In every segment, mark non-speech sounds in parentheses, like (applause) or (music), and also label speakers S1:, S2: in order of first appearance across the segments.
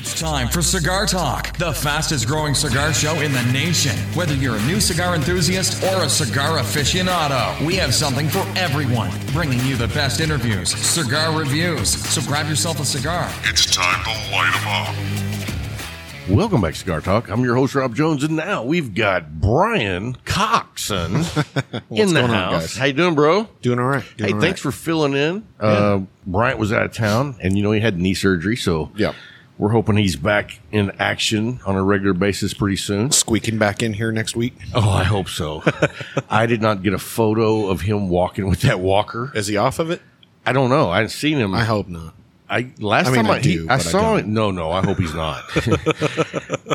S1: time for Cigar Talk, the fastest growing cigar show in the nation. Whether you're a new cigar enthusiast or a cigar aficionado, we have something for everyone, bringing you the best interviews, cigar reviews. So grab yourself a cigar.
S2: It's time to light 'em up.
S3: Welcome back, to Cigar Talk. I'm your host, Rob Jones, and now we've got Brian
S4: (laughs)
S3: Coxon in the
S4: going on,
S3: house.
S4: guys?
S3: How you doing, bro?
S4: Doing all right.
S3: hey, thanks for filling in. Uh, Bryant was out of town, and you know he had knee surgery, so
S4: Yep.
S3: we're hoping he's back in action on a regular basis pretty soon.
S4: squeaking back in here next week.
S3: Oh, I hope so. (laughs) I did not get a photo of him walking with that walker.
S4: Is he off of it?
S3: I don't know. I haven't seen him.
S4: I hope not.
S3: I last
S4: I mean,
S3: time I,
S4: I do,
S3: he- I
S4: but I
S3: saw
S4: don't.
S3: it. No, no, I hope he's
S4: (laughs)
S3: not.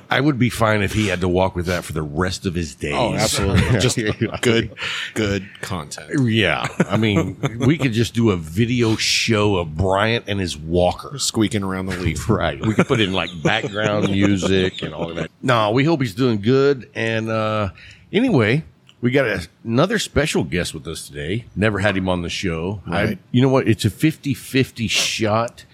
S3: I would be fine if he had to walk with that for the rest of his days.
S4: Oh,
S3: (laughs)
S4: (laughs) Just good, good content.
S3: Yeah, I mean, we could just do a video show of Bryant and his walker.
S4: Squeaking around the leaf.
S3: Right. We could put in like background music and all of that. No, we hope he's doing good. And uh, anyway, we got a, another special guest with us today. Never had him on the show. I,
S4: Right.
S3: you know what? It's a 50 50 shot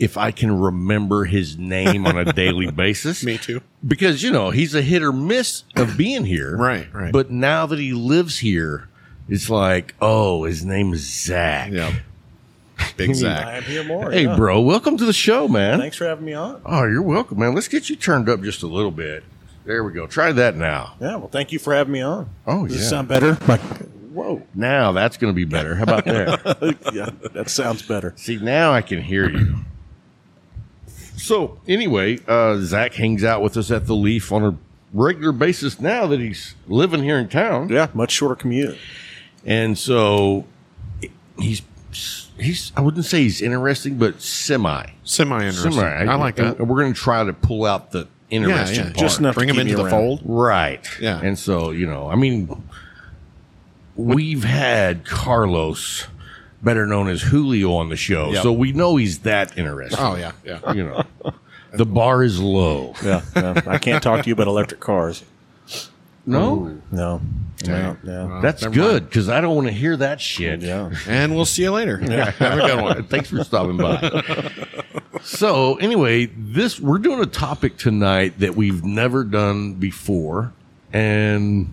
S3: if I can remember his name on (laughs) a daily basis.
S4: Me too.
S3: Because, you know, he's a hit or miss of being here.
S4: Right, right.
S3: But now that he lives here, it's like, oh, his name is Zach.
S4: Yeah. (laughs) Big Zach.
S5: I'm here more.
S3: Hey,
S5: yeah.
S3: bro, welcome to the show, man.
S5: Thanks for having me on.
S3: Oh, you're welcome, man. Let's get you turned up just a little bit. There we go. Try that now.
S5: Yeah, well, thank you for having me on.
S3: Oh,
S5: Does
S3: yeah.
S5: it sound better? Like, whoa.
S3: Now that's going to be better. How about
S4: (laughs)
S3: that?
S5: (laughs) yeah, that sounds better.
S3: See, now I can hear you. So, anyway, uh, Zach hangs out with us at the Leaf on a regular basis now that he's living here in town.
S5: Yeah, much shorter commute.
S3: And so he's, he's, I wouldn't say he's interesting, but semi.
S4: Semi interesting.
S3: Semi.
S4: I like that.
S3: And we're going to try to pull out the
S4: Yeah,
S3: interesting
S4: yeah.
S3: part.
S5: Just enough to
S4: Bring him
S5: keep
S4: into
S5: me
S4: the
S5: around.
S4: fold.
S3: Right.
S4: Yeah.
S3: And so, you know, I mean, we've had Carlos, better known as Julio, on the show.
S4: Yep.
S3: So we know he's that interesting.
S4: Oh, yeah. Yeah.
S3: You know, the bar is low.
S5: Yeah, no, (laughs) I can't talk to you about electric cars.
S3: No?
S5: No. No, no.
S3: That's good because I don't want to hear that shit.
S5: Yeah.
S4: And we'll see you (laughs) later.
S3: Have a good one. (laughs) Thanks for stopping by. so, anyway, this we're doing a topic tonight that we've never done before, and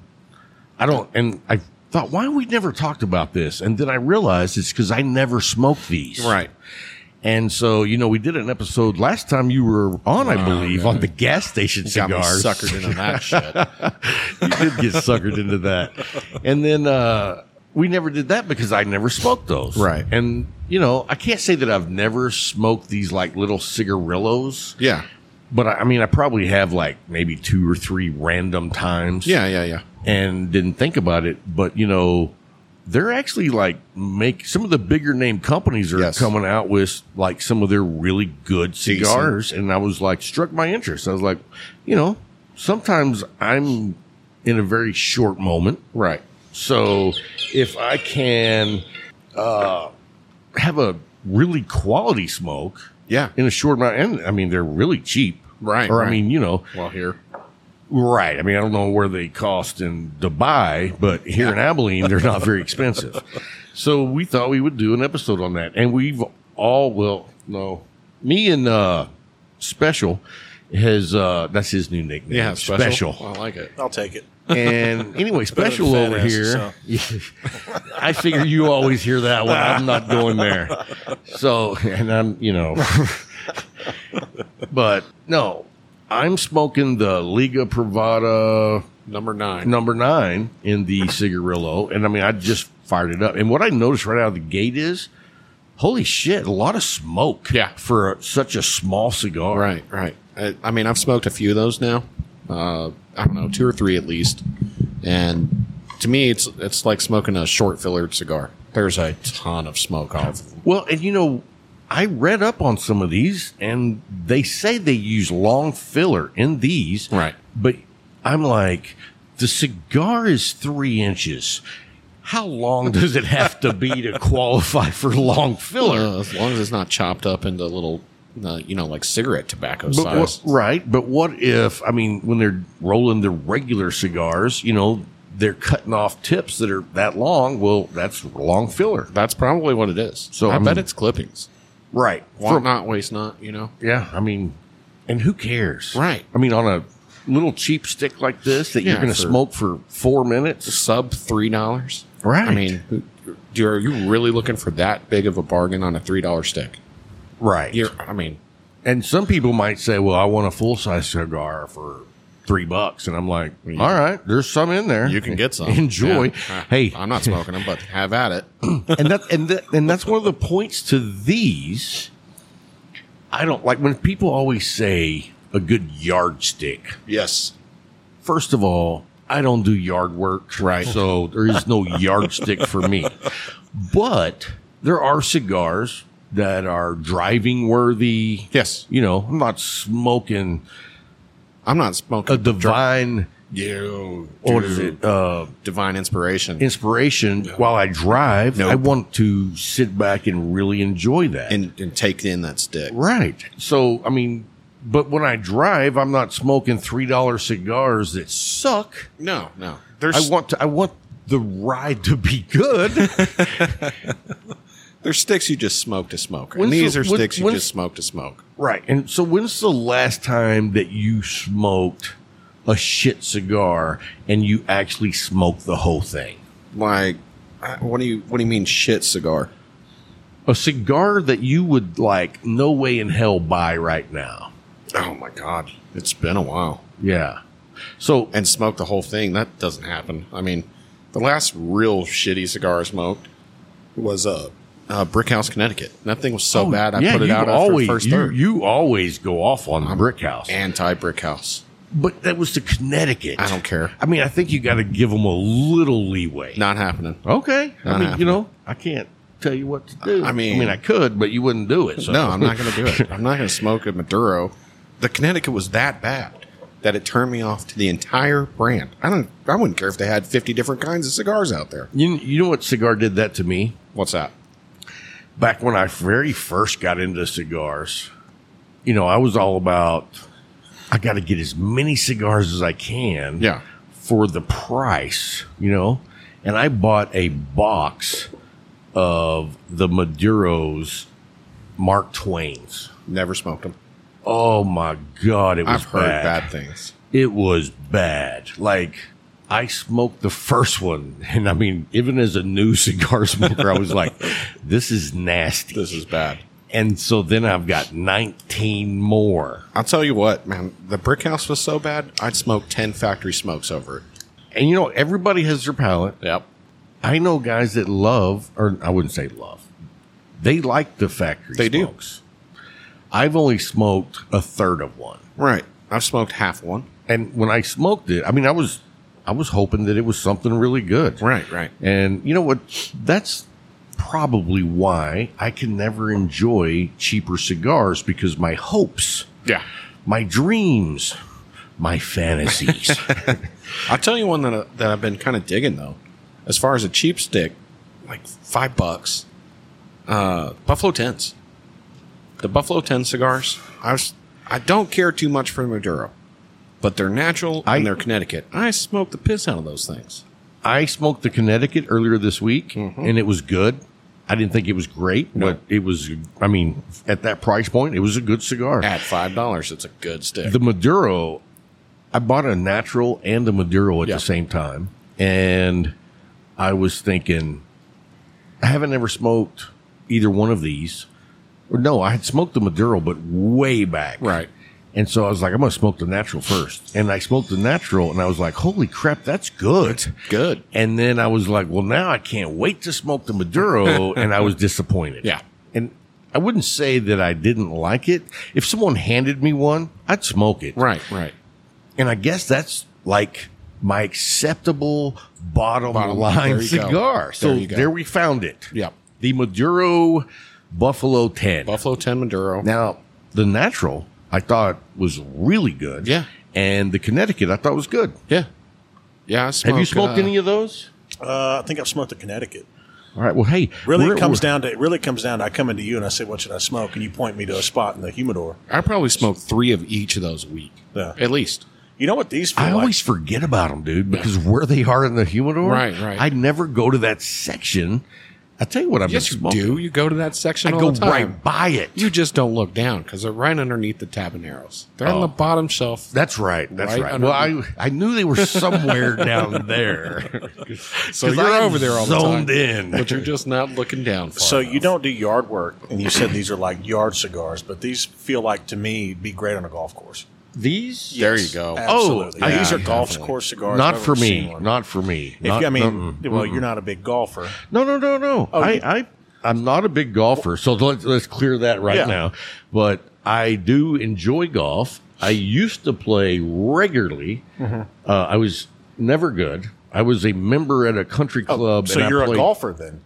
S3: I don't. And I thought, why we never talked about this? And then I realized it's because I never smoked these,
S4: Right.
S3: And so, you know, we did an episode last time you were on, I believe, on the gas station
S4: Got me
S3: cigars.
S4: suckered into (laughs) that shit.
S3: you did get suckered into that. And then uh, we never did that because I never smoked those.
S4: Right.
S3: And, you know, I can't say that I've never smoked these like little cigarillos,
S4: Yeah.
S3: but I, I mean, I probably have like maybe two or three random times.
S4: Yeah. Yeah. Yeah.
S3: And didn't think about it. But, you know, they're actually like make some of the bigger name companies are
S4: Yes.
S3: coming out with like some of their really good
S4: Decent.
S3: cigars. And I was like, struck my interest. I was like, you know, sometimes I'm in a very short moment.
S4: Right.
S3: So if I can uh, have a really quality smoke
S4: Yeah.
S3: in a short amount, and I mean they're really cheap,
S4: Right,
S3: Or I
S4: right.
S3: mean, you know,
S4: Well, here.
S3: right? I mean, I don't know where they cost in Dubai, but here in Abilene, they're not very
S4: (laughs)
S3: expensive. So we thought we would do an episode on that, and we've all well, no, me and uh, Special has uh, that's his new nickname,
S4: Yeah.
S3: Special
S4: I like it.
S5: I'll take it.
S3: and anyway, special
S5: than
S3: over
S5: fat
S3: here. (laughs) I figure you always hear that one. I'm not going there. So, and I'm, you know, but no, I'm smoking the Liga Privada
S4: Number nine.
S3: number nine in the cigarillo, and I mean, I just fired it up. And what I noticed right out of the gate is, holy shit, a lot of smoke.
S4: Yeah.
S3: for a, such a small cigar.
S4: Right, right. I, I mean, I've smoked a few of those now. Uh, I don't know, two or three at least. And to me, it's it's like smoking a short fillered cigar. There's a ton of smoke off. of them.
S3: Well, and you know, I read up on some of these, and they say they use long filler in these.
S4: Right.
S3: But I'm like, the cigar is three inches. How long does it have to be
S4: (laughs)
S3: to qualify for long filler?
S4: Uh, as long as it's not chopped up into little, uh, you know, like cigarette tobacco
S3: But what,
S4: size.
S3: right. But what if, I mean, when they're rolling the regular cigars, you know, they're cutting off tips that are that long. Well, that's long filler.
S4: That's probably what it is.
S3: So,
S4: So I,
S3: I mean-
S4: bet it's clippings.
S3: Right.
S4: Want not, waste not. You know.
S3: yeah. I mean, And who cares?
S4: Right.
S3: I mean, on a little cheap stick like this that you're
S4: Yeah,
S3: going to
S4: for-
S3: smoke for four minutes.
S4: Sub three dollars.
S3: Right.
S4: I mean, who- do- are you really looking for that big of a bargain on a three dollar stick?
S3: Right.
S4: You're, I mean,
S3: And some people might say, well, I want a full size cigar for three bucks. And I'm like,
S4: Yeah.
S3: all right, there's some in there.
S4: you can get (laughs)
S3: (laughs)
S4: some.
S3: Enjoy.
S4: Yeah.
S3: Hey,
S4: I'm not smoking them, but have at it. (clears throat)
S3: and that and that, and that's one of the points to these. I don't like when people always say a good yardstick.
S4: yes.
S3: First of all, I don't do yard work, right? So there is no yardstick for me. But there are cigars that are driving worthy.
S4: Yes.
S3: You know, I'm not smoking
S4: I'm not
S3: a
S4: smoking.
S3: divine.
S4: you.
S3: What is it? Uh,
S4: Divine inspiration.
S3: inspiration while I drive.
S4: Nope.
S3: I want to sit back and really enjoy that.
S4: and, and take in that stick.
S3: Right. So, I mean, but when I drive, I'm not smoking $3 cigars that suck.
S4: No, no. There's
S3: I want to, I want the ride to be good.
S4: there's sticks you just smoke to smoke.
S3: When's
S4: and these
S3: the-
S4: are
S3: when-
S4: sticks you
S3: when's-
S4: just smoke to smoke.
S3: right. And so when's the last time that you smoked a shit cigar and you actually smoked the whole thing?
S4: Like I- what do you what do you mean shit cigar?
S3: A cigar that you would like no way in hell buy right now.
S4: Oh my god. It's been a while.
S3: Yeah. So
S4: And smoke the whole thing. That doesn't happen. I mean, the last real shitty cigar I smoked was uh, uh Brickhouse, Connecticut. And that thing was so bad I
S3: oh, yeah,
S4: put it
S3: you
S4: out after
S3: always,
S4: the first
S3: you,
S4: third.
S3: you always go off on Brickhouse.
S4: Anti Brickhouse.
S3: But that was to Connecticut.
S4: I don't care.
S3: I mean, I think you got to give them a little leeway.
S4: Not happening.
S3: Okay. I
S4: Not
S3: mean, you
S4: happening.
S3: know, I can't tell you what to do.
S4: I mean-
S3: I mean, I could, but you wouldn't do it. So.
S4: No, I'm not going to do it. I'm not going to smoke a Maduro. The Connecticut was that bad that it turned me off to the entire brand. I don't. I wouldn't care if they had 50 different kinds of cigars out there.
S3: You, you know what cigar did that to me?
S4: What's that?
S3: Back when I very first got into cigars, you know, I was all about I got to get as many cigars as I can.
S4: Yeah.
S3: For the price, you know, and I bought a box of the Maduros Mark Twains.
S4: Never smoked them.
S3: Oh my god, it was
S4: I've heard
S3: bad.
S4: bad things.
S3: It was bad. Like I smoked the first one, (laughs) and I mean, even as a new (laughs) cigar smoker, I was like, "This is nasty."
S4: This is bad.
S3: and so then I've got 19 more,
S4: I'll tell you what, man. The brick house was so bad. I'd smoke 10 factory smokes over it.
S3: and you know, everybody has their palate.
S4: Yep.
S3: I know guys that love, or I wouldn't say love, they like the factory.
S4: They do.
S3: smokes. I've only smoked a third of one.
S4: Right. I've smoked half one.
S3: and when I smoked it, I mean, I was I was hoping that it was something really good,
S4: Right, right.
S3: And you know what? That's probably why I can never enjoy cheaper cigars because my hopes,
S4: Yeah.
S3: my dreams, my
S4: (laughs)
S3: fantasies.
S4: I'll tell you one that, I- that I've been kind of digging though. As far as a cheap stick, like five bucks. Uh, Buffalo tens. The Buffalo ten cigars. I was. I don't care too much for Maduro, but they're natural
S3: I-
S4: and they're Connecticut. I smoke the piss out of those things.
S3: I smoked the Connecticut earlier this week, and it was good. I didn't think it was great,
S4: Mm-hmm. No.
S3: but it was. I mean, at that price point, it was a good cigar.
S4: At five dollars, it's a good stick.
S3: the Maduro, I bought a natural and a Maduro at
S4: Yeah.
S3: the same time. And I was thinking, I haven't ever smoked either one of these. Or no, I had smoked the Maduro, but way back.
S4: Right.
S3: And so I was like, I'm going to smoke the natural first. And I smoked the natural and I was like, holy crap, that's good.
S4: (laughs) good.
S3: And then I was like, well, now I can't wait to smoke the
S4: (laughs)
S3: Maduro. and I was disappointed.
S4: Yeah.
S3: And I wouldn't say that I didn't like it. If someone handed me one, I'd smoke it.
S4: Right, right.
S3: And I guess that's like my acceptable bottom,
S4: Bottom line.
S3: line
S4: There you go.
S3: cigar. So
S4: There
S3: there,
S4: you go.
S3: we found it.
S4: Yep.
S3: The Maduro Buffalo 10.
S4: Buffalo ten Maduro.
S3: Now, the natural I thought was really good.
S4: Yeah.
S3: And the Connecticut I thought was good.
S4: yeah, yeah. I smoke,
S3: Have you smoked
S4: uh,
S3: any of those?
S5: Uh, I think I've smoked the Connecticut.
S3: All right. Well, hey,
S5: Really,
S3: we're-
S5: it comes
S3: we're-
S5: down to it. Really comes down to I come into you and I say, "What should I smoke?" And you point me to a spot in the humidor.
S4: I probably smoke three of each of those a week,
S5: Yeah.
S4: at least.
S5: You know what these? Feel
S3: I
S5: like?
S3: always forget about them, dude, because where they are in the humidor,
S4: Right, right.
S3: I never go to that section I tell you what, I've
S4: Yes,
S3: been
S4: you
S3: smoking.
S4: do. You go to that section
S3: I
S4: all
S3: go
S4: the time.
S3: right by it.
S4: You just don't look down because they're right underneath the tabaneros. They're on the bottom shelf.
S3: That's right. That's
S4: Right
S3: right. Well, I
S4: underneath.
S3: I knew they were
S4: (laughs)
S3: somewhere down there.
S4: so
S3: 'Cause
S4: you're
S3: I am
S4: over there all the time.
S3: zoned in.
S4: But you're just not looking down. Far
S5: So
S4: enough.
S5: you don't do yard work, and you said these are like yard cigars, but these feel like to me be great on a golf course.
S6: These?
S4: There you
S5: Oh,
S4: go.
S5: Absolutely.
S3: I-
S5: these are
S4: yeah,
S5: golf
S4: definitely.
S5: course cigars.
S3: Not
S5: I've
S3: for
S5: never
S3: me.
S5: seen one.
S3: Not for me.
S5: If
S3: Not-
S5: you, I mean,
S3: mm-mm.
S5: well, you're not a big golfer.
S3: No, no, no, no.
S5: Oh,
S3: I, I, I'm not a big golfer, so let's, let's clear that right
S5: Yeah.
S3: now. But I do enjoy golf. I used to play regularly.
S5: Mm-hmm.
S3: Uh, I was never good. I was a member at a country club.
S5: Oh, so
S3: and I
S5: you're a
S3: played-
S5: golfer then.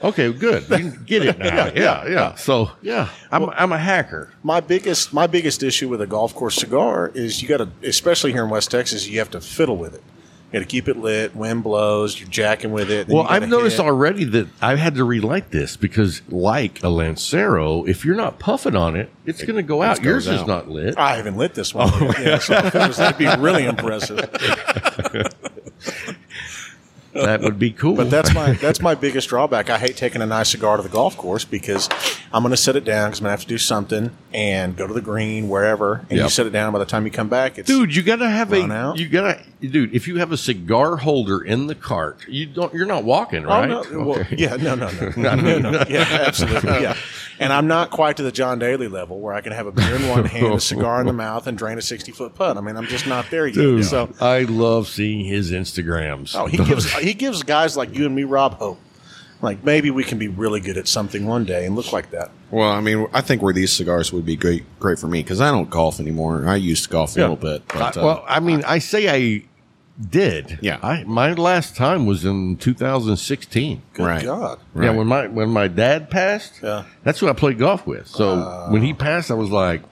S3: Okay, good. You get
S5: (laughs)
S3: it now. yeah, yeah, So yeah, I'm, I'm a hacker.
S5: My biggest my biggest issue with a golf course cigar is you got to, especially here in West Texas, you have to fiddle with it. You got to keep it lit. Wind blows, you're jacking with it. then
S3: Well,
S5: you gotta
S3: I've noticed
S5: hit.
S3: already that I've had to relight this because, like a Lancero, if you're not puffing on it, it's going to go out. Yours
S4: goes
S3: is
S4: out.
S3: not lit.
S5: I haven't lit this one.
S3: Oh.
S5: yet. Yeah, so if it was- that'd be really impressive.
S3: that would
S5: (laughs)
S3: be cool.
S5: But that's my that's my biggest drawback. I hate taking a nice cigar to the golf course because I'm going to set it down because I'm going to have to do something and go to the green wherever. And you
S3: Yep.
S5: set it down. By the time you come back, it's
S3: dude you gotta have a
S5: Run out?
S3: you gotta dude if you have a cigar holder in the cart you don't you're not walking
S5: Oh,
S3: right
S5: no, well,
S3: Okay.
S5: yeah, no, no,
S3: (laughs)
S5: no, no, no, no. Yeah, absolutely. Yeah, and I'm not quite to the John Daly level where I can have a beer in one hand, a cigar in the mouth, and drain a 60 foot putt. I mean, I'm just not there yet.
S3: Dude,
S5: So,
S3: I love seeing his Instagrams.
S5: oh, he gives he gives guys like you and me, Rob, hope. Like maybe we can be really good at something one day and look like that.
S4: Well, I mean, I think where these cigars would be great, great for me because I don't golf anymore. I used to golf a little bit,
S3: I-
S4: but uh,
S3: well, I mean, I say I did.
S4: Yeah.
S3: I my last time was in 2016.
S4: right,
S5: God.
S3: Yeah,
S4: Right.
S3: when my when my dad passed,
S5: Yeah.
S3: that's who I played golf with. So when he passed, I was like,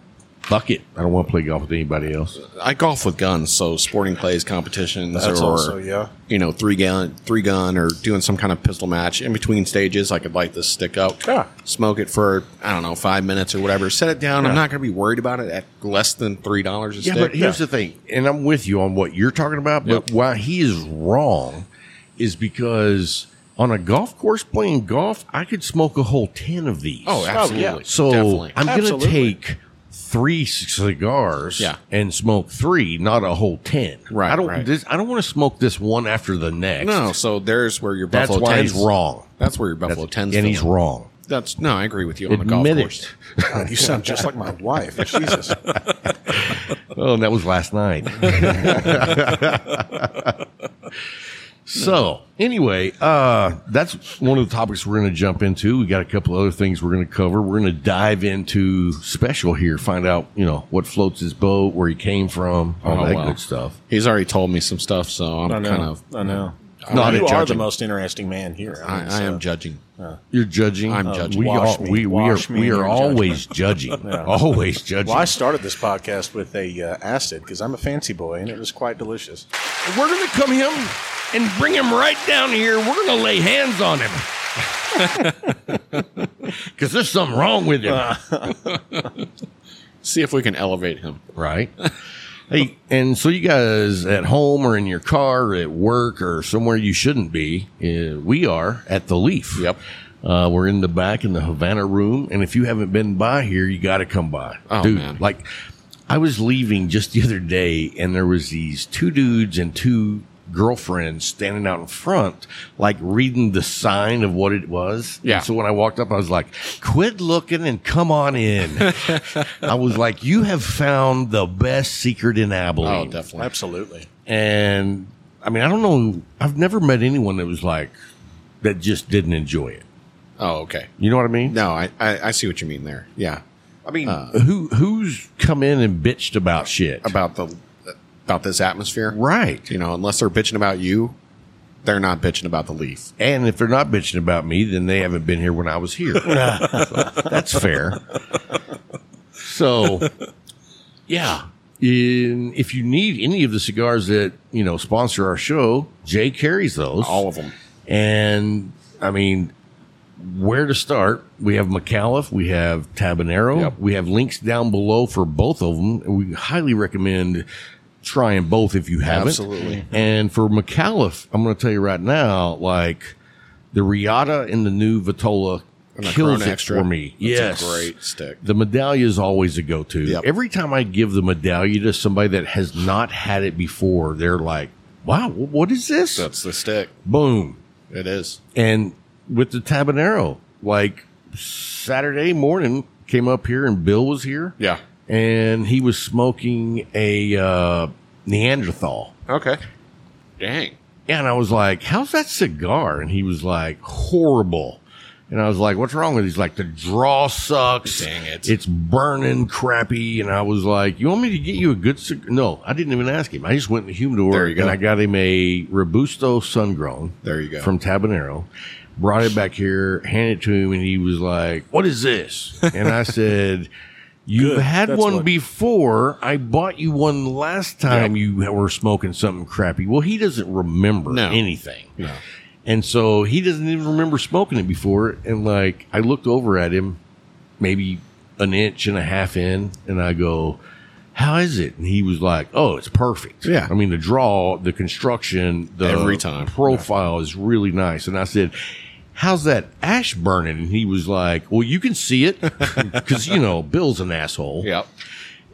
S3: "Fuck it, I don't want to play golf with anybody else."
S4: I golf with guns, so sporting plays, competitions,
S5: That's
S4: or
S5: also yeah.
S4: you know, three gun, three gun, or doing some kind of pistol match in between stages. I could light this stick up,
S5: Yeah.
S4: smoke it for I don't know five minutes or whatever. Set it down. I'm not going to be worried about it at less than three dollars a
S3: Yeah,
S4: stick.
S3: but here's the thing, and I'm with you on what you're talking about, but why he is wrong is because on a golf course playing golf, I could smoke a whole 10 of these.
S4: oh, absolutely.
S5: yeah.
S3: so
S4: Definitely.
S3: I'm going to
S5: Absolutely.
S3: take three c- cigars
S4: Yeah.
S3: and smoke three, not a whole 10.
S4: Right,
S3: I don't
S4: right.
S3: this, I don't want to smoke this one after the next.
S4: no, so there's where your
S3: That's
S4: Buffalo
S3: why
S4: tens
S3: he's wrong.
S4: That's where your Buffalo tens.
S3: and he's
S4: fill in.
S3: wrong.
S4: That's no, I agree with you on the golf
S3: Admit
S4: course.
S3: it.
S5: God, you sound just like my wife. Jesus.
S3: Oh, and that was last
S5: (laughs)
S3: night. so, anyway, uh, that's one of the topics we're going to jump into. We got a couple other things we're going to cover. We're going to dive into special here, find out you know what floats his boat, where he came from, all
S4: Oh,
S3: that
S4: wow.
S3: good stuff.
S4: He's already told me some stuff, so I'm
S5: I know.
S4: kind of
S5: I know.
S3: Not
S5: you
S3: a
S5: are the
S3: judging.
S5: most interesting man here.
S4: I,
S5: mean,
S4: I am
S5: so-
S4: judging.
S3: You're judging.
S4: I'm judging.
S3: We
S5: Wash
S3: are.
S5: me.
S3: We, we are.
S5: Wash me
S3: We
S5: in
S3: are
S5: your
S3: always judging.
S5: (laughs)
S3: Always judging.
S5: Well, I started this podcast with a uh, acid because I'm a fancy boy, and it was quite delicious.
S3: We're going to come him and bring him right down here. We're going to lay hands on him. (laughs) Because there's something wrong with him.
S4: See if we can elevate him.
S3: right? (laughs) hey, and so you guys at home or in your car or at work or somewhere you shouldn't be, uh, we are at the Leaf.
S4: Yep.
S3: Uh, we're in the back in the Havana room, and if you haven't been by here, you got to come by,
S4: Oh,
S3: dude.
S4: man.
S3: Like, I was leaving just the other day, and there was these two dudes and two girlfriends standing out in front, like reading the sign of what it was.
S4: Yeah.
S3: And so when I walked up, I was like, "Quit looking and come on
S4: (laughs)
S3: in." I was like, you have found the best secret in
S4: Oh,
S3: Abilene.
S4: definitely.
S5: Absolutely.
S3: and I mean, I don't know. I've never met anyone that was like, that just didn't enjoy it.
S4: Oh, okay.
S3: You know what I mean?
S4: No, I, I, I see what you mean there. Yeah, Uh,
S3: I mean, who who's come in and bitched about shit?
S4: about the about this atmosphere,
S3: right.
S4: You know, unless they're bitching about you, they're not bitching about the leaf.
S3: And if they're not bitching about me, then they haven't been here when I was here.
S4: (laughs)
S3: So, that's fair. So, yeah. In, if you need any of the cigars that you know sponsor our show, Jay carries those.
S4: All of them.
S3: And I mean, where to start? We have McAuliffe, we have Tabanero,
S4: Yep.
S3: we have links down below for both of them. We highly recommend trying both if you haven't.
S4: Absolutely.
S3: And for McAuliffe, I'm going to tell you right now, like the Riata and the new Vitola
S4: the
S3: kills
S4: Corona
S3: it
S4: Extra.
S3: for me.
S4: That's a
S3: yes,
S4: great stick.
S3: The Medallia is always a go-to.
S4: Yep.
S3: Every time I give the Medallia to somebody that has not had it before, they're like, "Wow, wh- what is this?"
S4: That's the stick.
S3: Boom.
S4: It is.
S3: And with the Tabanero, like Saturday morning, came up here and Bill was here.
S4: Yeah.
S3: And he was smoking a uh, Neanderthal.
S4: Okay. Dang.
S3: And I was like, how's that cigar? And he was like, horrible. And I was like, what's wrong with it? He's like, the draw sucks.
S4: Dang it.
S3: It's burning crappy. And I was like, you want me to get you a good cigar? No, I didn't even ask him. I just went in the humidor
S4: There you go.
S3: and I got him a Robusto Sun Grown.
S4: There you go.
S3: From Tabanero. Brought it back here, handed it to him, and he was like, what is this? And I said, You've
S5: Good.
S3: had
S5: That's
S3: one
S5: what-
S3: before. I bought you one last time you were smoking something crappy. Well, he doesn't remember
S4: No.
S3: anything.
S4: No.
S3: And so he doesn't even remember smoking it before. And like, I looked over at him, maybe an inch and a half in, and I go, How is it? And he was like, Oh, it's perfect.
S4: Yeah.
S3: I mean, the draw, the construction, the
S4: Every time.
S3: profile is really nice. And I said, How's that ash burning? And he was like, Well, you can see
S4: (laughs)
S3: it because, you know, Bill's an asshole.
S4: Yep.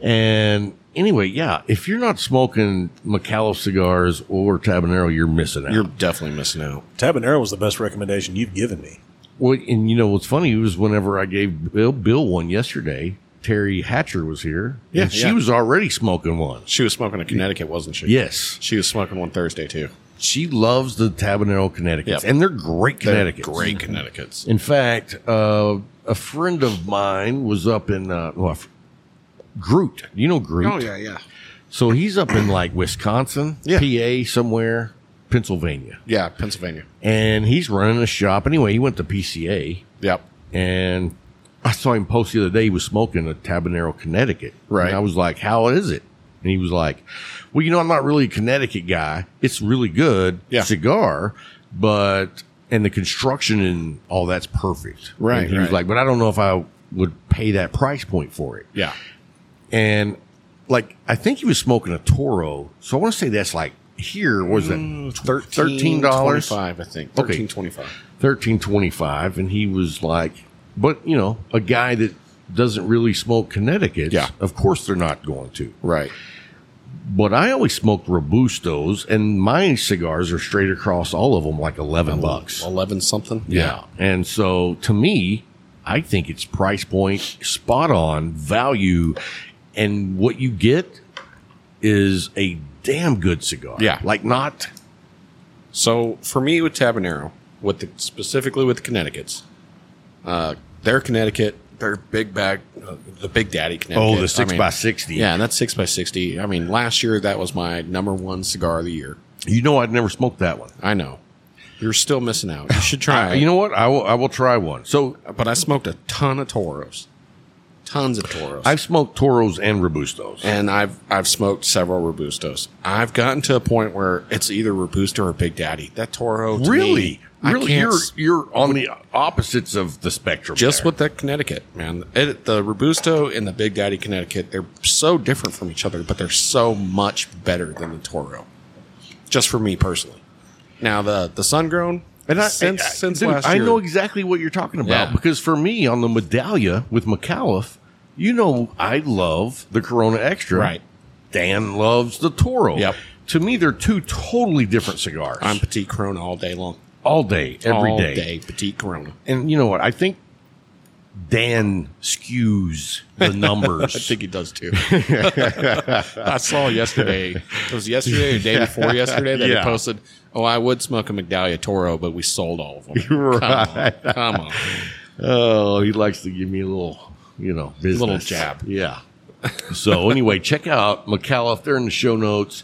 S3: And anyway, yeah, if you're not smoking McAuliffe cigars or Tabanero, you're missing out.
S4: You're definitely missing out.
S5: Tabanero was the best recommendation you've given me.
S3: Well, and you know what's funny was whenever I gave Bill, Bill one yesterday, Terry Hatcher was here.
S4: Yeah,
S3: and she
S4: yeah.
S3: was already smoking one.
S4: She was smoking a Connecticut, wasn't she?
S3: Yes,
S4: She was smoking one Thursday too.
S3: she loves the Tabanero Connecticut's,
S4: Yep.
S3: and they're great
S4: They're
S3: Connecticut's.
S4: Great Connecticut's.
S3: In fact, uh, a friend of mine was up in uh, well, f- Groot. You know Groot.
S4: Oh, yeah.
S3: So he's up in like Wisconsin,
S4: Yeah.
S3: PA, somewhere, Pennsylvania,
S4: Yeah, Pennsylvania.
S3: and he's running a shop. Anyway, he went to PCA.
S4: Yep.
S3: and I saw him post the other day. He was smoking a Tabanero Connecticut.
S4: Right.
S3: And I was like, "How is it?" And he was like, "Well, you know, I'm not really a Connecticut guy. It's really good
S4: Yeah.
S3: cigar, but and the construction and all that's perfect."
S4: Right,
S3: And he was
S4: right.
S3: like, "But I don't know if I would pay that price point for it."
S4: Yeah.
S3: And like, I think he was smoking a Toro, so I want to say that's like here was it
S4: Mm,
S3: thirteen dollars?
S4: five, I think.
S3: Okay.
S4: Thirteen twenty five.
S3: thirteen twenty five, and he was like, but you know, a guy that doesn't really smoke Connecticut.
S4: Yeah.
S3: of course they're not going to.
S4: Right.
S3: But I always smoked Robustos, and my cigars are straight across all of them, like eleven
S4: Oh,
S3: bucks.
S4: Eleven something.
S3: Yeah, and so to me, I think it's price point spot on value, and what you get is a damn good cigar.
S4: Yeah.
S3: like not
S4: So for me with Tabanero, with the, specifically with the Connecticut's, uh, their Connecticut, their big bag, uh, the Big Daddy Connecticut.
S3: oh the six
S4: I mean,
S3: by sixty.
S4: Yeah, and that's six by sixty. I mean, last year that was my number one cigar of the year.
S3: you know I'd never smoked that one.
S4: I know. You're still missing out. You should
S3: (laughs)
S4: try.
S3: I- you know what? I will. I will try one. So
S4: but I smoked a ton of Toros, tons of Toros.
S3: I've smoked Toros and Robustos.
S4: and I've I've smoked several Robustos. I've gotten to a point where it's either Robusto or Big Daddy. That Toro, to
S3: really,
S4: me, I
S3: really,
S4: can't
S3: you're
S4: s-
S3: you're on the opposites of the spectrum.
S4: just
S3: there.
S4: with that Connecticut man. It, the Robusto and the Big Daddy Connecticut, they're so different from each other, but they're so much better than the Toro. Just for me personally. Now the the Sun Grown,
S3: And I,
S4: since
S3: I-
S4: since
S3: dude,
S4: last
S3: I
S4: year,
S3: know exactly what you're talking about
S4: Yeah.
S3: because for me on the Medallia with McAuliffe, you know I love the Corona Extra.
S4: Right.
S3: Dan loves the Toro.
S4: Yep.
S3: To me, they're two totally different cigars.
S4: I'm Petite Corona all day long,
S3: all day, every day.
S4: all day Petite Corona.
S3: And you know what? I think Dan skews the
S4: (laughs)
S3: numbers.
S4: I think he does too. (laughs) I saw yesterday. It was yesterday or day (laughs) before yesterday that
S3: Yeah.
S4: he posted. Oh, I would smoke a Medallia Toro, but we sold all (laughs) of them.
S3: Right.
S4: Come on, come on.
S3: Oh, he likes to give me a little, you know, business.
S4: Little jab.
S3: Yeah. so anyway, check out McAuliffe. They're in the show notes.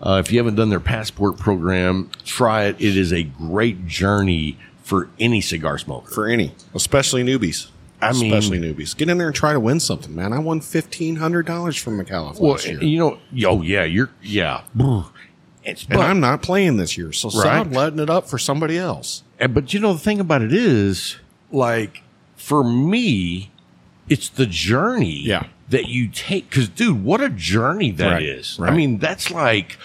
S3: Uh, if you haven't done their passport program, try it. It is a great journey for any cigar smoker.
S4: for any, especially newbies.
S3: I mean-
S4: especially newbies. Get in there and try to win something, man. I won fifteen hundred dollars from McAuliffe
S3: well,
S4: last year,
S3: you know, oh yeah, you're yeah. It's,
S4: and
S3: but,
S4: I'm not playing this year, so
S3: Right.
S4: stop letting it up for somebody else.
S3: And- but you know the thing about it is like for me it's the journey
S4: Yeah.
S3: that you take. Because, dude, what a journey that
S4: Right,
S3: is! I
S4: right.
S3: mean, that's like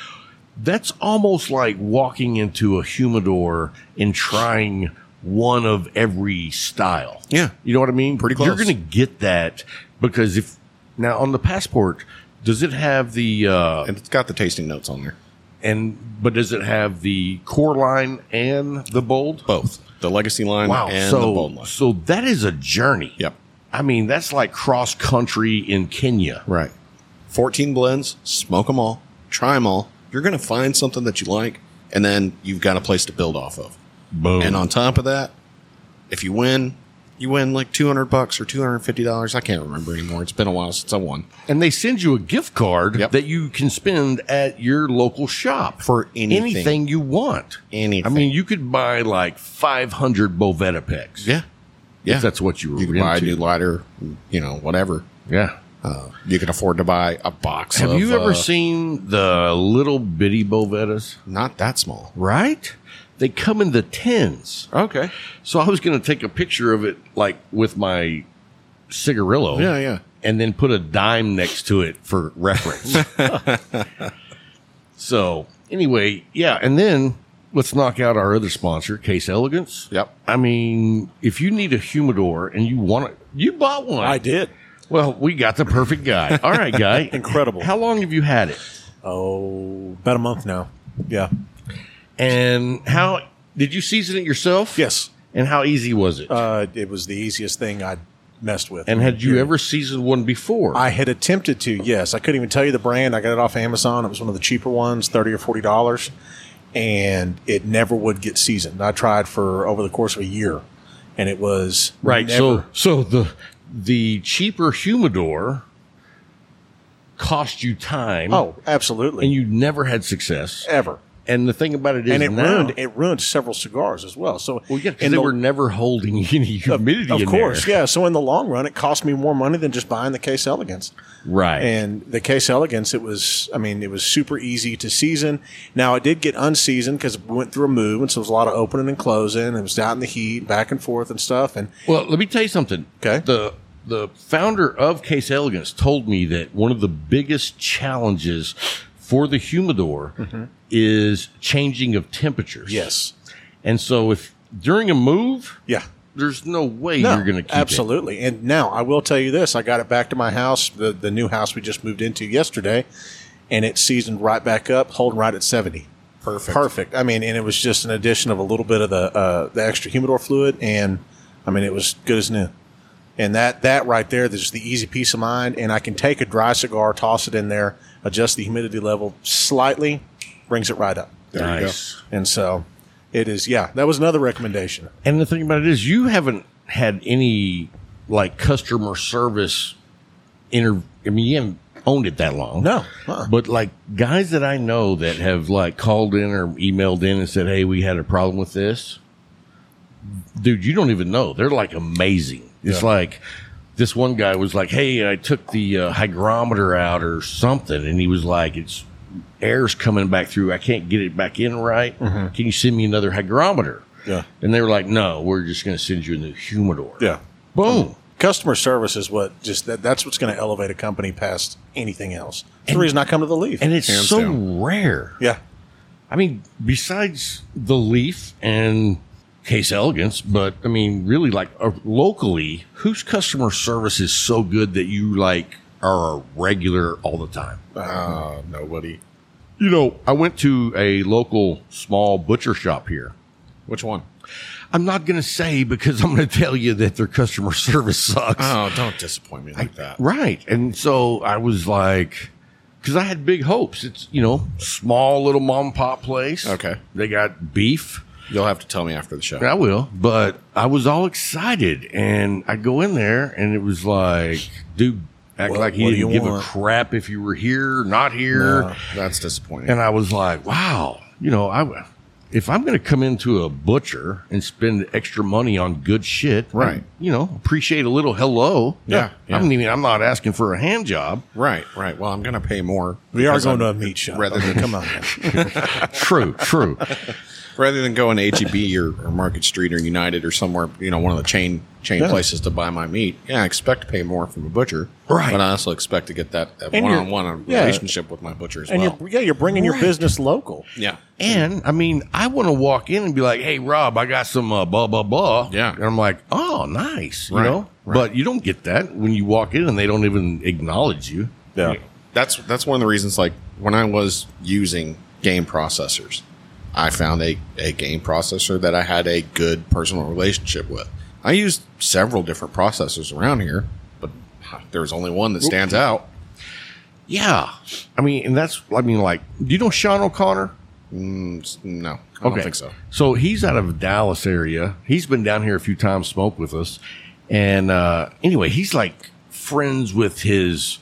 S3: that's almost like walking into a humidor and trying one of every style.
S4: Yeah.
S3: you know what I mean.
S4: Pretty
S3: You're
S4: close.
S3: going to get that because if now on the passport, does it have the uh,
S4: And it's got the tasting notes on there.
S3: and but does it have the core line and the bold?
S4: Both the legacy line
S3: Wow.
S4: and
S3: so,
S4: the bold line.
S3: so that is a journey.
S4: Yep.
S3: I mean, that's like cross country in Kenya.
S4: Right. 14 blends, smoke them all, try them all. You're going to find something that you like, and then you've got a place to build off of.
S3: Boom.
S4: And on top of that, if you win, you win like 200 bucks or $250. I can't remember anymore. It's been a while since I won.
S3: and they send you a gift card
S4: Yep.
S3: that you can spend at your local shop
S4: For anything.
S3: you want.
S4: Anything.
S3: I mean, you could buy like 500 Bovetta picks.
S4: Yeah. Yeah.
S3: If that's what you were
S4: you could buy a
S3: into.
S4: new lighter, you know, whatever.
S3: Yeah.
S4: Uh, you can afford to buy a box.
S3: Have
S4: of,
S3: you ever
S4: uh,
S3: seen the little bitty Bovettas?
S4: Not that small.
S3: Right? They come in the tins.
S4: Okay.
S3: So I was going to take a picture of it like with my cigarillo.
S4: Yeah, yeah.
S3: And then put a dime next to it for
S5: (laughs)
S3: reference. so anyway, yeah. And then let's knock out our other sponsor, Case Elegance.
S4: Yep.
S3: I mean, if you need a humidor and you want it, you bought one.
S5: I did.
S3: Well, we got the perfect
S5: (laughs)
S3: guy. All right, guy.
S5: Incredible.
S3: How long have you had it?
S5: Oh, about a month now. Yeah.
S3: And how did you season it yourself?
S5: Yes.
S3: And how easy was it?
S5: Uh, it was the easiest thing I messed with.
S3: and had you ever seasoned one before?
S5: I had attempted to, yes. I couldn't even tell you the brand. I got it off Amazon. It was one of the cheaper ones, thirty or forty dollars, and it never would get seasoned. I tried for over the course of a year, and it was
S3: Right.
S5: Never,
S3: So so the the cheaper humidor cost you time.
S5: oh, absolutely,
S3: And you never had success.
S5: ever,
S3: And the thing about it is
S5: and it
S3: now,
S5: ruined it ruined several cigars as well. So
S3: Well, yeah, 'cause
S5: in
S3: they
S5: the-
S3: were never holding (laughs) any humidity
S5: of
S3: in
S5: course,
S3: there.
S5: yeah. So in the long run, it cost me more money than just buying the Case Elegance.
S3: Right.
S5: And the case elegance, it was, I mean, it was super easy to season. Now, it did get unseasoned because we went through a move, and so it was a lot of opening and closing. It was out in the heat, back and forth and stuff. And
S3: well, let me tell you something.
S5: Okay.
S3: The the founder of Case Elegance told me that one of the biggest challenges for the humidor is changing of temperatures.
S5: Mm-hmm. yes,
S3: And so if during a move,
S5: yeah.
S3: there's no way
S5: No,
S3: you're going to keep it.
S5: absolutely. And now I will tell you this: I got it back to my house, the the new house we just moved into yesterday, and it seasoned right back up, holding right at seventy.
S4: Perfect.
S5: Perfect. I mean, and it was just an addition of a little bit of the uh, the extra humidor fluid, and I mean, it was good as new. And that that right there, there's the easy peace of mind, and I can take a dry cigar, toss it in there, adjust the humidity level slightly, brings it right up.
S4: There you go.
S3: Nice.
S5: And so, it is. Yeah, that was another recommendation.
S3: And the thing about it is, you haven't had any like customer service inter. I mean, you haven't owned it that long.
S5: No, uh-uh.
S3: But like guys that I know that have like called in or emailed in and said, "Hey, we had a problem with this." Dude, you don't even know. They're like amazing. It's like this one guy was like, "Hey, I took the uh, hygrometer out or something," and he was like, "It's air's coming back through. I can't get it back in right. Can you send me another hygrometer?"
S5: Mm-hmm. Yeah.
S3: And they were like, "No, we're just going to send you a new humidor."
S5: Yeah.
S3: Boom.
S5: Customer service is what just that, that's what's going to elevate a company past anything else. It's the reason I come to the leaf.
S3: And it's
S4: Hands
S3: so
S4: down.
S3: rare.
S5: yeah,
S3: I mean, besides the Leaf and Case Elegance, but I mean, really, like uh, locally, whose customer service is so good that you like are a regular all the time?
S4: Uh, nobody.
S3: You know, I went to a local small butcher shop here.
S4: Which one?
S3: I'm not going to say because I'm going to tell you that their customer (laughs) service sucks.
S4: Oh, don't disappoint me like that.
S3: Right. And so I was like, because I had big hopes. It's, you know, small little mom and pop place.
S4: Okay.
S3: They got beef.
S4: You'll have to tell me after the show.
S3: I will. But I was all excited. And I go in there and it was like, dude, act
S5: What-
S3: like he
S5: what do you
S3: didn't give
S5: want?
S3: a crap if you were here, not here.
S4: Uh, That's disappointing.
S3: And I was like, wow, you know, I. If I'm going to come into a butcher and spend extra money on good shit,
S4: Right.
S3: You know, appreciate a little hello.
S4: Yeah, yeah.
S3: I mean, I'm not asking for a hand job.
S4: right, right. Well, I'm going to pay more.
S5: we are
S4: because
S5: going to a
S4: I'm- (laughs)
S5: meat shop.
S4: Rather
S5: I mean,
S4: than
S5: come on. man.
S3: true, true.
S4: rather than going to HEB or, or Market Street or United or somewhere, you know, one of the chain chain
S5: Yeah.
S4: places to buy my meat. Yeah, I expect to pay more from a butcher,
S5: Right.
S4: But I also expect to get that, that
S5: And you're-
S4: one-on-one
S5: yeah.
S4: relationship with my butcher as
S5: And
S4: well.
S5: you're, yeah, you're bringing your business local.
S4: yeah,
S3: And I mean, I want to walk in and be like, "Hey, Rob, I got some uh, blah blah blah."
S4: Yeah.
S3: and I'm like, "Oh, nice," you
S4: Right,
S3: know.
S4: right.
S3: But you don't get that when you walk in and they don't even acknowledge you.
S5: Yeah.
S4: that's that's one of the reasons. Like when I was using game processors, I found a, a game processor that I had a good personal relationship with. I used several different processors around here, but there was only one that stands out.
S3: Yeah, I mean, and that's I mean, like, do you know Sean O'Connor?
S4: Mm, no, I don't think so.
S3: So he's out of Dallas area. He's been down here a few times, smoked with us, and uh, anyway, he's like friends with his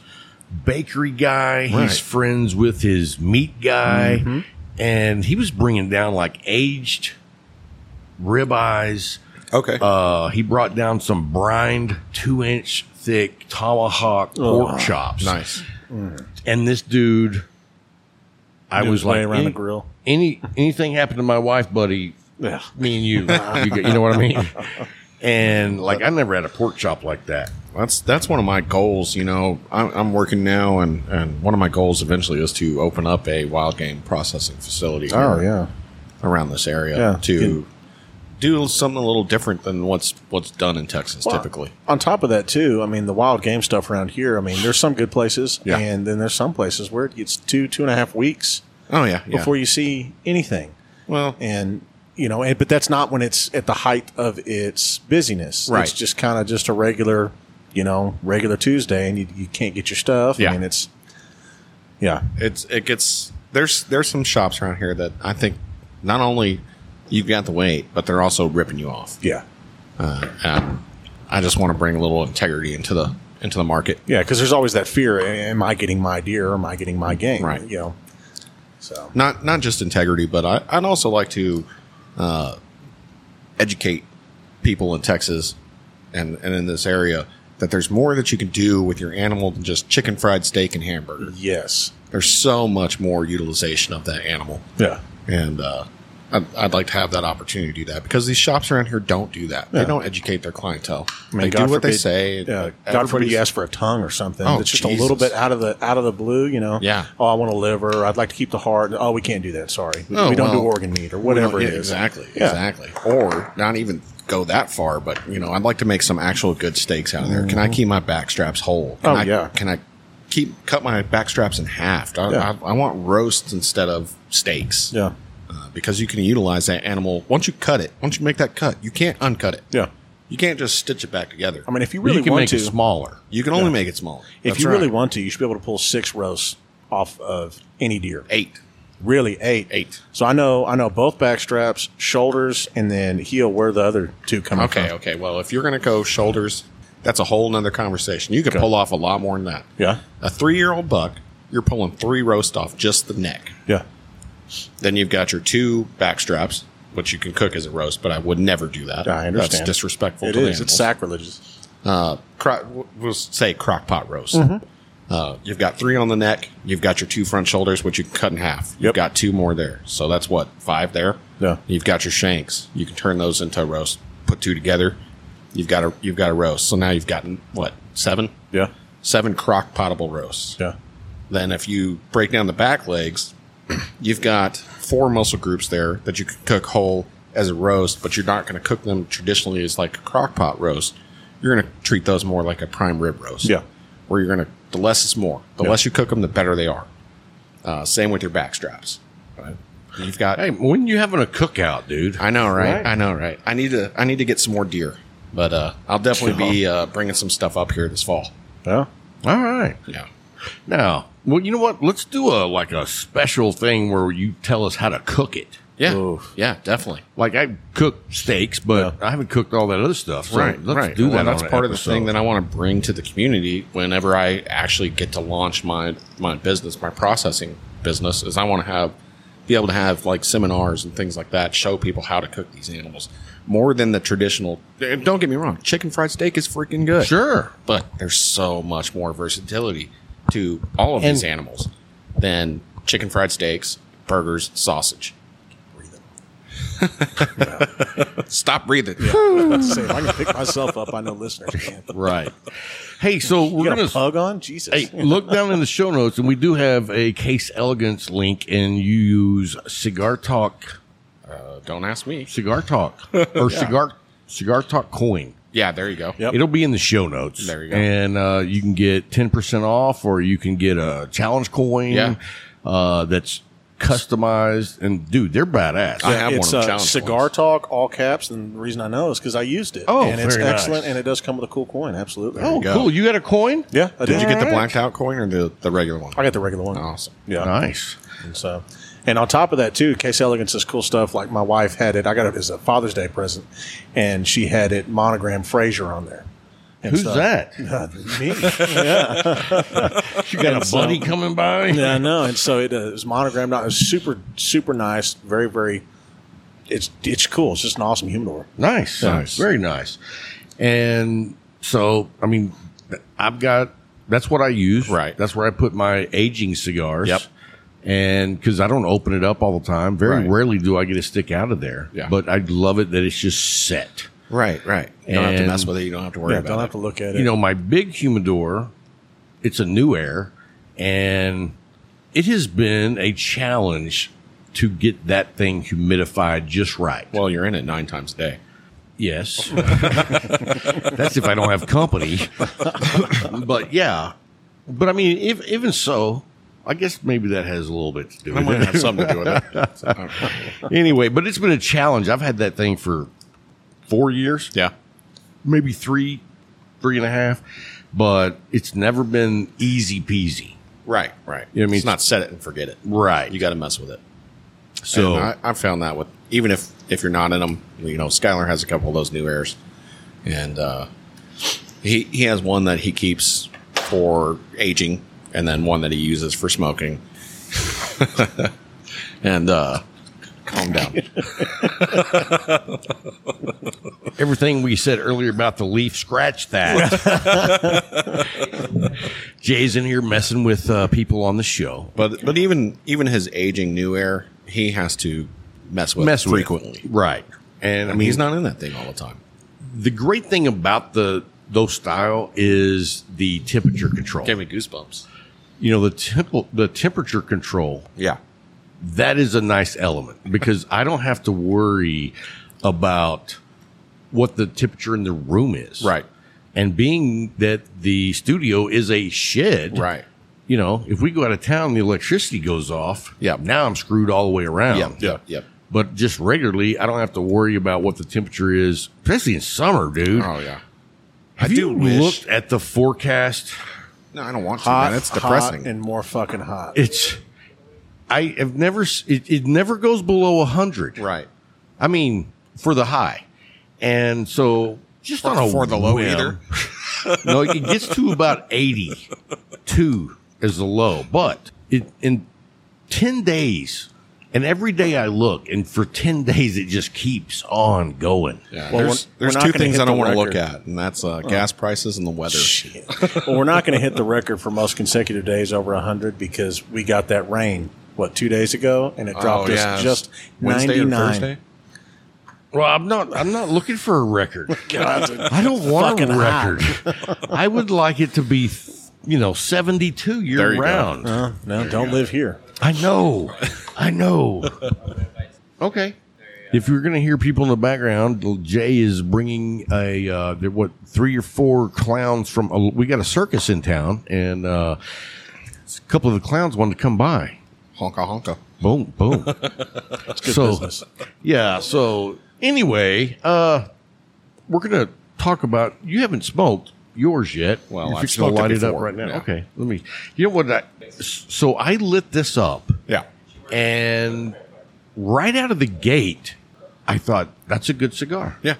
S3: bakery guy.
S4: Right. Mm-hmm.
S3: He's friends with his meat guy, and he was bringing down like aged ribeyes.
S4: Okay.
S3: Uh, he brought down some brined two inch thick tomahawk pork chops.
S4: Oh, nice.
S3: And this dude, I
S5: Dude
S3: was
S5: laying
S3: like,
S5: around
S3: any-
S5: the grill.
S3: Any anything happened to my wife, buddy?
S5: Yeah.
S3: Me and you, you, get- you know what I mean? (laughs) And like, I never had a pork chop like that.
S4: That's that's one of my goals. You know, I'm, I'm working now, and, and one of my goals eventually is to open up a wild game processing facility.
S3: Oh,
S4: here
S5: yeah.
S4: around this area
S5: Yeah.
S4: to
S5: Can-
S4: do something a little different than what's what's done in Texas
S5: Well,
S4: typically.
S5: On top of that, too, I mean, the wild game stuff around here, I mean, there's some good places,
S4: Yeah.
S5: and then there's some places where it gets two, two and a half weeks
S4: Oh yeah, yeah.
S5: before you see anything.
S4: well,
S5: And, you know, and, but that's not when it's at the height of its busyness.
S4: Right.
S5: It's just kind of just a regular, you know, regular Tuesday, and you, you can't get your stuff.
S4: Yeah.
S5: I mean, it's, yeah.
S4: it's it gets there's there's some shops around here that I think not only you've got the wait, but they're also ripping you off. Uh,
S5: Yeah.
S4: And I just want to bring a little integrity into the into the market.
S5: Yeah, because there's always that fear: Am I getting my deer? Or am I getting my game?
S4: Right.
S5: You know. So
S4: not not just integrity, but I, I'd also like to uh, educate people in Texas and, and in this area that there's more that you can do with your animal than just chicken fried steak and hamburger.
S5: yes.
S4: There's so much more utilization of that animal,
S5: Yeah.
S4: and uh, I'd, I'd like to have that opportunity to do that because these shops around here don't do that. They don't educate their clientele.
S5: I mean,
S4: they
S5: God
S4: do what they
S5: forbid-
S4: say.
S5: Yeah. God
S4: Everybody's-
S5: forbid you ask for a tongue or something.
S4: Oh,
S5: that's just a little
S4: Jesus.
S5: bit out of the out of the blue. You know.
S4: Yeah.
S5: Oh, I want a liver. I'd like to keep the heart. Oh, we can't do that. Sorry. We,
S4: Oh,
S5: we don't do
S4: well, e,
S5: organ meat or whatever
S4: Yeah,
S5: it is.
S4: Exactly,
S5: Yeah.
S4: exactly. Or not even go that far, but you know, I'd like to make some actual good steaks out of there. Can I keep my back straps whole? Can
S5: Mm-hmm. Oh,
S4: I,
S5: yeah.
S4: Can I keep cut my back straps in half? I,
S5: Yeah.
S4: I, I want roasts instead of steaks.
S5: Yeah.
S4: Uh, because you can utilize that animal once you cut it. Once you make that cut, you can't uncut it.
S5: Yeah.
S4: You can't just stitch it back together.
S5: I mean, if you really
S3: you can
S5: want
S3: make
S5: to,
S3: it smaller.
S4: you can only make it smaller.
S5: if
S4: That's
S5: you
S4: right.
S5: really want to, you should be able to pull six roasts off of any deer.
S4: eight,
S5: Really, eight.
S4: eight.
S5: So I know, I know both back straps, shoulders, and then heel. Where the other two come from?
S4: Okay, okay. Well, if you're going to go shoulders, that's a whole nother conversation. You could pull off a lot more than that.
S5: Yeah.
S4: A three year old buck, you're pulling three roast off just the neck.
S5: Yeah.
S4: Then you've got your two back straps, which you can cook as a roast, but I would never do that.
S5: I understand.
S4: That's disrespectful
S5: It
S4: to the
S5: is.
S4: animals.
S5: It's sacrilegious.
S4: uh, cro- we'll say crock pot roast.
S5: Mm-hmm.
S4: Uh, you've got three on the neck. You've got your two front shoulders, which you can cut in half. You've
S5: Yep.
S4: got two more there. So that's what, five there?
S5: Yeah.
S4: You've got your shanks. You can turn those into a roast. Put two together. You've got a you've got a roast. So now you've gotten what, seven?
S5: Yeah.
S4: Seven crock potable roasts.
S5: Yeah.
S4: Then if you break down the back legs, you've got four muscle groups there that you can cook whole as a roast, but you're not going to cook them traditionally as like a crock pot roast. You're going to treat those more like a prime rib roast.
S5: Yeah.
S4: Where you're going to, the less is more. The less you cook them, the better they are. Uh, same with your back straps. Right? You've got,
S3: Hey, when you having a cookout, dude?
S4: I know, right?
S5: Right.
S4: I know, right? I need to, I need to get some more deer, but uh, I'll definitely be uh, bringing some stuff up here this fall.
S5: Yeah.
S3: All right.
S4: Yeah.
S3: Now, well, you know what? Let's do a like a special thing where you tell us how to cook it.
S4: Yeah.
S5: Oof.
S4: Yeah, definitely.
S3: Like I cook steaks, but I haven't cooked all that other stuff. So Let's do
S4: Well,
S3: that.
S4: That's
S3: on an
S4: part of the
S3: episode.
S4: thing that I want to bring to the community whenever I actually get to launch my my business, my processing business, is I want to have be able to have like seminars and things like that, show people how to cook these animals more than the traditional. and Don't get me wrong, chicken fried steak is freaking good,
S3: Sure.
S4: but there's so much more versatility to all of these animals than chicken fried steaks, burgers, sausage.
S3: (laughs)
S4: Stop breathing.
S5: Say, if I can pick myself up, I know listeners
S4: (laughs)
S5: can.
S4: Right.
S3: Hey, (laughs) so
S5: You
S3: we're
S5: got
S3: gonna
S5: a pug on? Jesus.
S3: Hey, look down in the show notes, and we do have a Case Elegance link, and you use Cigar Talk,
S4: Uh, don't ask me.
S3: Cigar
S4: (laughs)
S3: Talk, or Cigar Cigar Talk coin.
S4: Yeah, there you go.
S5: Yep.
S3: It'll be in the show notes.
S4: There you go.
S3: And uh, you can get ten percent off, or you can get a challenge coin.
S4: Yeah.
S3: Uh, that's customized, and dude, they're badass.
S4: I have
S5: it's
S4: one of
S5: uh,
S4: challenge
S5: cigar
S4: ones.
S5: talk all caps, and the reason I know is because I used it.
S3: Oh,
S5: and it's
S3: very nice.
S5: excellent, and it does come with a cool coin. Absolutely.
S3: oh,
S4: go.
S3: cool! You got a coin?
S5: yeah. I
S4: Did you get the
S5: Alright.
S4: blanked out coin or the, the regular one?
S5: I got the regular one.
S4: Awesome.
S5: Yeah.
S3: Nice.
S5: And so, and on top of that too, Case Elegance is cool stuff. Like my wife had it. I got it as a Father's Day present, and she had it monogram Fraser on there. And
S3: Who's
S5: so- (laughs) uh,
S3: that?
S5: Me.
S3: You got a
S5: so-
S3: buddy coming by?
S5: yeah, I know. And so it, uh, it was monogrammed. out. It was super, super nice. Very, very. It's it's cool. It's just an awesome humidor.
S3: Nice, nice, very nice. And so, I mean, I've got that's what I use.
S4: Right.
S3: That's where I put my aging cigars.
S4: Yep.
S3: And because I don't open it up all the time, very
S4: Right.
S3: rarely do I get a stick out of there.
S4: Yeah.
S3: But I love it that it's just set.
S4: Right, right. You don't have to
S3: And-
S4: mess with it. You don't have to worry
S5: Yeah,
S4: about
S5: don't
S4: it.
S5: have to look at it.
S3: You know, my big humidor, it's a new air, and it has been a challenge to get that thing humidified just right.
S4: Well, you're in it nine times a day.
S3: Yes. (laughs) That's if I don't have company. (laughs) but yeah. But I mean, if, even so, I guess maybe that has a little bit to do
S4: I
S3: with
S4: might
S3: it.
S4: have something to do with it.
S3: anyway, but it's been a challenge. I've had that thing for four years,
S4: (laughs) yeah.
S3: maybe three, three and a half, but it's never been easy peasy.
S4: Right, right.
S3: You know what I mean?
S4: It's not set it and forget it.
S3: Right.
S4: You got to mess with it.
S3: so,
S4: And I, I found that with even if if you're not in them, you know, Skylar has a couple of those new airs, and uh, he he has one that he keeps for aging, and then one that he uses for smoking. (laughs) and uh, calm down.
S3: everything we said earlier about the leaf, scratch (laughs) that. Jay's in here messing with uh, people on the show.
S4: but but even even his aging new air, he has to mess with
S3: mess with.
S4: frequently.
S3: right? And I
S4: I mean,
S3: mean,
S4: he's not in that thing all the time.
S3: the great thing about the those style is the temperature control.
S4: me goosebumps.
S3: You know, the temp- the temperature control
S4: Yeah.
S3: that is a nice element because I don't have to worry about what the temperature in the room is,
S4: Right.
S3: And being that the studio is a shed,
S4: Right.
S3: You know, if we go out of town, the electricity goes off.
S4: Yeah.
S3: Now I'm screwed all the way around.
S4: Yep. Yep. Yep.
S3: But just regularly, I don't have to worry about what the temperature is, especially in summer, dude.
S4: Oh yeah.
S3: Have
S4: I
S3: you
S4: do wish-
S3: looked at the forecast?
S4: No, I don't want to.
S5: hot,
S4: man. That's
S5: hot,
S4: depressing.
S5: and more fucking hot.
S3: It's I have never s- it, it never goes below hundred.
S4: right.
S3: I mean, for the high, and so just
S4: For-
S3: on a
S4: for the low
S3: whim-
S4: either?
S3: (laughs) no, it gets to about eighty-two as the low, but it, in ten days, and every day I look, and for ten (laughs) days it just keeps on going.
S4: Yeah, there's
S5: Well, we're-
S4: there's
S5: we're not
S4: two
S5: gonna
S4: things
S5: hit
S4: I don't
S5: the
S4: want to look
S5: record.
S4: at, and that's uh, gas prices and the weather.
S5: Shit. well, we're not going to hit the record for most consecutive days over 100 because we got that rain, what, two days ago? And it dropped
S4: Oh,
S5: us
S4: yeah.
S5: just
S4: Wednesday or
S5: 99.
S4: Thursday?
S3: Well, I'm not. I'm not looking for a
S4: (laughs)
S3: record. I don't want a
S5: fucking
S3: record. I would like it to be, you know, 72 year
S4: you go.
S3: round.
S5: Uh, no, don't live here.
S3: I
S4: (laughs)
S3: know. I know. okay. If you're going to hear people in the background, Jay is bringing a uh, there what three or four clowns from a, we got a circus in town, and uh, a couple of the clowns wanted to come by.
S4: Honka honka.
S3: Boom,
S4: (laughs)
S3: boom. so,
S5: business.
S3: yeah. So anyway, uh, we're gonna talk about. You haven't smoked yours yet.
S4: Well,
S3: You're
S4: I've
S3: fixing to
S4: smoked it
S3: light up
S4: before,
S3: right now.
S4: yeah.
S3: Okay, let me. You know what? I, so I lit this up,
S4: Yeah.
S3: and right out of the gate, I thought that's a good cigar,
S4: Yeah.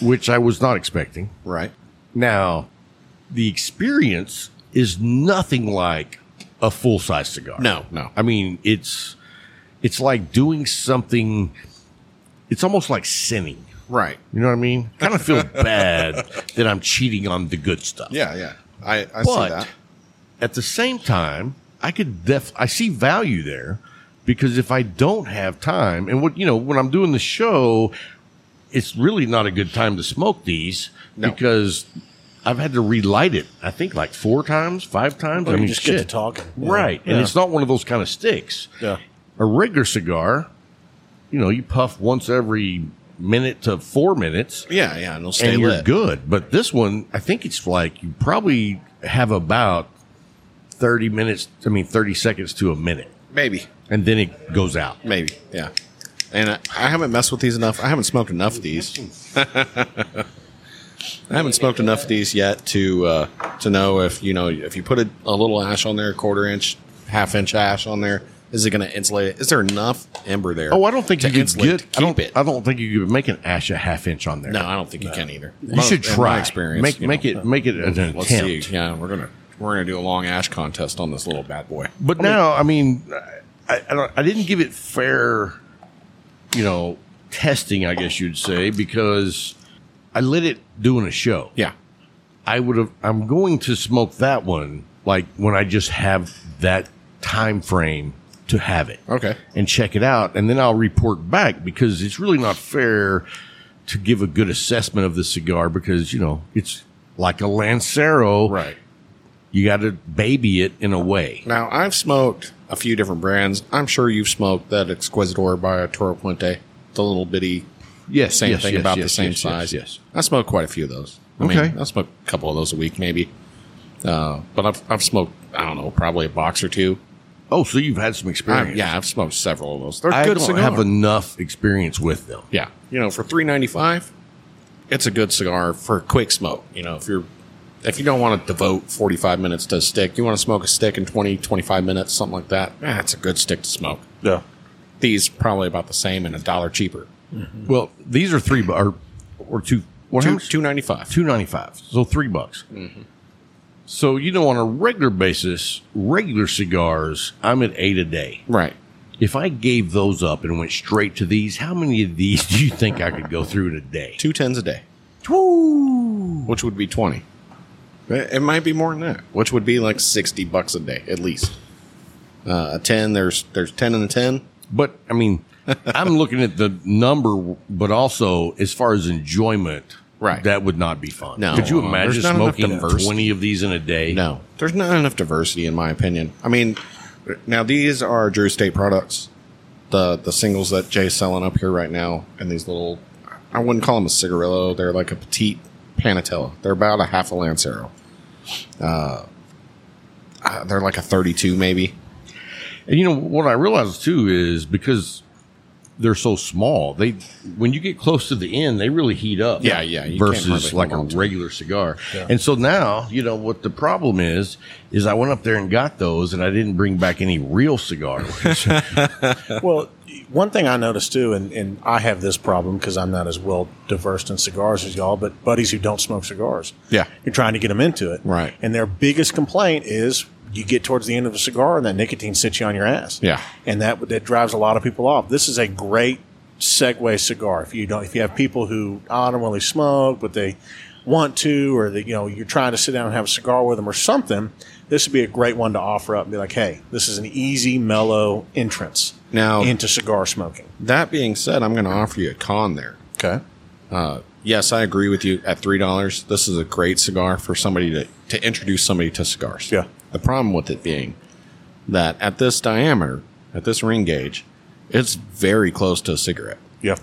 S3: which I was not expecting.
S4: Right.
S3: Now, the experience is nothing like a full size cigar.
S4: No, no.
S3: I mean, it's it's like doing something. It's almost like sinning.
S4: Right.
S3: You know what I mean? Kind of
S4: (laughs)
S3: feel bad that I'm cheating on the good stuff.
S4: Yeah. Yeah. I, I see
S3: But
S4: that.
S3: at the same time, I could def I see value there because if I don't have time, and what you know, when I'm doing the show, it's really not a good time to smoke these
S4: No.
S3: because I've had to relight it. I think like four times, five times.
S5: Or
S3: I
S5: you
S3: mean,
S5: just
S3: shit.
S5: get to talking. Yeah.
S3: right? And
S5: Yeah.
S3: it's not one of those kind of sticks.
S5: Yeah.
S3: A regular cigar, you know, you puff once every minute to four minutes,
S4: Yeah, yeah, and it'll stay
S3: and you're
S4: lit.
S3: good. But this one, I think it's like you probably have about thirty minutes. I mean, thirty seconds to a minute,
S4: Maybe,
S3: and then it goes out.
S4: maybe, yeah. And I, I haven't messed with these enough. I haven't smoked enough of these. (laughs) I haven't smoked enough of these yet to uh, to know if you know if you put a, a little ash on there, a quarter inch, half inch ash on there, is it going to insulate it? Is there enough ember there?
S3: Oh, I don't think
S4: to
S3: you could
S4: insulate
S3: get.
S4: to
S3: I don't,
S4: keep it.
S3: I don't think you could make an ash a half inch on there.
S4: no, I don't think you can either.
S3: you should
S4: In my
S3: try.
S4: Experience.
S3: make
S4: you
S3: make
S4: know.
S3: it make it an
S4: Let's
S3: attempt.
S4: see. Yeah, we're gonna we're gonna do a long ash contest on this little bad boy.
S3: But now, I mean, I, I, don't, I didn't give it fair, you know, testing. I guess you'd say because I lit it doing a show.
S4: Yeah,
S3: I would have. I'm going to smoke that one like when I just have that time frame to have it.
S4: Okay.
S3: and check it out, and then I'll report back because it's really not fair to give a good assessment of the cigar because you know it's like a Lancero.
S4: right.
S3: You got to baby it in a way.
S4: Now I've smoked a few different brands. I'm sure you've smoked that Exquisitor by Toro Puente, the little bitty,
S3: Yes,
S4: same thing about the same
S3: yes,
S4: size.
S3: Yes,
S4: I smoked quite a few of those. I
S3: Okay.
S4: mean, I smoke a couple of those a week maybe. Uh, but I've I've smoked I don't know probably a box or two.
S3: yes. Oh, so you've had some
S4: I,
S3: experience.
S4: yeah, I've smoked several of those. They're
S3: I
S4: good
S3: don't
S4: cigar.
S3: have enough experience with them.
S4: yeah, you know, for three ninety five, it's a good cigar for a quick smoke. You know, if you're if you don't want to devote 45 minutes to a stick, you want to smoke a stick in 20, 25 minutes, something like that, that's a good stick to smoke.
S5: Yeah.
S4: These probably about the same and a dollar cheaper.
S3: Well, these are three bu- or or two. What how
S4: Two,
S3: much?
S4: 295
S3: two ninety five, so three bucks. So you know, on a regular basis, regular cigars, I'm at eight a day.
S4: Right.
S3: If I gave those up and went straight to these, how many of these (laughs) do you think I could go through in a day?
S4: Two tens a day,
S3: Woo!
S4: which would be 20. It it might be more than that, which would be like 60 bucks a day at least. Uh, a 10, there's there's 10 and a 10.
S3: But I mean, I'm looking at the number, but also as far as enjoyment,
S4: Right.
S3: That would not be fun.
S4: No.
S3: Could you
S4: There's
S3: imagine
S4: not enough
S3: smoking
S4: diversity.
S3: twenty of these in a day?
S4: No, there's not enough diversity in my opinion. I mean, now these are Drew State products, the the singles that Jay's selling up here right now, and these little, I wouldn't call them a cigarillo. They're like a petite panatella. They're about a half a lancero. Uh, uh, they're like a 32 maybe.
S3: And you know what I realized too is because they're so small, they when you get close to the end, they really heat up.
S4: Yeah, yeah, you can't hardly
S3: versus like a
S4: hold on to
S3: regular cigar. And so now, you know what the problem is is I went up there and got those, and I didn't bring back any real
S4: (laughs)
S3: cigars.
S5: Well, one thing I noticed too, and, and I have this problem because I'm not as well diversed in cigars as y'all, but buddies who don't smoke cigars.
S4: Yeah.
S5: You're trying to get them into it.
S4: Right.
S5: And their biggest complaint is you get towards the end of a cigar and that nicotine sits you on your ass.
S4: Yeah.
S5: And that that drives a lot of people off. This is a great segue cigar. If you don't if you have people who I don't really smoke, but they want to, or they, you know, you're trying to sit down and have a cigar with them or something, this would be a great one to offer up and be like, hey, this is an easy, mellow entrance
S4: Now-
S5: into cigar smoking.
S4: That being said, I'm going to offer you a con there.
S5: Okay.
S4: Uh, Yes, I agree with you. At three dollars, this is a great cigar for somebody to to introduce somebody to cigars.
S5: Yeah.
S4: The problem with it being that at this diameter, at this ring gauge, it's very close to a cigarette.
S5: Yeah.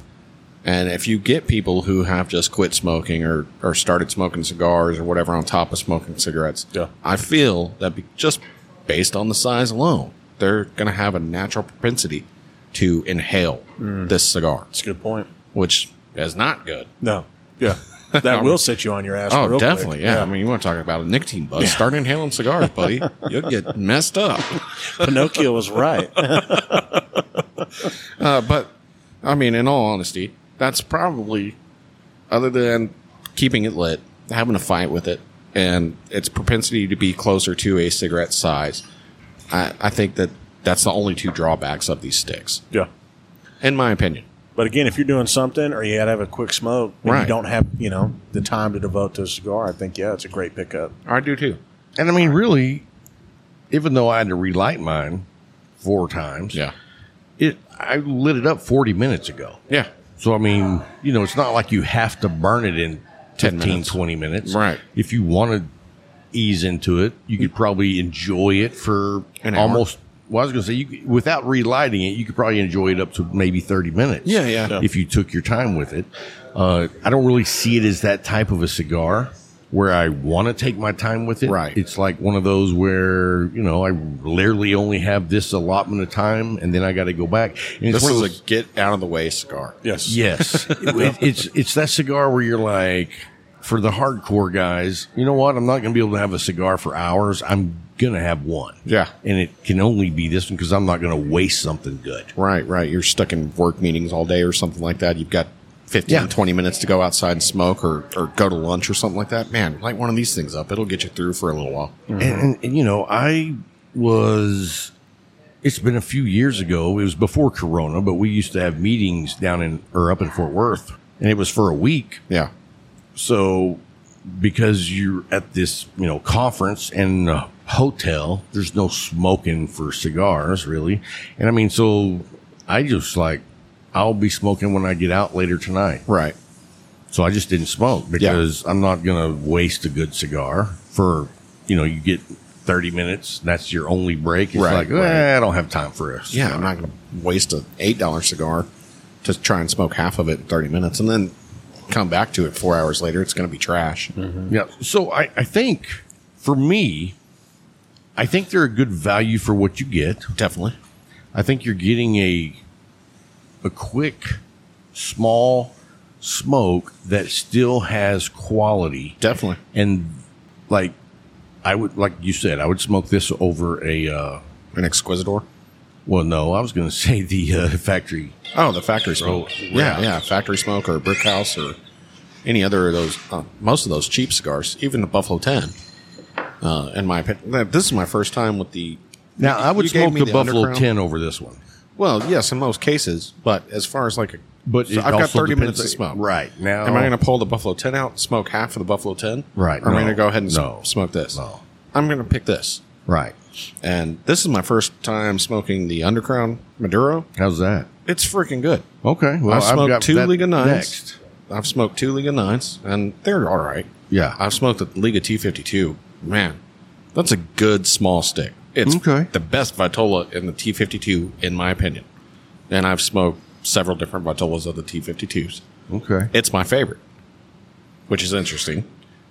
S4: And if you get people who have just quit smoking or, or started smoking cigars or whatever on top of smoking cigarettes,
S5: Yeah.
S4: I feel that be, just based on the size alone, they're going to have a natural propensity to inhale
S5: Mm.
S4: this cigar,
S5: That's a good point.
S4: which is not good.
S5: No.
S4: (laughs)
S5: Yeah. That will sit you on your ass.
S4: Oh,
S5: real quick.
S4: definitely. Yeah. I mean, you want to talk about a nicotine buzz? Start inhaling cigars, (laughs) buddy. You'll get messed up.
S5: (laughs) Pinocchio
S4: (laughs)
S5: was right.
S4: Uh, but I mean, in all honesty, that's probably other than keeping it lit, having a fight with it, and its propensity to be closer to a cigarette size. I, I think that that's the only two drawbacks of these sticks,
S5: yeah.
S4: in my opinion.
S5: But again, if you're doing something or you got to have a quick smoke and
S4: Right.
S5: you don't have, you know, the time to devote to a cigar, I think, yeah, it's a great pickup.
S4: I do too.
S3: and I mean, really, even though I had to relight mine four times,
S4: Yeah.
S3: it I lit it up 40 minutes ago.
S4: Yeah.
S3: So I mean, you know, it's not like you have to burn it in
S4: 10
S3: 15
S4: minutes.
S3: 20 minutes.
S4: Right.
S3: If you want to ease into it, you could probably enjoy it for
S4: An hour.
S3: almost well, I was going to say, you, could- without relighting it, you could probably enjoy it up to maybe 30 minutes.
S4: Yeah, yeah. Yeah.
S3: If you took your time with it. Uh, I don't really see it as that type of a cigar where I want to take my time with it.
S4: Right.
S3: It's like one of those where, you know, I literally only have this allotment of time and then I got to go back. And it's
S4: This
S3: one of
S4: is
S3: those-
S4: a get out of the way cigar.
S5: Yes.
S3: Yes, (laughs) It- it's it's that cigar where you're like, for the hardcore guys, you know what? I'm not going to be able to have a cigar for hours. I'm going to have one.
S4: Yeah.
S3: and it can only be this one because I'm not going to waste something good.
S4: Right, right. You're stuck in work meetings all day or something like that. You've got 15,
S3: Yeah.
S4: 20 minutes to go outside and smoke or, or go to lunch or something like that. Man, light one of these things up. It'll get you through for a little while.
S3: And, and, and you know, I was. It's been a few years ago. It was before Corona, but we used to have meetings down in or up in Fort Worth, and it was for a week.
S4: Yeah.
S3: So, because you're at this, you know, conference and a hotel, there's no smoking for cigars, really. And I mean, so I just like, I'll be smoking when I get out later tonight.
S4: Right.
S3: So I just didn't smoke because I'm not going to waste a good cigar for, you know, you get 30 minutes. That's your only break. It's
S4: Right,
S3: like,
S4: right.
S3: "Eh, I don't have time for this.
S4: Yeah, I'm not going to waste a $8 cigar to try and smoke half of it in 30 minutes and then come back to it four hours later. It's going to be trash.
S3: Yeah. So I, I think for me, I think they're a good value for what you get.
S4: Definitely.
S3: I think you're getting a a quick, small smoke that still has quality,
S4: Definitely.
S3: and like I would, like you said, I would smoke this over a. Uh,
S4: An Exquisitor.
S3: well, no, I was going to (laughs) say the uh, factory.
S4: Oh, the factory smoke.
S3: Oh,
S4: yeah,
S3: yeah.
S4: yeah, factory smoke or brick house or any other of those. Uh, most of those cheap cigars, even the Buffalo Ten. Uh, in my opinion, this is my first time with the.
S3: Now I would
S4: you gave
S3: smoke
S4: me
S3: the,
S4: the
S3: Buffalo
S4: Underground?
S3: Ten over this one,
S4: Well, yes, in most cases, but as far as like, a,
S3: but
S4: So
S3: it
S4: I've got
S3: also
S4: 30
S3: depends
S4: minutes to
S3: on-
S4: smoke.
S3: Right now,
S4: am I going to pull the Buffalo Ten out, smoke half of the Buffalo Ten?
S3: Right,
S4: Or am
S3: no,
S4: I going to go ahead and s-
S3: no,
S4: smoke this?
S3: no.
S4: I'm going to pick this,
S3: right?
S4: and this is my first time smoking the Underground Maduro.
S3: How's that?
S4: It's freaking good.
S3: Okay, well
S4: I've smoked
S3: got
S4: two
S3: that
S4: Liga Nines.
S3: next.
S4: I've smoked two Liga Nines, and they're all right.
S3: Yeah.
S4: I've smoked a Liga T52. Man, that's a good small stick. It's
S3: Okay.
S4: the best Vitola in the T52, in my opinion. And I've smoked several different Vitolas of the T52s.
S3: Okay.
S4: It's my favorite, which is interesting.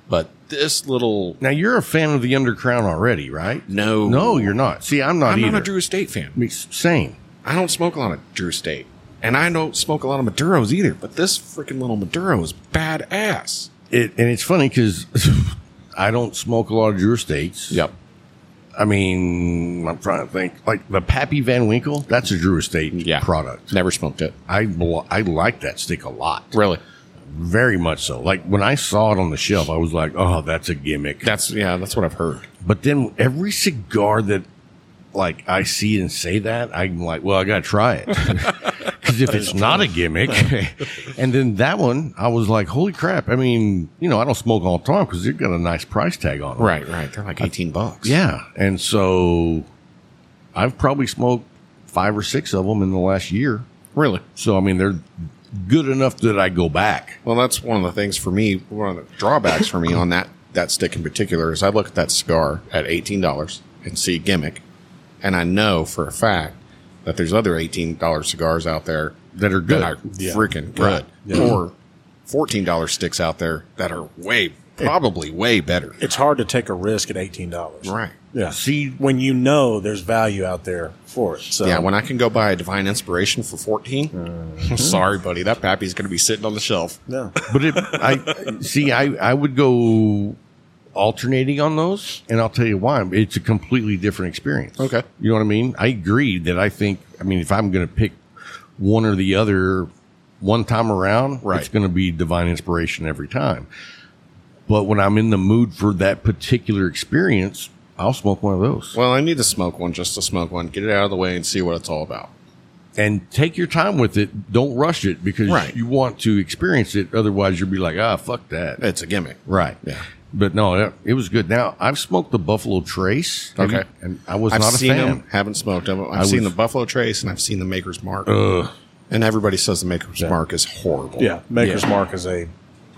S4: But this little
S3: Now you're a fan of the Underground already, right?
S4: no,
S3: No, you're not. See, I'm not
S4: I'm
S3: either.
S4: not a Drew Estate fan.
S3: I mean, s- Same.
S4: I don't smoke a lot of Drew Estate, and I don't smoke a lot of Maduros either. But this freaking little Maduro is badass.
S3: It, and it's funny because (laughs) I don't smoke a lot of Drew Estates.
S4: Yep.
S3: I mean, I'm trying to think. Like the Pappy Van Winkle, that's a Drew Estate
S4: Yeah.
S3: product.
S4: Never smoked it.
S3: I bl- I like that stick a lot,
S4: Really?
S3: very much so. Like when I saw it on the shelf, I was like, "Oh, that's a gimmick."
S4: That's yeah. That's what I've heard.
S3: But then every cigar that like I see and say that, I'm like, well, I gotta try it. (laughs) Because if it's not a
S4: (laughs)
S3: gimmick, and then that one, I was like, holy crap! I mean, you know, I don't smoke all the time because they've got a nice price tag on them,
S4: Right, right. They're like eighteen bucks.
S3: Yeah, and so I've probably smoked five or six of them in the last year.
S4: really.
S3: So I mean, they're good enough that I go back.
S4: Well, that's one of the things for me. One of the drawbacks for me on that that stick in particular is I look at that cigar at eighteen dollars and see a gimmick, and I know for a fact that there's other eighteen dollar cigars out there
S3: That are good.
S4: that are
S5: Yeah.
S4: freaking good,
S3: Right. Yeah.
S4: or fourteen dollar sticks out there that are way probably way better.
S5: It's hard to take a risk at eighteen dollars.
S4: Right.
S5: Yeah.
S3: See-
S5: when you know there's value out there for it. So
S4: Yeah, when I can go buy a Divine Inspiration for (laughs) 14
S3: Mm-hmm.
S4: sorry, buddy, that pappy's going to be sitting on the shelf.
S5: no.
S3: But it, I see. I I would go alternating on those, and I'll tell you why. It's a completely different experience.
S4: Okay.
S3: you know what I mean. I agree that I think. I mean, if I'm going to pick one or the other one time around,
S4: Right.
S3: it's going to be divine inspiration every time. But when I'm in the mood for that particular experience, I'll smoke one of those
S4: Well, I need to smoke one just to smoke one, get it out of the way, and see what it's all about.
S3: and take your time with it. Don't rush it because
S4: Right.
S3: you want to experience it. Otherwise, you'll be like, ah, fuck that.
S4: It's a gimmick.
S3: Right.
S4: Yeah.
S3: But no, it, it was good. Now I've smoked the Buffalo Trace. Have
S4: Okay.
S3: you- and I was
S4: I've
S3: not a
S4: seen
S3: fan.
S4: them, haven't smoked them. I've
S3: was-
S4: seen the Buffalo Trace and I've seen the Maker's Mark. And everybody says the Maker's Mark is horrible.
S5: Yeah, Maker's
S4: Yeah.
S5: Mark is a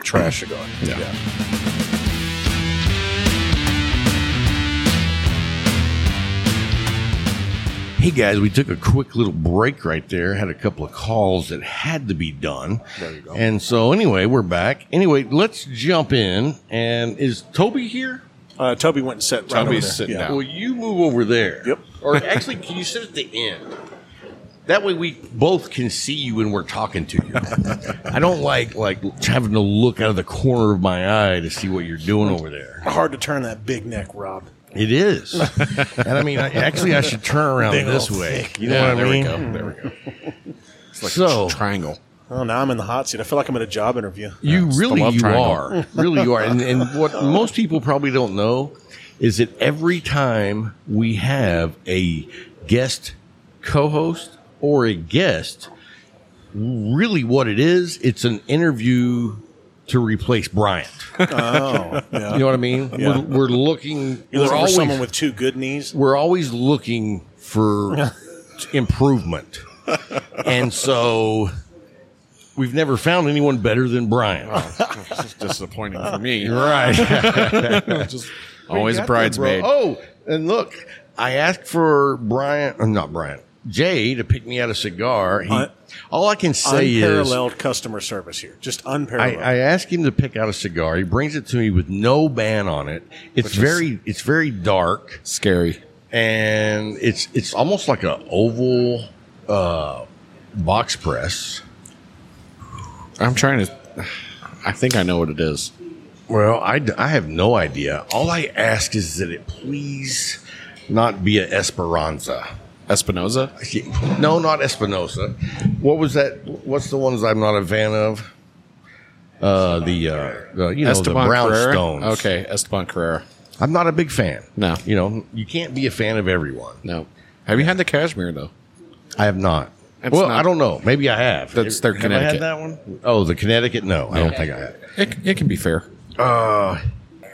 S5: trash cigar.
S4: Yeah.
S3: Hey guys, we took a quick little break right there. Had a couple of calls that had to be done. There you go. And so anyway, we're back. Anyway, let's jump in. And is Toby here?
S5: Uh, Toby went and sat. right
S4: Toby's
S5: over there.
S4: sitting
S5: Yeah.
S4: down.
S3: Will you move over there?
S5: Yep.
S3: Or actually, can you sit at the end? That way, we both can see you when we're talking to you. I don't like like having to look out of the corner of my eye to see what you're doing over there.
S5: Hard to turn that big neck, Rob.
S3: It is, (laughs) and I mean, I, actually, I should turn around
S5: Big
S3: this
S5: old
S3: way.
S5: thick.
S3: You know
S4: Yeah,
S3: what I
S4: there
S3: mean?
S4: we go. There we go. It's like
S3: So-
S4: a tr- triangle.
S5: Oh, now I'm in the hot seat. I feel like I'm at a job interview.
S3: You
S4: It's the
S3: really
S4: love
S3: you
S4: triangle.
S3: are. Really you are. And, and what most people probably don't know is that every time we have a guest co-host or a guest, really what it is, it's an interview to replace Bryant.
S5: Oh, yeah.
S3: You know what I mean?
S5: Yeah.
S3: We're, we're looking. we're
S5: You're looking for
S3: always,
S5: someone with two good knees.
S3: we're always looking
S5: (laughs)
S3: for improvement, and so we've never found anyone better than Brian.
S4: It's disappointing
S3: (laughs)
S4: for me.
S3: Right.
S5: (laughs)
S4: Just always a
S3: got there,
S4: bridesmaid.
S3: bro. Oh, and look, I asked for Brian, or not Brian, Jay to pick me out a cigar. He,
S5: Un-
S3: all I can say is I,
S5: Unparalleled customer service here. Just unparalleled.
S3: I asked him to pick out a cigar. He brings it to me with no ban on it. It's very, it's very dark,
S4: Scary.
S3: and it's it's almost like a oval uh, box press.
S4: I'm trying to. I think I know what it is.
S3: Well, I, d- I have no idea. All I ask is that it please not be a Esperanza.
S4: Espinoza.
S3: No, not Espinosa. What was that? What's the ones I'm not a fan of? Uh, the uh, the you know
S4: Esteban
S3: the
S4: Carrera.
S3: brownstones.
S4: Okay, Esteban Carrera.
S3: I'm not a big fan.
S4: No.
S3: you know you can't be a fan of everyone.
S4: No. Have you had the cashmere though?
S3: I have not.
S4: It's
S3: well,
S4: not-
S3: I don't know. Maybe I have.
S4: That's their
S3: have
S4: Connecticut.
S3: I had that one? Oh, the Connecticut. No, I don't think I have.
S4: It, it can be fair.
S3: Uh,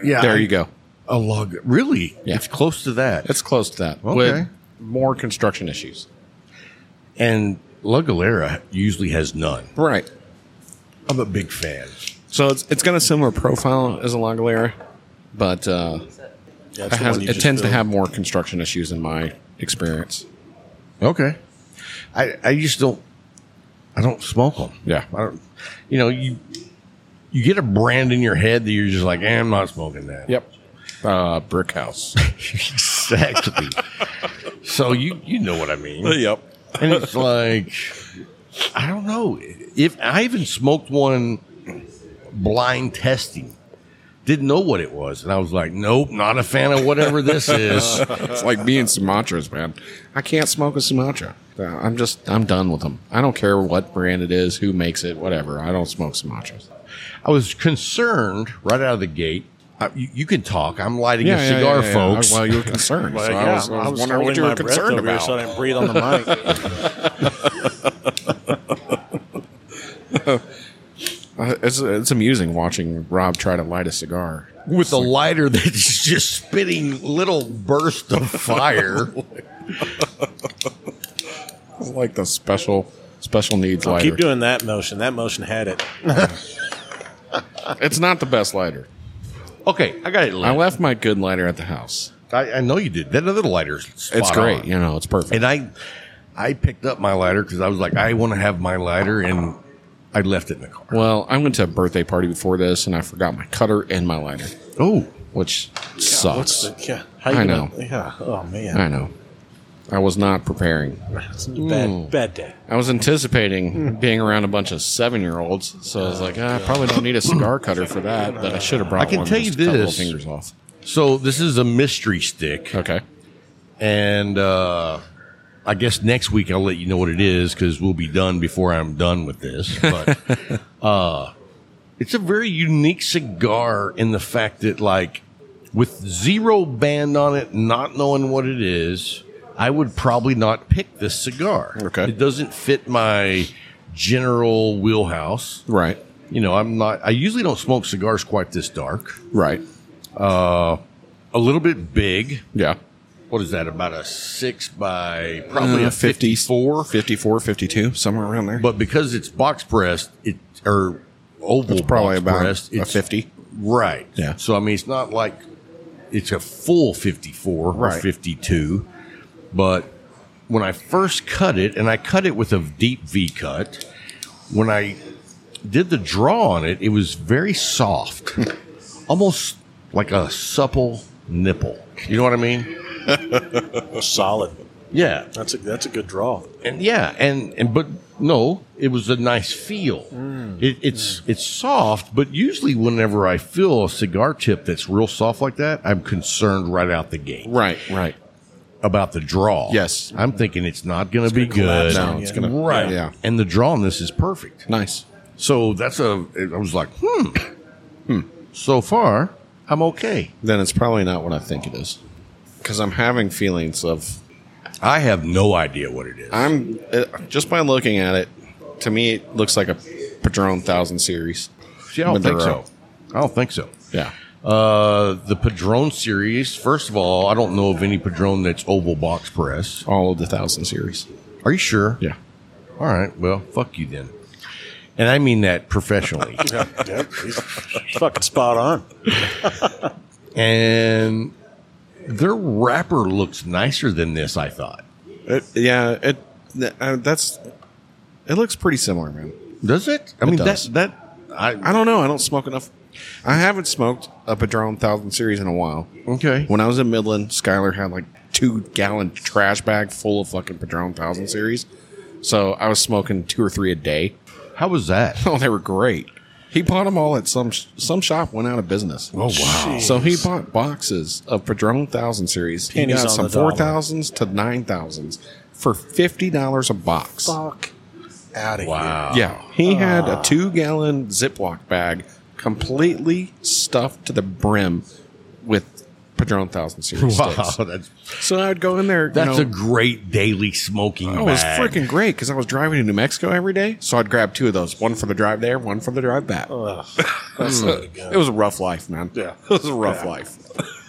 S3: Yeah,
S4: There you go.
S3: A log. Really?
S4: Yeah.
S3: It's close to that.
S4: It's close to that.
S3: Okay.
S4: With more construction issues.
S3: and La Galera usually has none.
S4: Right.
S3: I'm a big fan.
S4: So it's it's got a similar profile as a Langoliera, but uh,
S5: Yeah,
S4: it,
S5: it's the
S4: has,
S5: one you
S4: it
S5: just
S4: tends to
S5: built.
S4: have more construction issues in my experience.
S3: Okay. I I just don't. I don't smoke them.
S4: Yeah.
S3: I don't, you know, you you get a brand in your head that you're just like, eh, I'm not smoking that.
S4: Yep. Uh, brick (laughs) house.
S3: (laughs)
S4: (laughs)
S3: exactly. so you you know what I mean.
S4: yep.
S3: And it's like, I don't know if I even smoked one blind testing. Didn't know what it was, and I was like, "Nope, not a fan of whatever this
S4: (laughs)
S3: is."
S4: It's like being Sumatras, man. I can't smoke a Sumatra. Uh, I'm just I'm done with them. I don't care what brand it is, who makes it, whatever. I don't smoke Sumatras.
S3: I was concerned right out of the gate. I, you, you can talk. I'm lighting a
S4: yeah,
S3: cigar,
S4: yeah, yeah.
S3: folks.
S4: Well, you were concerned.
S5: Well,
S4: so
S5: yeah,
S4: I was, I was wondering what
S5: holding
S4: you
S5: my
S4: were
S5: breath
S4: concerned
S5: over here
S4: about.
S5: so I didn't breathe
S4: (laughs)
S5: on the mic.
S4: Uh, it's, it's amusing watching Rob try to light a cigar.
S3: with a lighter that's just spitting little bursts of
S4: (laughs)
S3: fire.
S4: It's like the special special needs lighter.
S5: Keep doing that motion. That motion had it.
S4: It's not the best lighter.
S3: okay, I got it.
S4: I
S3: Lit.
S4: left my good lighter at the house.
S3: I, I know you did. That other lighter's spot
S4: It's great.
S3: on.
S4: You know, it's perfect.
S3: And I, I picked up my lighter because I was like, I want to have my lighter, and I left it in the car.
S4: well, I went to a birthday party before this, and I forgot my cutter and my lighter,
S3: Oh,
S4: which
S5: What's
S4: sucks.
S5: the, yeah, how you
S4: I
S5: gonna-
S4: know.
S5: Yeah. Oh man,
S4: I know. I was not preparing.
S5: it's a bad, bad day.
S4: I was anticipating being around a bunch of seven-year-olds, so I was like, ah, I probably don't need a cigar cutter for that. But I should have brought.
S3: I can
S4: one
S3: tell you
S4: just to cut little
S3: this.
S4: fingers off.
S3: so this is a mystery stick,
S4: Okay.
S3: and uh, I guess next week I'll let you know what it is because we'll be done before I'm done with this.
S4: (laughs)
S3: But uh, it's a very unique cigar in the fact that, like, with zero band on it, not knowing what it is, I would probably not pick this cigar.
S4: Okay.
S3: It doesn't fit my general wheelhouse.
S4: Right.
S3: You know, I'm not, I usually don't smoke cigars quite this dark.
S4: Right.
S3: Uh, a little bit big.
S4: Yeah.
S3: What is that? About a six by probably
S4: Uh,
S3: a 54.
S4: 54, 52, somewhere around there.
S3: But because it's box pressed, it or oval
S4: it's probably
S3: box
S4: about
S3: pressed,
S4: a
S3: it's
S4: 50.
S3: Right.
S4: Yeah.
S3: So I mean, it's not like it's a full 54 or
S4: Right.
S3: 52, but when I first cut it, and I cut it with a deep V cut, when I did the draw on it, it was very
S4: (laughs)
S3: soft, almost like a supple nipple. You know what I mean?
S5: solid.
S3: Yeah.
S5: That's a that's a good draw.
S3: and yeah, and, and but no, it was a nice feel.
S4: Mm.
S3: It, it's it's soft, but usually whenever I feel a cigar tip that's real soft like that, I'm concerned right out the gate
S4: Right, right.
S3: about the draw.
S4: Yes.
S3: I'm thinking it's not going to be good.
S5: collapse on
S4: No,
S5: you.
S4: it's going to.
S3: Right.
S4: Yeah.
S3: And the draw on this is perfect.
S4: Nice.
S3: So that's a. I was like, hmm. So far, I'm okay.
S4: Then it's probably not what I think it is. Because I'm having feelings of.
S3: I have no idea what it is.
S4: I'm. Uh, just by looking at it, to me, it looks like a Padron 1000 series.
S3: See, I don't think so.
S4: Maduro.
S3: I don't think so.
S4: Yeah.
S3: Uh, the Padron series. First of all, I don't know of any Padron that's oval box press.
S4: All of the 1000 series.
S3: Are you sure?
S4: Yeah.
S3: All right. Well, fuck you then. And I mean that
S4: (laughs)
S3: professionally.
S5: Yeah, yeah, he's fucking spot on.
S3: and their wrapper looks nicer than this. I thought.
S4: It, yeah, it th- uh, that's it looks pretty similar, man.
S3: Does it? I mean
S4: does.
S3: that that
S4: I
S3: I,
S4: don't know. I don't smoke enough. I haven't smoked a Padron Thousand Series in a while.
S3: okay.
S4: When I was in Midland, Skylar had like two gallon trash bag full of fucking Padron Thousand Series, so I was smoking two or three a day.
S3: How was that? (laughs)
S4: Oh, they were great. He bought them all at some sh- some shop went out of business.
S3: Oh wow.
S4: So he bought boxes of Padron Thousand Series.
S5: Pennies
S4: he
S5: on
S4: got some
S5: the dollar.
S4: four thousands to nine thousands for fifty dollars a box.
S5: Fuck out of
S3: Wow.
S4: Yeah, he had a two-gallon Ziploc bag completely stuffed to the brim with Padron Thousand
S3: (laughs) (laughs)
S4: Series
S3: Wow.
S4: sticks.
S3: That's
S4: So I'd go in there. you
S3: that's
S4: know,
S3: a great daily smoking.
S4: Oh, it was
S3: bag.
S4: freaking great because I was driving to New Mexico every day, so I'd grab two of those, one for the drive there, one for the drive back. (laughs) Hmm. it was a rough life, man.
S5: Yeah.
S4: (laughs) it was a rough life.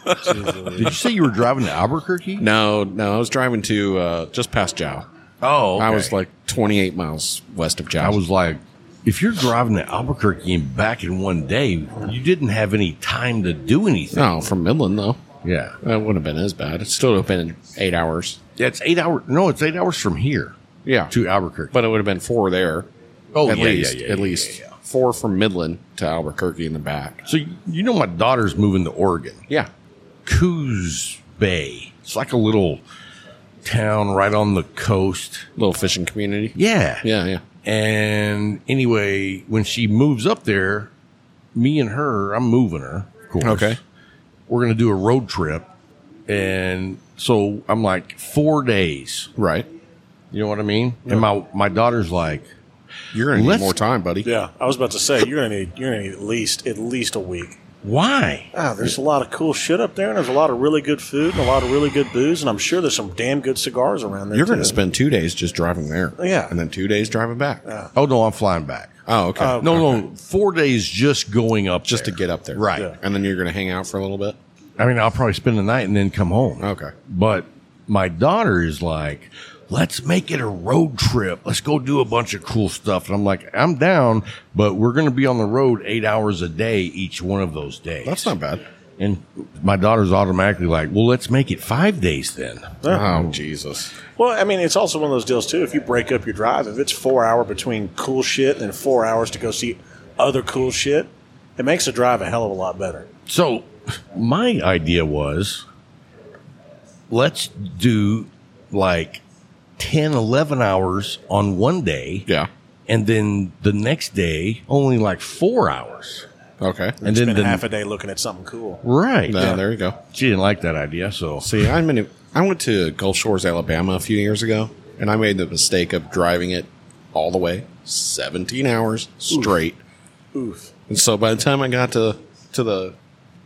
S3: Did you say you were driving to Albuquerque?
S4: No, no, I was driving to uh, just past Jow.
S3: Oh,
S4: I
S3: okay.
S4: was like 28 miles west of Jow.
S3: I was like, if you're driving to Albuquerque and back in one day, you didn't have any time to do anything.
S4: no from Midland though.
S3: Yeah.
S4: That wouldn't have been as bad. It still would have been eight hours.
S3: Yeah, it's eight hours. No, it's eight hours from here
S4: Yeah,
S3: to Albuquerque.
S4: but it would have been four there.
S3: oh,
S4: at
S3: yeah,
S4: least,
S3: yeah, yeah,
S4: at
S3: yeah,
S4: least
S3: yeah, yeah.
S4: four from Midland to Albuquerque in the back.
S3: So you- you know, my daughter's moving to Oregon,
S4: Yeah,
S3: Coos Bay. It's like a little town right on the coast.
S4: little fishing community.
S3: Yeah.
S4: Yeah, yeah.
S3: And anyway, when she moves up there, me and her, I'm moving her, of course.
S4: Okay.
S3: We're going to do a road trip. And so I'm like, four days.
S4: Right.
S3: You know what I mean? And my, my daughter's like,
S4: You're gonna
S3: Let's-
S4: need more time, buddy.
S5: Yeah, I was about to say you're gonna need you're gonna need at least at least a week.
S3: why?
S5: Ah, there's a lot of cool shit up there, and there's a lot of really good food and a lot of really good booze, and I'm sure there's some damn good cigars around there.
S4: You're gonna
S5: too.
S4: spend two days just driving there.
S5: Yeah.
S4: and then two days driving back.
S3: Oh, no, I'm flying back.
S4: oh, okay.
S5: Oh,
S3: No, no, four days just going up
S4: just
S3: there.
S4: to get up there,
S3: Right.
S5: Yeah.
S4: And then you're gonna hang out for a little bit.
S3: I mean, I'll probably spend the night and then come home.
S4: Okay.
S3: But my daughter is like, let's make it a road trip. Let's go do a bunch of cool stuff. And I'm like, I'm down, but we're going to be on the road eight hours a day each one of those days.
S4: That's not bad.
S3: And my daughter's automatically like, well, let's make it five days then.
S4: Oh Jesus!
S5: Well, I mean, it's also one of those deals too. If you break up your drive, if it's four hour between cool shit and four hours to go see other cool shit, it makes the drive a hell of a lot better.
S3: So my idea was let's do like 10, 11 hours on one day.
S4: Yeah.
S3: And then the next day, only like four hours.
S4: Okay.
S3: And then
S5: Spend
S3: the,
S5: half a day looking at something cool.
S3: right.
S4: No, there you go.
S3: She didn't like that idea. So
S4: See, I'm in. I went to Gulf Shores, Alabama, a few years ago, and I made the mistake of driving it all the way, 17 hours straight.
S5: Oof.
S4: And so by the time I got to to the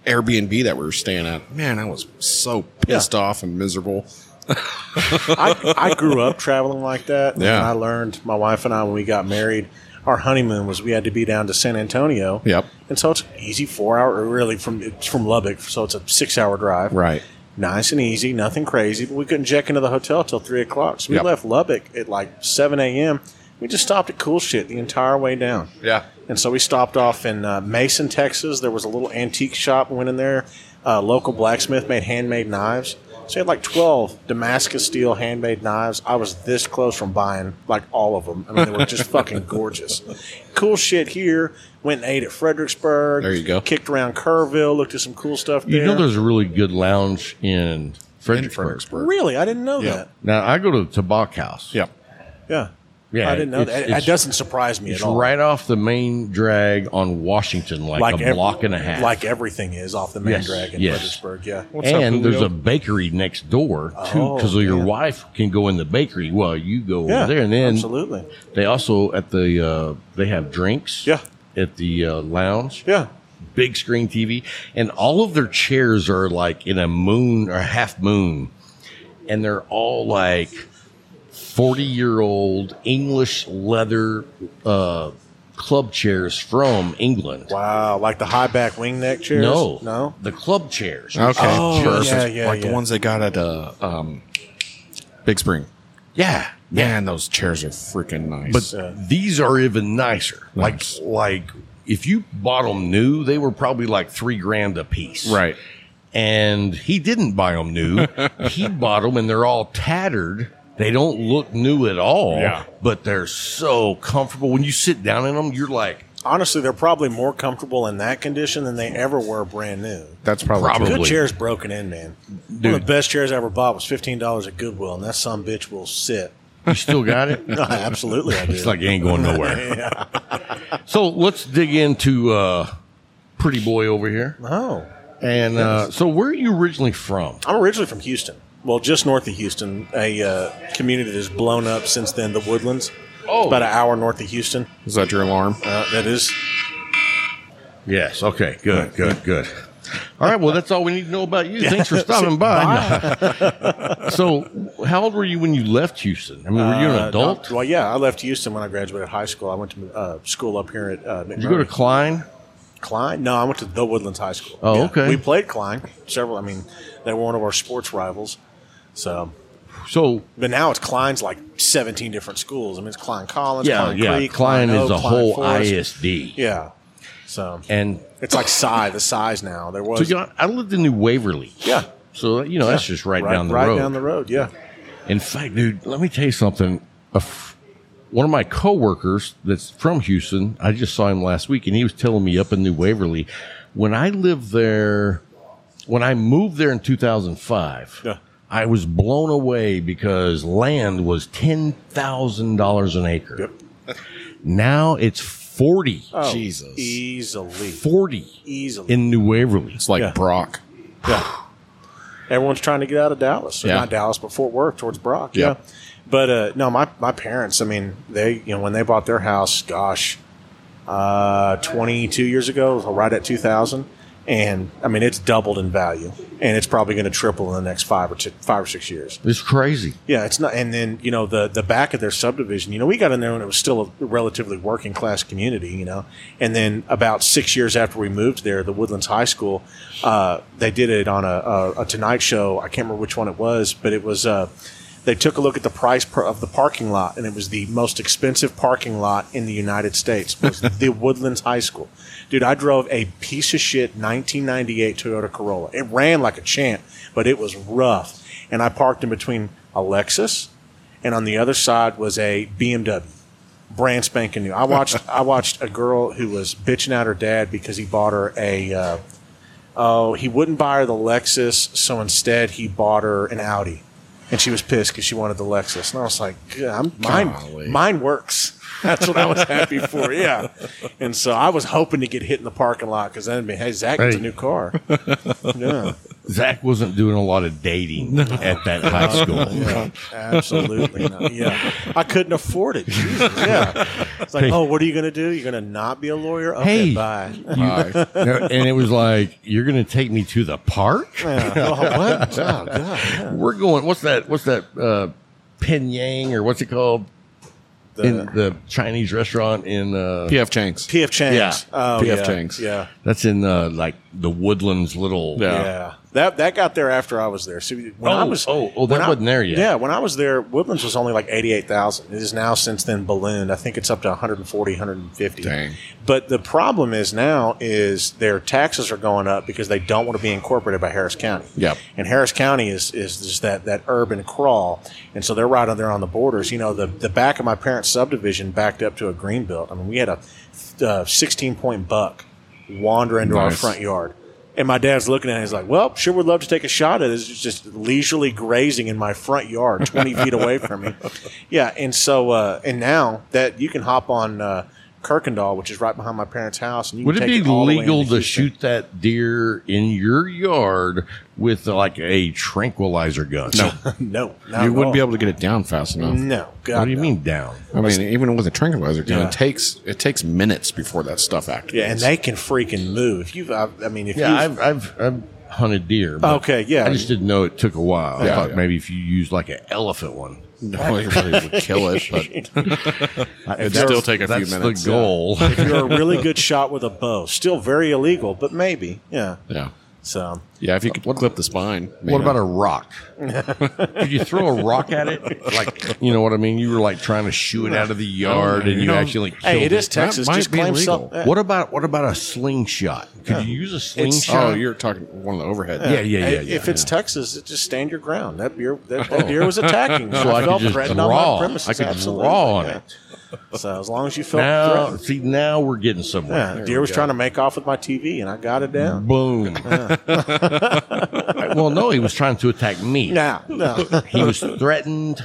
S4: Airbnb that we were staying at, man, I was so pissed off and miserable.
S5: I, I grew up traveling like that.
S4: Yeah.
S5: And I learned, my wife and I, when we got married, our honeymoon was we had to be down to San Antonio.
S4: Yep.
S5: And so it's an easy four hour, or really from it's from Lubbock, so it's a six hour drive.
S4: Right.
S5: Nice and easy, nothing crazy. But we couldn't check into the hotel till three o'clock, so we
S4: Yep.
S5: left Lubbock at like seven a.m. We just stopped at Cool Shit the entire way down.
S4: Yeah.
S5: And so we stopped off in uh, Mason, Texas. There was a little antique shop. Went in there. Uh, local blacksmith made handmade knives. So he had like twelve Damascus steel handmade knives. I was this close from buying like all of them. I mean, they were just
S4: (laughs)
S5: fucking gorgeous. Cool shit here. Went and ate at Fredericksburg.
S4: There you go.
S5: Kicked around Kerrville. Looked at some cool stuff there.
S3: You know, there's a really good lounge in Fredericksburg.
S4: Fredericksburg.
S5: really, I didn't know
S4: Yeah.
S5: that.
S3: Now I go to the Tabac House.
S4: Yep.
S5: Yeah.
S3: Yeah,
S5: I didn't know
S3: it's-
S5: that.
S3: it's-
S5: That doesn't surprise me
S3: It's
S5: at all.
S3: right off the main drag on Washington, like, a
S5: ev-
S3: block and a half.
S5: Like everything is off the main
S3: Yes,
S5: drag in
S3: yes.
S5: Fredericksburg. Yeah.
S4: What's up,
S3: and there's
S4: Julio?
S3: a bakery next door too,
S5: Oh,
S3: because your
S5: yeah.
S3: wife can go in the bakery while you go
S5: Yeah.
S3: over there. And then
S5: absolutely.
S3: they also at the uh, they have drinks.
S5: Yeah.
S3: At the uh, lounge,
S5: Yeah.
S3: big screen TV, and all of their chairs are like in a moon or half moon, and they're all like forty year old English leather uh, club chairs from England.
S5: Wow, like the high back wing neck chairs?
S3: No,
S5: No.
S3: the club chairs.
S4: Okay.
S5: Oh,
S4: Perfect.
S5: yeah, yeah,
S4: like
S5: yeah.
S4: the ones they got at uh, um, Big Spring.
S3: Yeah,
S4: Man, those chairs are freaking nice.
S3: But these are even nicer.
S4: Nice.
S3: Like, like if you bought them new, they were probably like three grand a piece.
S4: right.
S3: And he didn't buy them (laughs) new. he bought them, and they're all tattered. They don't look new at all.
S4: Yeah.
S3: But they're so comfortable when you sit down in them. You're like,
S5: Honestly, they're probably more comfortable in that condition than they ever were brand new.
S4: That's probably,
S3: Probably.
S5: Good chair's broken in, man. One of
S3: Dude.
S5: the best chairs I ever bought was fifteen dollars at Goodwill, and that some bitch will sit. (laughs)
S3: you still got it.
S5: Absolutely, I do.
S3: (laughs) It's like you ain't going (laughs) nowhere. So let's dig into uh, Pretty Boy over here.
S5: oh,
S3: And uh, so, where are you originally from?
S5: I'm originally from Houston. Well, just north of Houston, a uh, community that has blown up since then, the Woodlands.
S3: Oh.
S5: It's about an hour north of Houston.
S4: Is that your alarm?
S5: Uh, that is
S3: Yes. Okay. Good. Good. Good. All right. Well, that's all we need to know about you. Thanks for stopping by. (laughs) so, how old were you when you left Houston? I mean, were you an
S5: uh,
S3: adult?
S5: no, well, yeah, I left Houston when I graduated high school. I went to uh, school up here at uh,
S3: Did you go to
S5: McMurray.
S3: Klein?
S5: Klein? No, I went to the Woodlands High School.
S3: Oh, okay.
S5: We played Klein several. I mean, they were one of our sports rivals. So,
S3: So,
S5: but now it's Klein's like seventeen different schools. I mean, it's Klein Collins,
S3: yeah,
S5: Klein
S3: yeah.
S5: Creek,
S3: Klein is
S5: Oak,
S3: a
S5: Klein
S3: whole
S5: Forest.
S3: ISD.
S5: Yeah, so
S3: And
S5: it's like Psy, the size now. There was
S3: so, you know, I lived in New Waverly.
S5: yeah,
S3: So, you know, that's just right, down the
S5: right
S3: road.
S5: down the road. Yeah,
S3: In fact, dude, let me tell you something. A f- one of my coworkers that's from Houston, I just saw him last week, and he was telling me up in New Waverly, when I lived there, when I moved there in 2005,
S5: Yeah.
S3: I was blown away because land was ten thousand dollars an acre. Now it's forty.
S4: Jesus.
S5: easily,
S3: Forty
S5: easily.
S3: in New Waverly.
S4: It's like
S5: Yeah.
S4: Brock.
S5: Yeah. Everyone's trying to get out of Dallas. Or
S4: Yeah.
S5: Not Dallas, but Fort Worth towards Brock.
S4: Yeah.
S5: Yeah. But uh, no, my, my parents, I mean, they, you know, when they bought their house, gosh, uh, 22 years ago, right at 2000. And I mean, it's doubled in value and it's probably going to triple in the next five or two, five or six years.
S3: It's crazy.
S5: Yeah, it's not. And then you know the the back of their subdivision. You know, we got in there when it was still a relatively working class community. You know, and then about six years after we moved there, the Woodlands High School, uh, they did it on a, a, a Tonight Show. I can't remember which one it was, but it was. Uh, they took a look at the price per, of the parking lot, and it was the most expensive parking lot in the United States. Was the Woodlands High School, dude? I drove a piece of shit 1998 Toyota Corolla. It ran like a champ, but it was rough. And I parked in between a Lexus, and on the other side was a BMW, brand spanking new. I watched I watched a girl who was bitching out her dad because he bought her a. Uh, oh, he wouldn't buy her the Lexus, so instead he bought her an Audi, and she was pissed because she wanted the Lexus. And I was like, "God, I'm,
S4: Golly.
S5: mine, mine works. That's what I was happy for, yeah. And so I was hoping to get hit in the parking lot because then, hey, Zach gets
S3: Hey.
S5: a new car. Yeah,
S3: Zach wasn't doing a lot of dating at that high
S5: (laughs)
S3: school.
S5: Absolutely not. Yeah, I couldn't afford it.
S3: (laughs)
S5: Jesus. Yeah, it's like,
S3: Hey.
S5: oh, what are you going to do? You're going to not be a lawyer? Okay,
S3: Hey.
S5: bye. (laughs)
S4: Hi.
S3: No, and it was like, "You're going to take me to the park? (laughs)
S5: Oh, what? Oh, God.
S3: We're going. What's that? What's that? Uh, Penyang or what's it called?
S5: the
S3: in the Chinese restaurant in uh,
S4: PF Chang's.
S5: PF Chang's.
S3: Yeah.
S5: Oh,
S4: PF
S5: yeah.
S4: Chang's.
S5: Yeah.
S3: that's in uh, like the Woodlands little
S4: Yeah.
S5: Yeah. That that got there after I was there. See, when I
S3: Oh,
S5: was
S3: oh, oh, that
S5: when I-
S3: wasn't there yet.
S5: Yeah, when I was there, Woodlands was only like 88,000. It is now since then ballooned. I think it's up to 140, 150.
S4: Dang.
S5: But the problem is now is their taxes are going up because they don't want to be incorporated by Harris County.
S4: Yep.
S5: And Harris County is is just that that urban crawl, and so they're right on there on the borders. You know, the the back of my parents' subdivision backed up to a greenbelt. I mean, we had a uh, sixteen point buck wander into our
S4: Nice.
S5: front yard. And my dad's looking at it. He's like, "Well, sure, would love to take a shot at it. It's just leisurely grazing in my front
S3: (laughs)
S5: yard, twenty feet away from me." Yeah, and so uh, and now that you can hop on uh, Kirkendall, which is right behind my parents' house, and you
S3: Would it
S5: can
S3: be
S5: take all the way
S3: legal
S5: into
S3: to
S5: Houston.
S3: shoot that deer in your yard with like a tranquilizer gun? No.
S5: (laughs) No, not
S4: You
S5: at
S4: wouldn't
S5: all.
S4: be able to get it down fast enough.
S5: No, God,
S3: what do you
S5: no.
S3: mean down?
S4: Mm, I mean, even with a tranquilizer gun,
S5: Yeah.
S4: it takes it takes minutes before that stuff activates.
S5: Yeah, and they can freaking move. If you've, I, I mean, if
S3: Yeah,
S5: you've,
S3: I've, I've, I've hunted deer. but
S5: Okay, yeah.
S3: I just didn't know it took a while. I
S4: Yeah,
S3: thought
S4: yeah.
S3: maybe if you used like an elephant one.
S4: (laughs) no, it really would kill it, (laughs) but it'd
S3: That's-
S4: still take a few
S3: that's
S4: minutes.
S3: the
S4: (laughs)
S3: goal.
S5: if you're a really good shot with a bow, still very illegal, but maybe, yeah.
S4: Yeah,
S5: So
S4: yeah. If you could clip the spine, Oh,
S3: What about a rock? Could you throw a rock at
S4: (laughs)
S3: it? Like, you know what I mean? You were like trying to shoo it out of the yard, and you
S4: No.
S3: actually killed
S5: hey, it is
S4: That
S5: Texas.
S4: might
S5: Just
S4: be
S5: claim
S4: illegal.
S5: something.
S3: What about what about a slingshot? Could you use a slingshot?
S4: Oh, you're talking one of the overhead.
S3: yeah, yeah, yeah, yeah.
S5: if it's Texas, it just stand your ground. That deer, that, that deer
S3: (laughs)
S5: was attacking.
S3: so I, could
S5: felt
S3: just
S5: threatened
S3: draw.
S5: on my premises.
S3: I could
S5: Absolutely.
S3: draw on
S5: yeah.
S3: it.
S5: So as long as you felt
S3: Now,
S5: threatened,
S3: see, now we're getting somewhere.
S5: yeah, deer was trying to make off with my TV, and I got it
S3: (laughs)
S5: down.
S3: Boom. well, no, he was trying to attack me.
S5: Now,
S3: (laughs)
S5: no.
S3: He was threatened.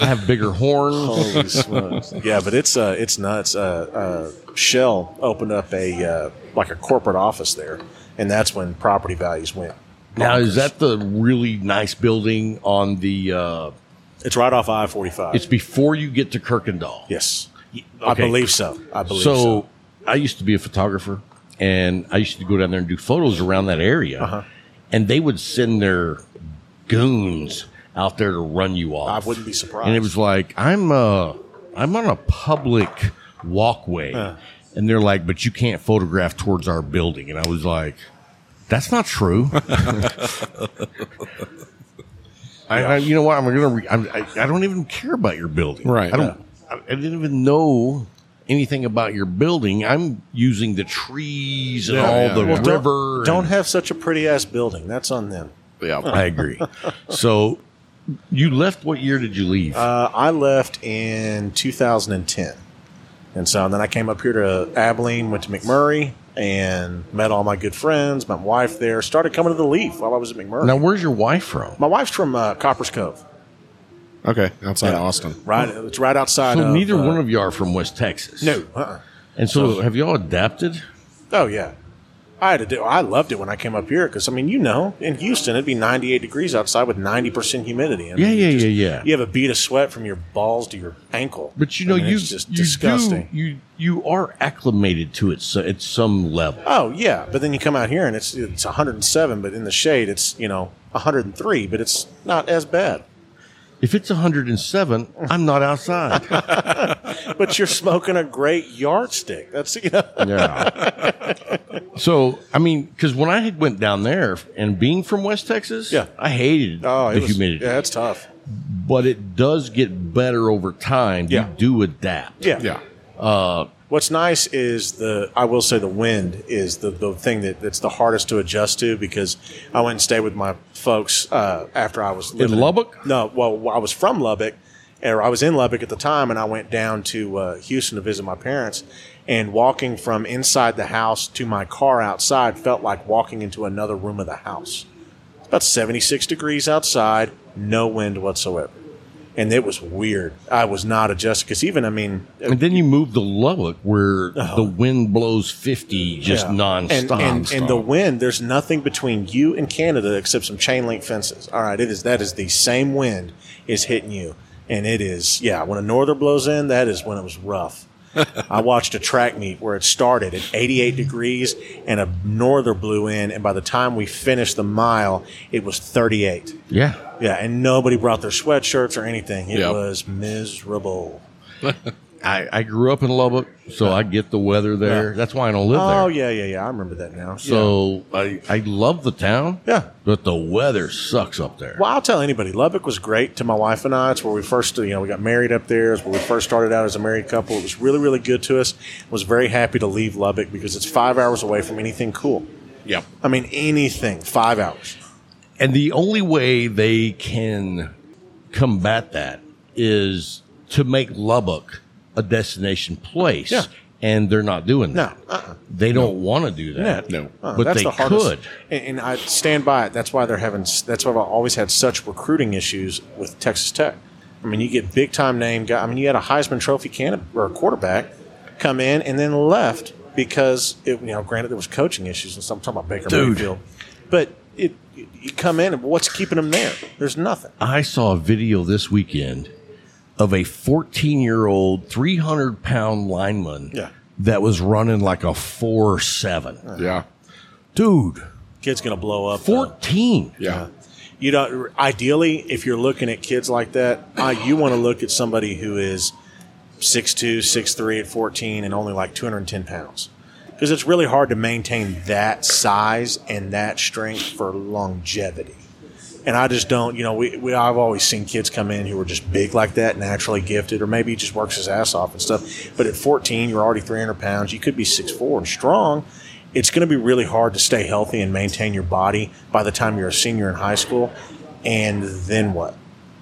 S3: I have bigger horns.
S5: Holy smokes. yeah, but it's uh, it's nuts. Uh, uh, Shell opened up a uh, like a corporate office there, and that's when property values went.
S3: Now, is
S5: bonkers.
S3: that the really nice building on the? Uh,
S5: It's right off I forty five.
S3: it's before you get to Kirkendall.
S5: yes, I
S3: Okay.
S5: believe so. I believe so.
S3: So I used to be a photographer, and I used to go down there and do photos around that area,
S5: Uh-huh.
S3: and they would send their goons out there to run you off.
S5: I wouldn't be surprised.
S3: And it was like I'm uh I'm on a public walkway, and they're like, "But you can't photograph towards our building." And I was like, "That's not true." (laughs) I, I, you know what? I'm gonna. Re- I'm, I, I don't even care about your building.
S4: Right.
S3: I don't. I, I didn't even know anything about your building. I'm using the trees and
S4: Yeah,
S3: all
S4: yeah,
S3: the
S4: yeah.
S5: Don't-
S3: river.
S5: Don't,
S3: and-
S5: have such a pretty ass building. That's on them.
S4: Yeah,
S3: I agree. so, you left. What year did you leave?
S5: Uh, I left in 2010, and so then I came up here to Abilene, went to McMurray, and met all my good friends. My wife there started coming to the Leaf while I was at McMurray.
S3: now, where's your wife from?
S5: my wife's from uh, Coppers Cove.
S4: okay, outside
S5: Yeah.
S4: Austin.
S5: Right, it's right outside.
S3: So
S5: of,
S3: neither
S5: uh,
S3: one of you are from West Texas.
S5: No. Uh-uh.
S3: And so have y'all adapted?
S5: Oh yeah. I had to do. I loved it when I came up here because I mean, you know, in Houston it'd be 98 degrees outside with 90 percent humidity. I mean,
S3: Yeah,
S5: you
S3: yeah, yeah, yeah.
S5: You have a bead of sweat from your balls to your ankle.
S3: But you
S5: I
S3: know,
S5: mean,
S3: you
S5: it's just
S3: you
S5: disgusting.
S3: do you you are acclimated to it so at some level.
S5: Oh yeah, but then you come out here and it's it's 107, but in the shade it's you know 103, but it's not as bad.
S3: If it's 107, I'm not outside.
S5: (laughs) But you're smoking a great yardstick. That's you know.
S3: (laughs) Yeah. So I mean, because when I had went down there and being from West Texas,
S5: Yeah.
S3: I hated
S5: Oh, it
S3: the
S5: was-
S3: humidity.
S5: Yeah, it's tough.
S3: but it does get better over time.
S5: Yeah.
S3: You do adapt.
S5: Yeah.
S4: Yeah,
S5: What's nice is the I will say the wind is the, the thing that, that's the hardest to adjust to because I went and stayed with my folks uh, after I was living
S3: Lubbock?
S5: No, well I was from Lubbock, or I was in Lubbock at the time, and I went down to uh, Houston to visit my parents. And walking from inside the house to my car outside felt like walking into another room of the house. It's about seventy six degrees outside, no wind whatsoever, and it was weird. I was not adjusted because even I mean
S3: And then you move to Lubbock where the wind blows 50 just
S5: Uh-huh. Yeah.
S3: nonstop.
S5: And, and, and the wind, there's nothing between you and Canada except some chain link fences. All right, it is that is the
S3: (laughs)
S5: same wind is hitting you, and it is yeah. When a norther blows in, that is when it was rough. I watched a track meet where it started at 88 degrees and a norther blew in, and by the time we finished the mile, it was 38.
S3: Yeah.
S5: Yeah, and nobody brought their sweatshirts or anything. It
S4: Yep.
S5: was miserable.
S3: I, I grew up in Lubbock, so I get the weather there.
S5: Yeah.
S3: That's why I don't live
S5: Oh
S3: there.
S5: yeah, yeah, yeah. I remember that now.
S3: So I, I love the town.
S5: Yeah.
S3: But the weather sucks up there.
S5: Well, I'll tell anybody. Lubbock was great to my wife and I. It's where we first, you know, we got married up there. It's where we first started out as a married couple. It was really, really good to us. Was very happy to leave Lubbock because it's five hours away from anything cool.
S4: Yep.
S5: I mean, anything. Five hours.
S3: And the only way they can combat that is to make Lubbock a destination place.
S5: Yeah.
S3: And they're not doing
S5: No,
S3: that.
S5: uh-uh.
S3: They don't want to do that.
S4: No.
S5: Uh,
S3: But they could.
S5: And, and I stand by it. That's why they're having. That's why I've always had such recruiting issues with Texas Tech. I mean, you get big time name guy. I mean, you had a Heisman Trophy can or a quarterback come in and then left because it, you know, granted there was coaching issues and stuff. I'm talking about Baker
S3: Dude.
S5: Mayfield, but it you come in and what's keeping them there? There's nothing.
S3: I saw a video this weekend of a 14 year old, 300 pound lineman
S5: Yeah.
S3: that was running like a 4 7.
S4: Yeah.
S3: Dude,
S5: Kid's gonna blow up. though.
S3: 14.
S4: Yeah.
S5: you know ideally if you're looking at kids like that uh, you want to look at somebody who is 6'2 6'3 at 14 and only like 210 pounds because it's really hard to maintain that size and that strength for longevity and I just don't, you know, we, we I've always seen kids come in who are just big like that, naturally gifted, or maybe he just works his ass off and stuff. But at 14, you're already 300 pounds. You could be 6'4 and strong. It's going to be really hard to stay healthy and maintain your body by the time you're a senior in high school. And then what?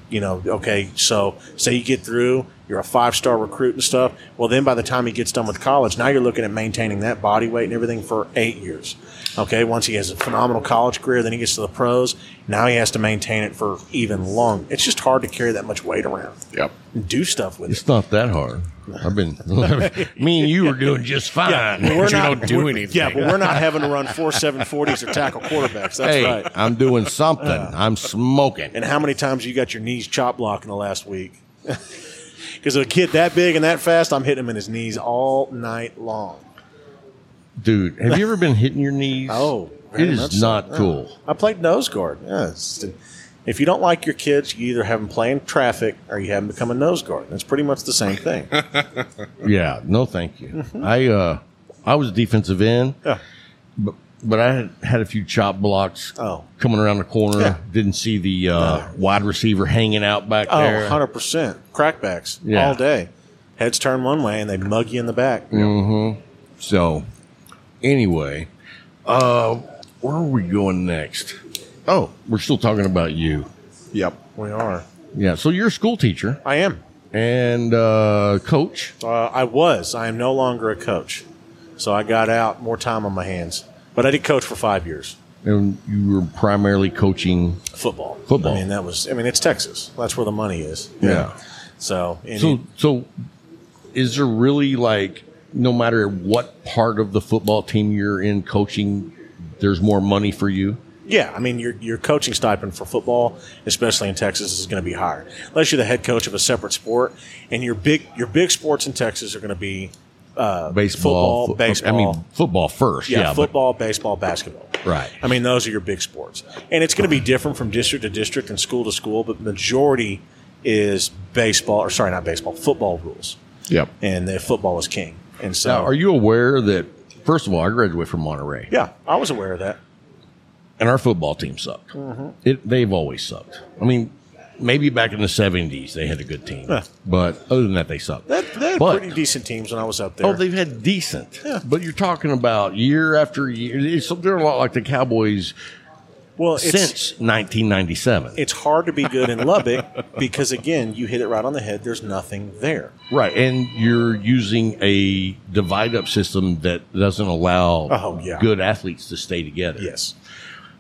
S5: You know, okay, so say you get through, you're a five star recruit and stuff. Well, then by the time he gets done with college, now you're looking at maintaining that body weight and everything for eight years. Okay, once he has a phenomenal college career, then he gets to the pros. Now he has to maintain it for even long. It's just hard to carry that much weight around
S4: Yep.
S5: and do stuff with it.
S3: It's not that hard. I've been, (laughs) me and you were doing just fine.
S5: we're
S4: You
S5: not
S4: don't do
S5: we're-
S4: anything.
S5: Yeah, but we're not having to run four seven forties or tackle quarterbacks. That's
S3: hey,
S5: right.
S3: I'm
S5: (laughs)
S3: doing something. I'm smoking.
S5: And how many times you got your knees chop blocked in the last week? (laughs) Because a kid that big and that fast, I'm hitting him in his knees all night long.
S3: Dude, have you ever been hitting your knees?
S5: Oh,
S3: it
S5: very much
S3: is
S5: so.
S3: not
S5: Yeah.
S3: cool.
S5: I played nose guard. Yeah, it's- if you don't like your kids, you either have them play in traffic or you have them become a nose guard. That's pretty much the same thing.
S3: Yeah, no, thank you.
S5: Mm-hmm.
S3: I uh, I was defensive end,
S5: Yeah.
S3: but but I had, had a few chop blocks.
S5: Oh.
S3: coming around the corner,
S5: Yeah.
S3: didn't see the uh, wide receiver hanging out back
S5: Oh,
S3: there.
S5: 100%. Crackbacks
S3: Yeah.
S5: all day. Heads turn one way and they mug you in the back.
S3: So, anyway, uh, where are we going next? Oh, we're still talking about you.
S4: Yep.
S5: We are.
S3: Yeah, so you're a school teacher
S5: I am.
S3: and uh, coach.
S5: Uh, I was. I am no longer a coach. So I got out, more time on my hands. But I did coach for five years.
S3: and you were primarily coaching.
S5: Football.
S3: Football.
S5: I mean, that was, I mean, it's Texas. That's where the money is.
S3: Yeah.
S5: So, and
S3: So, so is there really like no matter what part of the football team you're in coaching, there's more money for you?
S5: Yeah, I mean your your coaching stipend for football, especially in Texas, is going to be higher. Unless you're the head coach of a separate sport, and your big your big sports in Texas are going to be uh,
S3: Baseball,
S5: football,
S3: fo-
S5: baseball.
S3: I mean, football first.
S5: yeah,
S3: Yeah, but-
S5: football, baseball, basketball.
S3: Right.
S5: I mean, those are your big sports, and it's going to be different from district to district and school to school, but majority is baseball or sorry, not baseball, football rules,
S4: Yep.
S5: and the football is king. And so,
S3: now, are you aware that first of all, I graduated from Monterey,
S5: yeah, I was aware of that.
S3: and our football team sucked.
S5: Mm-hmm.
S3: It, they've always sucked. I mean, maybe back in the '70s they had a good team,
S5: Yeah.
S3: but other than that, they sucked.
S5: That they had
S3: But-
S5: pretty decent teams when I was up there.
S3: Oh, they've had decent, but you're talking about year after year. It's, they're a lot like the Cowboys
S5: well, it's,
S3: since 1997.
S5: it's hard to be good in Lubbock (laughs) because again, you hit it right on the head. There's nothing there.
S3: Right, and you're using a divide up system that doesn't allow
S5: Oh, yeah.
S3: good athletes to stay together.
S5: Yes.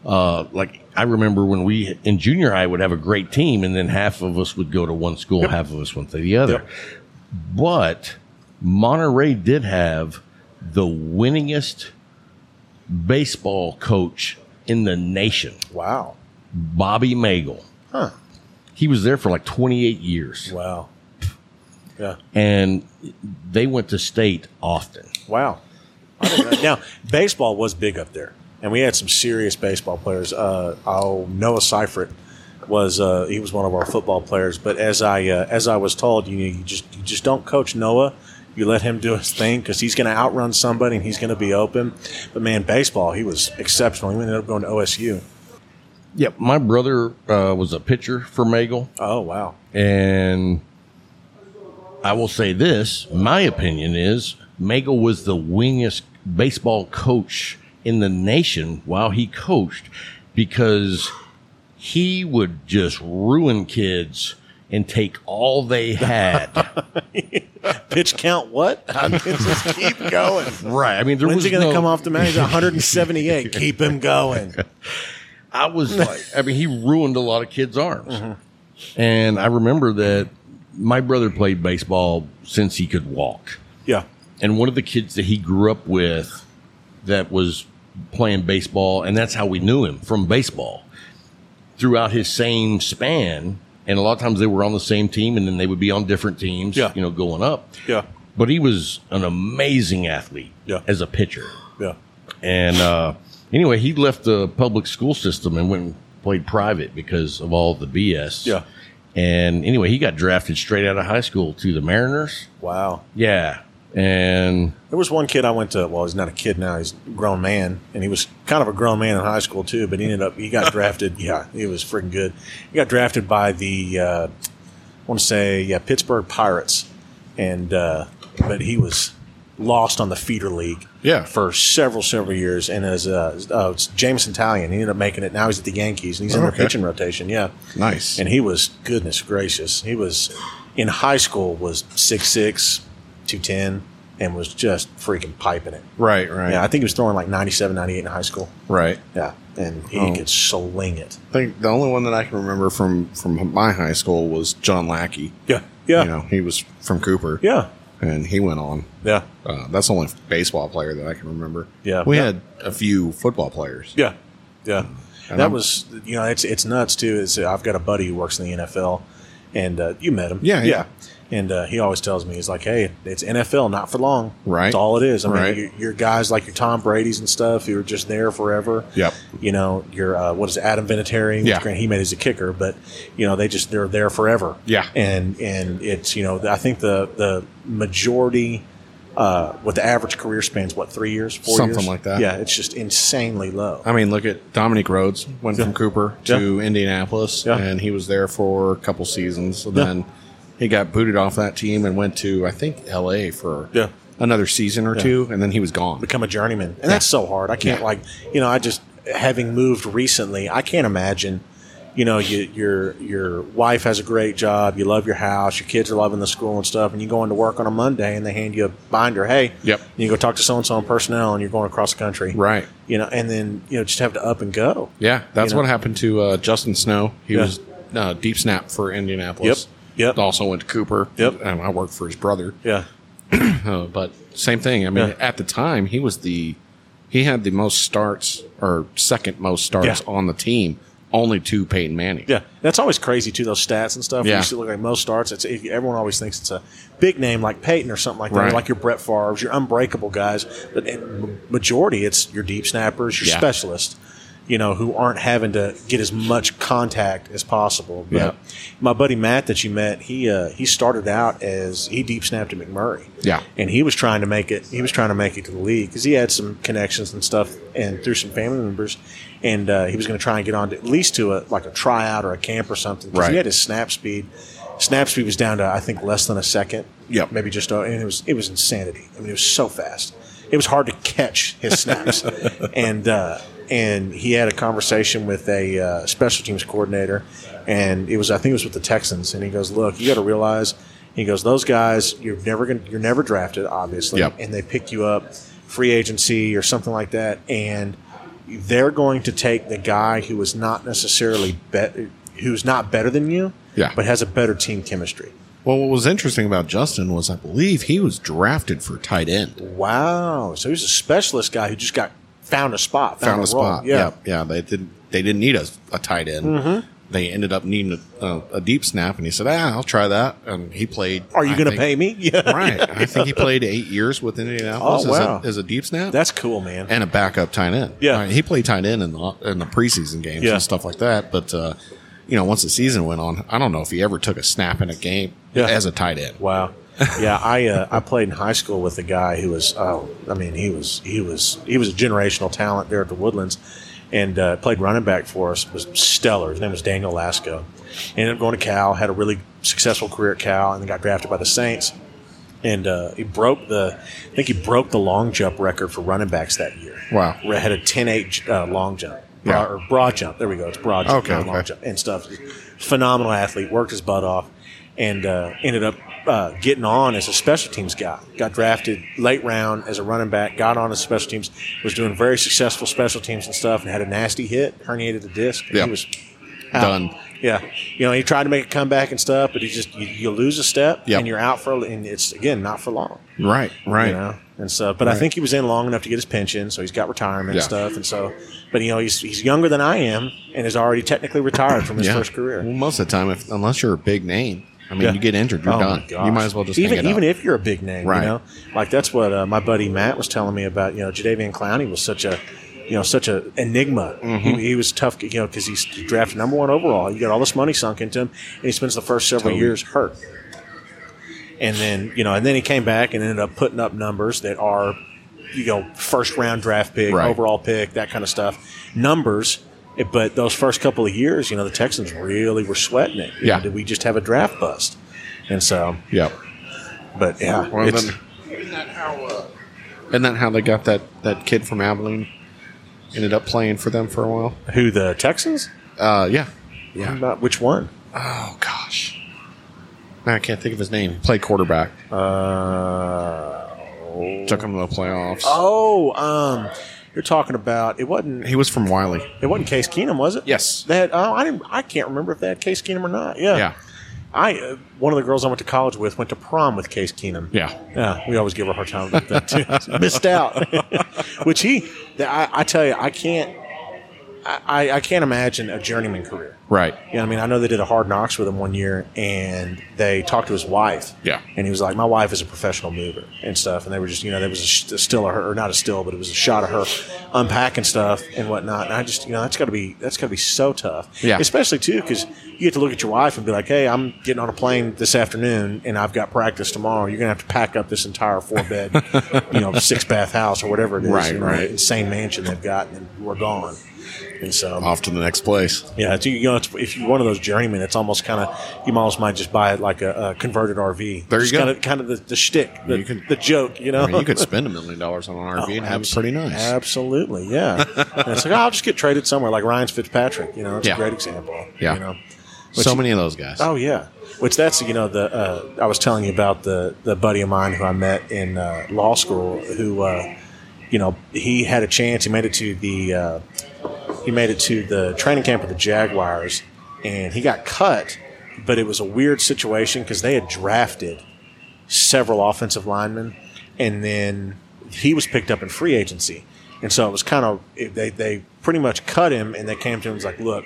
S3: Uh, like I remember when we in junior high would have a great team, and then half of us would go to one school, half of us went to the other.
S5: Yep.
S3: But Monterey did have the winningest baseball coach in the nation,
S5: Wow.
S3: Bobby Magel.
S5: Huh.
S3: He was there for like 28 years.
S5: Wow. Yeah.
S3: and they went to state often.
S5: Wow. I didn't know- now, baseball was big up there, and we had some serious baseball players. Uh, oh, Noah Seifert was uh, he was one of our football players. But as I uh, as I was told, you, you just you just don't coach Noah. You let him do his thing because he's going to outrun somebody and he's going to be open. But man, baseball, he was exceptional. He ended up going to OSU.
S7: Yep, my brother uh, was a pitcher for Magel,
S5: Oh wow,
S7: and
S3: I will say this: my opinion is Magel was the winningest baseball coach in the nation while he coached, because he would just ruin kids and take all they had.
S5: (laughs) pitch count what? (laughs) I mean, just keep going.
S3: right? I mean, there
S5: When's
S3: was
S5: he going to
S3: no-
S5: come off the mound? He's 178. keep him going.
S3: I
S5: (laughs)
S3: was like, I mean, he ruined a lot of kids' arms.
S5: Mm-hmm.
S3: And I remember that my brother played baseball since he could walk.
S5: Yeah.
S3: And one of the kids that he grew up with that was playing baseball, and that's how we knew him from baseball throughout his same span. And a lot of times they were on the same team and then they would be on different teams,
S5: Yeah.
S3: you know, going up.
S5: Yeah.
S3: But he was an amazing athlete
S5: Yeah.
S3: as a pitcher.
S5: Yeah.
S3: And uh, anyway, he left the public school system and went and played private because of all the BS.
S5: Yeah.
S3: And anyway, he got drafted straight out of high school to the Mariners.
S5: Wow.
S3: Yeah. And
S5: There was one kid I went to. Well, he's not a kid now; he's a grown man, and he was kind of a grown man in high school too. But he ended up
S4: (laughs)
S5: he got drafted. Yeah, he was freaking good. He got drafted by the uh, I want to say yeah Pittsburgh Pirates, and uh, but he was lost on the feeder league.
S4: Yeah.
S5: for several several years, and as uh, uh, it's Jameson Italian, he ended up making it. Now he's at the Yankees, and he's in their
S4: Oh, Okay.
S5: pitching rotation. Yeah,
S4: Nice.
S5: and he was goodness gracious he was in high school was 6'6 210 and was just freaking piping it
S4: right, right,
S5: yeah i think he was throwing like 97 98 in high school
S4: right.
S5: yeah and he
S4: Oh.
S5: could sling it
S4: I think the only one that I can remember from from my high school was John Lackey.
S5: yeah yeah
S4: You know, he was from Cooper.
S5: yeah
S4: And he went on.
S5: yeah
S4: Uh, that's the only baseball player that I can remember.
S5: Yeah.
S4: We
S5: Yeah.
S4: had a few football players.
S5: Yeah, yeah.
S4: And
S5: that
S4: I'm-
S5: was you know it's it's nuts too. It's, I've got a buddy who works in the NFL, and uh, you met him.
S4: Yeah, yeah.
S5: And uh, he always tells me he's like, "Hey, it's NFL, not for long.
S4: Right.
S5: That's all it is. I
S4: Right.
S5: mean, your, your guys like your Tom Brady's and stuff who are just there forever.
S4: Yep.
S5: You know, your uh, what is it, Adam Vinatieri? which
S4: Yeah.
S5: granted he made as a kicker, but you know they just they're there forever.
S4: Yeah.
S5: And and it's you know I think the the majority. Uh, what the average career span's what three years, four
S4: Something
S5: years?
S4: like that.
S5: Yeah, it's just insanely low.
S4: I mean, look at Dominic Rhodes went from Cooper to Indianapolis,
S5: Yeah.
S4: and he was there for a couple seasons. And Then he got booted off that team and went to I think L.A. for
S5: Yeah.
S4: another season or two, and then he was gone.
S5: become a journeyman, and that's so hard. I can't like you know. I just having moved recently, I can't imagine. You know, you, your your wife has a great job. You love your house. Your kids are loving the school and stuff. And you go into work on a Monday, and they hand you a binder. Hey,
S4: Yep.
S5: And you go talk to so and so on personnel, and you're going across the country,
S4: Right.
S5: You know, and then you know just have to up and go.
S4: Yeah, that's
S5: You know?
S4: what happened to uh, Justin Snow. He
S5: Yeah.
S4: was uh, deep snap for Indianapolis.
S5: Yep. Yep.
S4: Also went to Cooper.
S5: Yep.
S4: Um, I worked for his brother.
S5: Yeah,
S4: Uh, but same thing. I mean,
S5: Yeah.
S4: at the time, he was the he had the most starts or second most starts
S5: Yeah.
S4: on the team, only to Peyton Manning.
S5: yeah. That's always crazy too. Those stats and stuff. Yeah.
S4: Yeah.
S5: You see, look like most starts. It's it, everyone always thinks it's a big name like Peyton or something like that,
S4: Right.
S5: like your Brett Favre's, your unbreakable guys. But in majority, it's your deep snappers, your
S4: Yeah.
S5: specialists. You know who aren't having to get as much contact as possible. But
S4: Yeah.
S5: my buddy Matt that you met, he uh, he started out as he deep snapped at McMurray.
S4: Yeah.
S5: and he was trying to make it. He was trying to make it to the league because he had some connections and stuff, and through some family members, and uh, he was going to try and get on to, at least to a like a tryout or a camp or something. 'cause
S4: Right.
S5: He had his snap speed. Snap speed was down to I think less than a second.
S4: Yep.
S5: Maybe just uh, and it was it was insanity. I mean, it was so fast. It was hard to catch his
S4: (laughs)
S5: snaps, and uh, and he had a conversation with a uh, special teams coordinator, and it was I think it was with the Texans, and he goes, "Look, you got to realize." He goes, those guys, you're never gonna, you're never drafted, obviously,
S4: Yep.
S5: and they pick you up, free agency or something like that, and they're going to take the guy who is not necessarily bet, who's not better than you,
S4: Yeah.
S5: but has a better team chemistry.
S4: Well, what was interesting about Justin was I believe he was drafted for tight end.
S5: Wow. So he's a specialist guy who just got found a spot.
S4: Found a
S5: role.
S4: spot.
S5: Yeah. Mm-hmm.
S4: Yeah, yeah. They didn't. They didn't need a, a tight end. they ended up needing a, a, a deep snap, and he said, "Ah, I'll try that." And he played.
S5: Are you
S4: I
S5: going to
S4: think-
S5: pay me? (laughs) Yeah.
S4: Right. I think
S5: (laughs)
S4: he played eight years with Indianapolis
S5: Oh, wow.
S4: as, a, as a deep snap
S5: That's cool, man.
S4: and a backup tight end.
S5: Yeah.
S4: Right, he played tight end in the in the preseason games
S5: Yeah.
S4: and stuff like that. But uh, you know, once the season went on, I don't know if he ever took a snap in a game
S5: Yeah.
S4: as a tight end.
S5: Wow. Yeah, I uh, I played in high school with a guy who was oh, I mean he was he was he was a generational talent there at the Woodlands, and uh, played running back for us was stellar. His name was Daniel Lasco. Ended up going to Cal, had a really successful career at Cal, and then got drafted by the Saints. And uh, he broke the I think he broke the long jump record for running backs that year.
S4: Wow.
S5: Ra- had a 10-8 uh, long jump.
S4: Yeah.
S5: Or broad jump. There we go. It's broad jump,
S4: Okay,
S5: not long
S4: okay.
S5: jump and stuff. Phenomenal athlete, worked his butt off, and uh, ended up uh, getting on as a special teams guy. Got drafted late round as a running back. Got on as special teams. Was doing very successful special teams and stuff, and had a nasty hit, herniated a disc. and
S4: Yeah.
S5: He was out.
S4: Done.
S5: Yeah, you know, he tried to make a comeback and stuff, but he just you, you lose a step
S4: Yep.
S5: and you're out for, and it's again not for long.
S4: Right. Right.
S5: You know? And so, but I think he was in long enough to get his pension, so he's got retirement and
S4: Yeah.
S5: stuff. And so, but you know, he's, he's younger than I am and is already technically retired from his
S4: Yeah.
S5: first career.
S4: Well, most of the time, if, unless you're a big name, I mean,
S5: Yeah.
S4: you get injured, you're
S5: Oh, my
S4: done.
S5: gosh.
S4: You might as well just
S5: even
S4: hang it
S5: even
S4: up.
S5: if you're a big name,
S4: Right.
S5: you know, like that's what uh, my buddy Matt was telling me about. You know, Jadavian Clowney was such a you know such a enigma.
S4: Mm-hmm.
S5: He, he was tough, you know, because he's drafted number one overall. You got all this money sunk into him, and he spends the first several years hurt. And then you know, and then he came back and ended up putting up numbers that are, you know, first round draft pick,
S4: Right.
S5: overall pick, that kind of stuff. Numbers. But those first couple of years, you know, the Texans really were sweating it. You
S4: Yeah.
S5: know, did we just have a draft bust? And so,
S4: yeah.
S5: but yeah,
S4: Well,
S5: it's-
S4: then, uh, isn't that how they got that, that kid from Abilene? Ended up playing for them for a while.
S5: who the Texans?
S4: Uh, yeah.
S5: Not which one?
S4: Oh gosh. Now I can't think of his name. He played quarterback.
S5: Uh,
S4: Took him to the playoffs.
S5: oh, um, you're talking about it wasn't
S4: He was from Wiley.
S5: it wasn't Case Keenum, was it?
S4: Yes.
S5: They had, oh, I didn't. I can't remember if they had Case Keenum or not. Yeah.
S4: Yeah.
S5: I uh, one of the girls I went to college with went to prom with Case Keenum.
S4: Yeah.
S5: Yeah, we always give her a hard time about that too. (laughs) Missed out, which he, that I, I tell you, I can't, I, I- I can't imagine a journeyman career.
S4: Right.
S5: Yeah, I mean, I know they did a hard knocks with him one year, and they talked to his wife.
S4: Yeah.
S5: and he was like, "My wife is a professional mover and stuff," and they were just, you know, there was a, sh- a still of her, or not a still, but it was a shot of her unpacking stuff and whatnot. And I just, you know, that's got to be that's got to be so tough.
S4: Yeah.
S5: especially too because you get to look at your wife and be like, "Hey, I'm getting on a plane this afternoon, and I've got practice tomorrow. You're gonna have to pack up this entire four bed, you know, six bath house or whatever it
S4: (laughs)
S5: is,
S4: Right,
S5: you know,
S4: right.
S5: insane mansion they've got, and we're gone." And so
S4: Off to the next place.
S5: yeah, it's, you know, it's, if you're one of those journeymen, it's almost kind of you almost might just buy it like a, a converted RV.
S4: There you
S5: just
S4: go.
S5: Kind of, kind of the, the shtick, the,
S4: You can-
S5: the joke, you know.
S4: I mean,
S5: (laughs)
S4: you could spend a million dollars on an RV and have it
S5: Abs-
S4: pretty nice.
S5: Absolutely,
S4: (laughs)
S5: yeah. And it's like oh, I'll just get traded somewhere, like Ryan's Fitzpatrick. You know, it's
S4: Yeah.
S5: a great example.
S4: Yeah.
S5: You know?
S4: so many of those guys.
S5: Oh yeah. Which that's you know the uh, I was telling you about the the buddy of mine who I met in uh, law school who uh, you know he had a chance he made it to the uh, he made it to the training camp of the Jaguars and he got cut but it was a weird situation because they had drafted several offensive linemen and then he was picked up in free agency and so it was kind of it- they they pretty much cut him and they came to him and was like look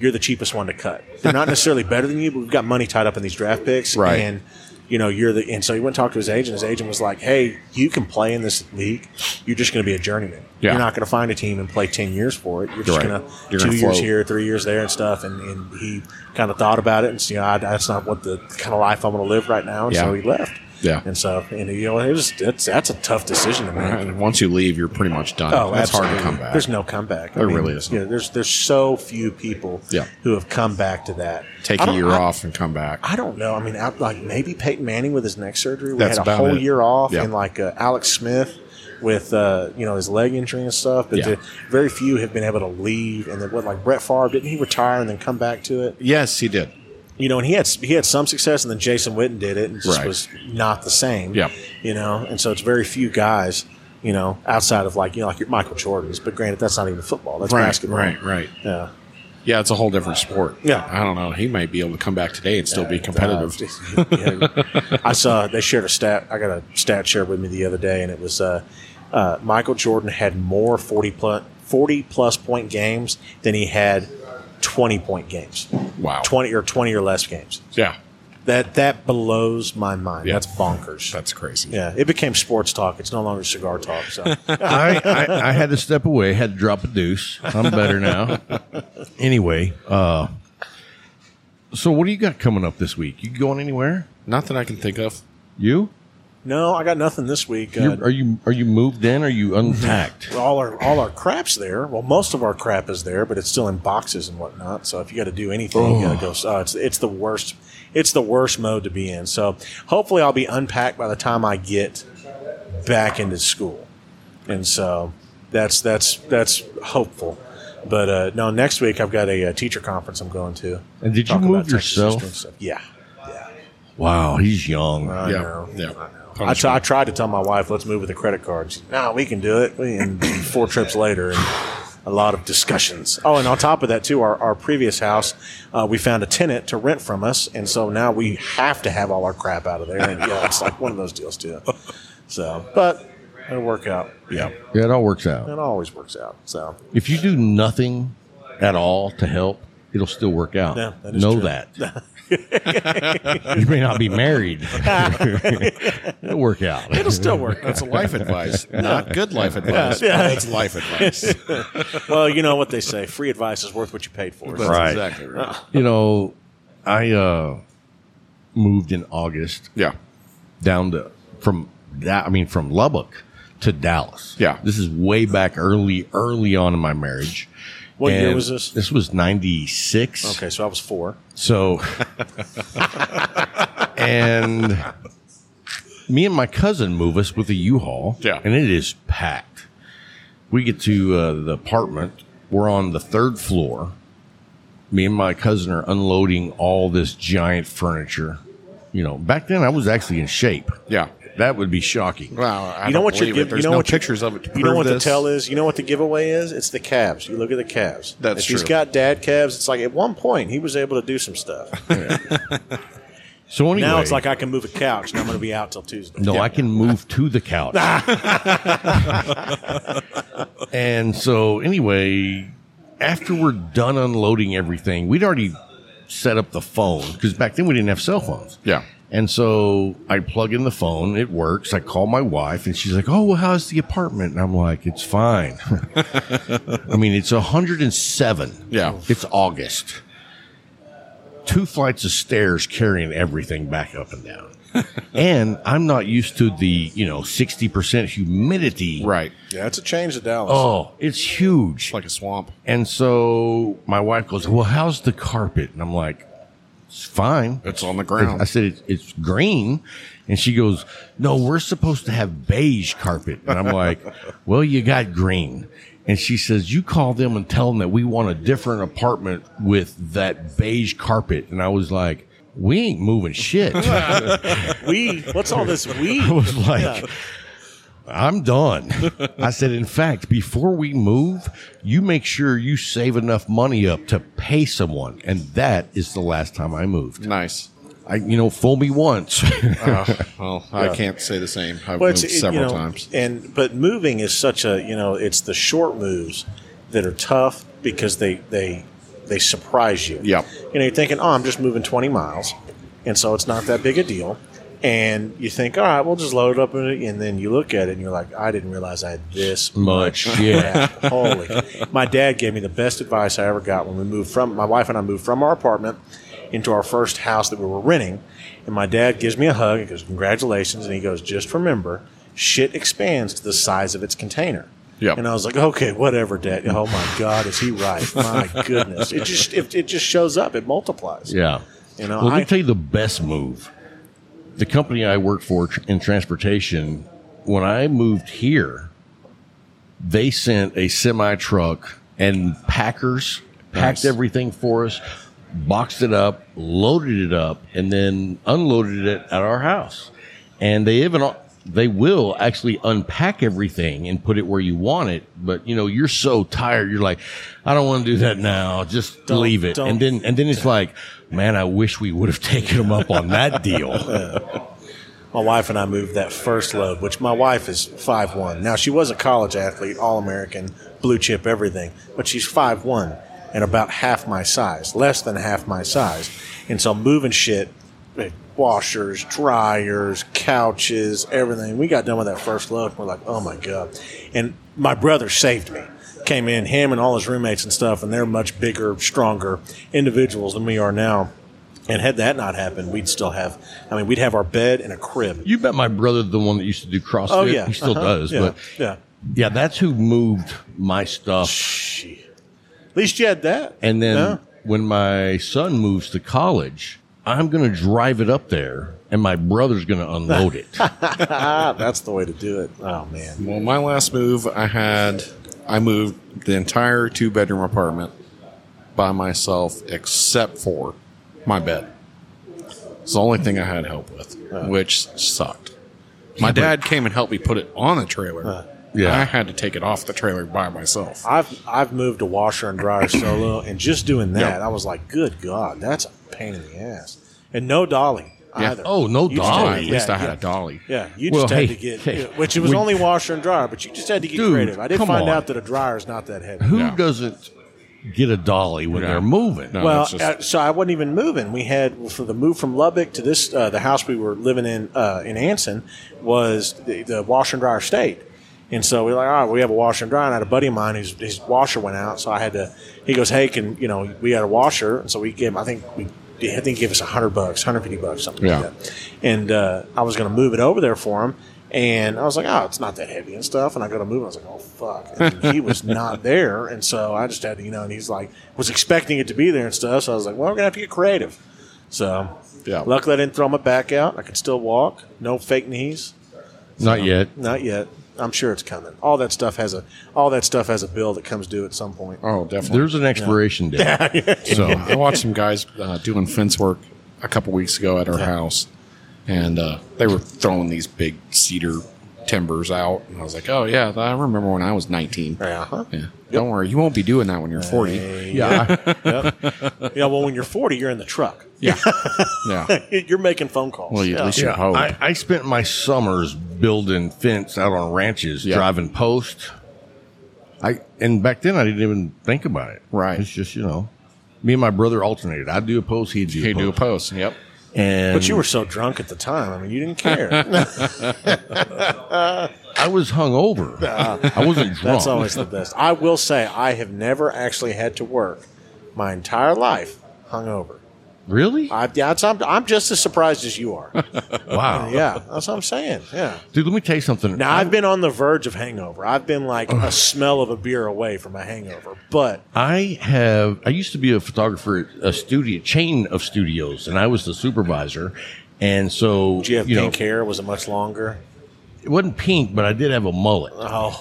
S5: you're the cheapest one to cut they're not necessarily better than you but we've got money tied up in these draft picks
S4: Right.
S5: and you know you're the and so he went and talked to his agent his agent was like hey you can play in this league you're just going to be a journeyman
S4: Yeah.
S5: you're not going to find a team and play 10 years for it you're just
S4: Right.
S5: going to
S4: You're
S5: 2
S4: gonna
S5: years
S4: float.
S5: here three years there and stuff and, and he kind of thought about it and you know I, that's not what the kind of life i'm going to live right now and
S4: Yeah.
S5: so he left
S4: Yeah.
S5: and so and you know it was that's that's a tough decision to make
S4: And once you leave, you're pretty much done.
S5: Oh,
S4: That's hard to
S5: absolutely.
S4: come back.
S5: There's no comeback.
S4: There really isn't.
S5: you know, there's there's so few people
S4: Yeah.
S5: who have come back to that.
S4: Take
S5: I
S4: a
S5: don't-
S4: year
S5: I-
S4: off and come back.
S5: I don't know. I mean, out, like maybe Peyton Manning with his neck surgery. We
S4: That's
S5: had a
S4: about
S5: whole
S4: it.
S5: year off,
S4: Yeah.
S5: and like uh, Alex Smith with uh, you know his leg injury and stuff. But
S4: Yeah.
S5: the, very few have been able to leave. And then what? Like Brett Favre, didn't he retire and then come back to it?
S4: yes, he did.
S5: you know, and he had he had some success, and then Jason Witten did it, and just
S4: Right.
S5: was not the same.
S4: Yep.
S5: you know, and so it's very few guys, you know, outside of like you know like your Michael Jordans. But granted, that's not even football; that's
S4: Right,
S5: basketball.
S4: right, right.
S5: Yeah.
S4: Yeah, it's a whole different sport.
S5: Yeah.
S4: I don't know. He might be able to come back today and still be competitive.
S5: Uh, yeah. I saw they shared a stat. I got a stat shared with me the other day, and it was uh, uh, Michael Jordan had more 40 plus, 40 plus point games than he had twenty point games.
S4: Wow.
S5: Twenty or twenty or less games.
S4: Yeah.
S5: That that blows my mind.
S4: Yeah.
S5: That's bonkers.
S4: That's crazy.
S5: yeah, it became sports talk. It's no longer cigar talk.
S4: (laughs)
S5: So
S3: I, I, I had to step away, had to drop a deuce. I'm better
S5: (laughs)
S3: now. anyway, uh, so what do you got coming up this week? You going anywhere?
S4: Not that I can think of.
S3: You?
S5: no, I got nothing this week.
S3: You're,
S5: Uh,
S3: are you are you moved in? Are you
S5: (laughs)
S3: unpacked?
S5: all our all our crap's there. Well, most of our crap is there, but it's still in boxes and whatnot. So if you got to do anything, you got to go. So it's it's the worst. It's the worst mode to be in. So hopefully, I'll be unpacked by the time I get back into school, and so that's that's that's hopeful. But uh, no, next week I've got a, uh teacher conference I'm going to.
S3: And did you
S5: Talk about
S3: move
S5: Texas history
S3: yourself?
S5: and stuff. Yeah, yeah.
S3: Wow, he's young.
S5: I
S4: Yeah,
S5: know.
S4: yeah.
S5: I know. I, t- I tried to tell my wife, let's move with a credit card. She, no, we can do it. We- (laughs) And four trips later, and a lot of discussions. Oh, and on top of that, too, our, our previous house, uh, we found a tenant to rent from us. And so now we have to have all our crap out of there. And yeah, it's like one of those deals, too. So, but it'll work out. Yeah.
S3: yeah, it all works out.
S5: It always works out. So,
S3: If you do nothing at all to help, it'll still work out.
S5: Yeah, that is
S3: know
S5: true.
S3: that.
S5: (laughs)
S3: (laughs) you may not be married. (laughs) it'll work out.
S5: it'll still work out.
S4: That's life
S5: (laughs)
S4: advice, not good life advice. but It's life advice.
S5: Well, you know what they say free advice is worth what you paid for.
S4: That's
S5: So-
S3: Right.
S4: exactly right.
S3: You know, I uh, moved in August
S4: Yeah.
S3: down to from that. I mean, from Lubbock to Dallas.
S4: Yeah.
S3: this is way back early, early on in my marriage.
S5: What year
S3: And
S5: was this?
S3: This was ninety six.
S5: Okay, so I was four.
S3: So, and me and my cousin move us with a U-Haul.
S4: Yeah.
S3: And it is packed. We get to uh, the apartment. We're on the third floor. Me and my cousin are unloading all this giant furniture. You know, back then I was actually in shape.
S4: Yeah.
S3: That would be shocking.
S4: Wow. I
S5: you know
S4: don't
S5: what you're
S4: believe it.
S5: giving.
S4: There's
S5: you know
S4: no
S5: what you-
S4: pictures of it. To
S5: you know
S4: prove
S5: what
S4: this.
S5: the tell is. You know what the giveaway is. It's the calves. You look at the calves.
S4: That's
S5: if He's
S4: true.
S5: got dad calves. It's like at one point he was able to do
S4: (laughs)
S5: some stuff.
S3: So anyway,
S5: Now it's like I can move a couch, and I'm going to be out till Tuesday.
S3: No, I can move to the couch.
S4: (laughs)
S3: and so, anyway, after we're done unloading everything, we'd already set up the phone because back then we didn't have cell phones.
S4: Yeah.
S3: And so I plug in the phone, it works. I call my wife, and she's like, Oh, well, how's the apartment? And I'm like, It's fine. (laughs) I mean, it's 107.
S4: Yeah.
S5: Oh.
S3: It's August. Two flights of stairs carrying everything back up and down. and I'm not used to the, you know, 60% humidity.
S4: Right.
S5: Yeah, it's a change to Dallas.
S3: Oh, it's huge.
S4: It's like a swamp.
S3: And so my wife goes, Well, how's the carpet? And I'm like, It's fine.
S4: It's on the
S3: I
S4: ground.
S3: said, it's, it's green. And she goes, No, we're supposed to have beige carpet. And I'm like, (laughs) Well, you got green. And she says, You call them and tell them that we want a different apartment with that beige carpet. And I was like, We ain't moving shit.
S4: (laughs)
S3: I
S5: We what's all this
S3: (laughs)
S5: we?
S3: was like, I'm done. I said, In fact, before we move, you make sure you save enough money up to pay someone. And that is the last time I moved.
S4: Nice.
S3: I, you know, fool me once. (laughs)
S4: Well, I can't say the same. I've
S5: Well,
S4: moved
S5: it- you
S4: several
S5: know,
S4: times.
S5: And but moving is such a you know it's the short moves that are tough because they they they surprise you.
S4: Yep.
S5: You know you're thinking, oh, I'm just moving 20 miles, and so it's not that big a deal. And you think, all right, we'll just load it up, and and then you look at it and you're like, I didn't realize I had this
S3: Much,
S5: (laughs) much.
S3: yeah.
S5: crap. Holy! My dad gave me the best advice I ever got when we moved from my wife and I moved from our apartment into our first house that we were renting. And my dad gives me a hug and goes, "Congratulations!" And he goes, "Just remember, shit expands to the size of its container."
S4: Yeah.
S5: And I was like, "Okay, whatever, Dad." Oh my God, is he right? My goodness, it just it, it just shows up. It multiplies.
S3: Yeah.
S5: You know,
S3: well, let
S5: I-
S3: me tell you the best move. The company I work for tr- in transportation, when I moved here, they sent a semi truck and packers packed
S4: Nice.
S3: everything for us, boxed it up, loaded it up, and then unloaded it at our house. And they even al- they will actually unpack everything and put it where you want it. But you know, you're so tired, you're like, I don't want to do that now. Just
S5: Don't-
S3: leave it.
S5: don't
S3: And then and then it's like, man, I wish we would have (laughs) taken him up on that
S5: (laughs)
S3: deal.
S5: My wife and I moved that first load, which my wife is 5'1. Now, she was a college athlete, All American, blue chip, everything, but she's 5'1. and about half my size, less than half my size. And so I'm moving shit, eh, washers, dryers, couches, everything. We got done with that first load. And we're like, oh my God. And my brother saved me. Came in, him and all his roommates and stuff, and they're much bigger, stronger individuals than we are now. And had that not happened, we'd still have, I mean, we'd have our bed and a crib.
S3: You bet my brother, the one that used to do CrossFit,
S5: Oh, yeah.
S3: he still
S5: Uh-huh.
S3: does.
S5: Yeah.
S3: But
S5: yeah.
S3: yeah, that's who moved my stuff.
S5: Shit. At least you had that.
S3: And then
S5: Yeah.
S3: when my son moves to college, I'm going to drive it up there, and my brother's going to unload it.
S5: Ah, that's the way to do it. Oh, man.
S4: Well, my last move, I had, I moved the entire two bedroom apartment by myself, except for my bed. It's the only thing I had help with,
S5: Uh.
S4: which sucked. My dad came and helped me put it on the trailer.
S5: Uh.
S3: yeah.
S4: I had to take it off the trailer by myself.
S5: I've I've moved a washer and dryer solo, and just doing that,
S4: Yeah.
S5: I was like, "Good God, that's a pain in the ass." And no dolly
S4: Yeah.
S5: either.
S3: Oh, no
S5: You just
S4: Well,
S3: dolly.
S5: had-
S4: at least
S5: yeah,
S4: I had
S5: yeah.
S4: a dolly.
S5: Yeah, you
S3: Well,
S5: just had
S3: hey,
S5: to get,
S3: hey,
S5: which it was
S3: we-
S5: only washer and dryer, but you just had to get
S3: Dude,
S5: creative. I did
S3: come
S5: find
S3: on.
S5: out that a dryer is not that
S3: (laughs)
S5: heavy.
S3: Who
S4: Yeah.
S3: doesn't get a dolly when
S4: Yeah.
S3: they're moving?
S4: No.
S5: well,
S4: it's just-
S5: uh, so I wasn't even moving. We had well, for the move from Lubbock to this uh, the house we were living in uh, in Anson was the, the washer and dryer state, and so we were like, all right, we have a washer and dryer. And I had a buddy of mine whose his washer went out, so I had to. He goes, hey, can you know we got a washer, and so we gave him. I think we I think he gave us hundred bucks, hundred fifty bucks, something
S4: Yeah.
S5: like that. And uh, I was going to move it over there for him. And I was like, oh, it's not that heavy and stuff. And I go to move. it. I was like, oh, fuck. And he was not (laughs) there. And so I just had to, you know, and he's like, was expecting it to be there and stuff. So I was like, well, we're going to have to get creative. So
S4: Yeah.
S5: luckily, I didn't throw my back out. I could still walk. No fake knees.
S3: Not yet.
S5: Not yet. I'm sure it's coming. All that stuff has a all that stuff has a bill that comes due at some point.
S4: Oh, definitely.
S3: There's an expiration (laughs) date.
S4: So I watched some guys uh, doing fence work a couple weeks ago at our house, and uh, they were throwing these big cedar timbers out. And I was like, "Oh yeah, I remember when I was 19."
S5: Yeah. huh?
S4: Yeah. Don't worry, you won't be doing that when you're 40.
S3: (laughs) Yeah.
S5: Yeah. Well, when you're 40, you're in the truck. (laughs)
S4: Yeah. yeah.
S5: You're making phone calls.
S4: Well, you- at
S5: yeah.
S4: least you hope.
S3: I, I spent my summers building fence out on ranches,
S4: Yeah.
S3: driving post. I and back then I didn't even think about it.
S4: Right.
S3: It's just you know, me and my brother alternated. I'd do a post, he'd do,
S4: Hey,
S3: a, post.
S4: do a post. Yep.
S3: And
S5: But you were so drunk at the time. I mean, you didn't care.
S3: I was
S5: (laughs)
S3: hungover. I wasn't drunk.
S5: That's always the best. I will say, I have never actually had to work my entire life hungover.
S3: really
S5: I, yeah, it's- I'm, I'm just as surprised as
S3: (laughs)
S5: you are.
S3: wow.
S5: yeah, that's what I'm saying. Yeah.
S3: Dude, let me tell you something.
S5: Now, I've been on the verge of hangover. I've been like
S3: (laughs)
S5: a smell of a beer away from a hangover. But
S3: I have. I used to be a photographer at a studio chain of studios, and I was the supervisor. And so,
S5: do you have pink
S3: know,
S5: hair? Was it much longer?
S3: it wasn't pink, but I did have a mullet.
S5: Oh,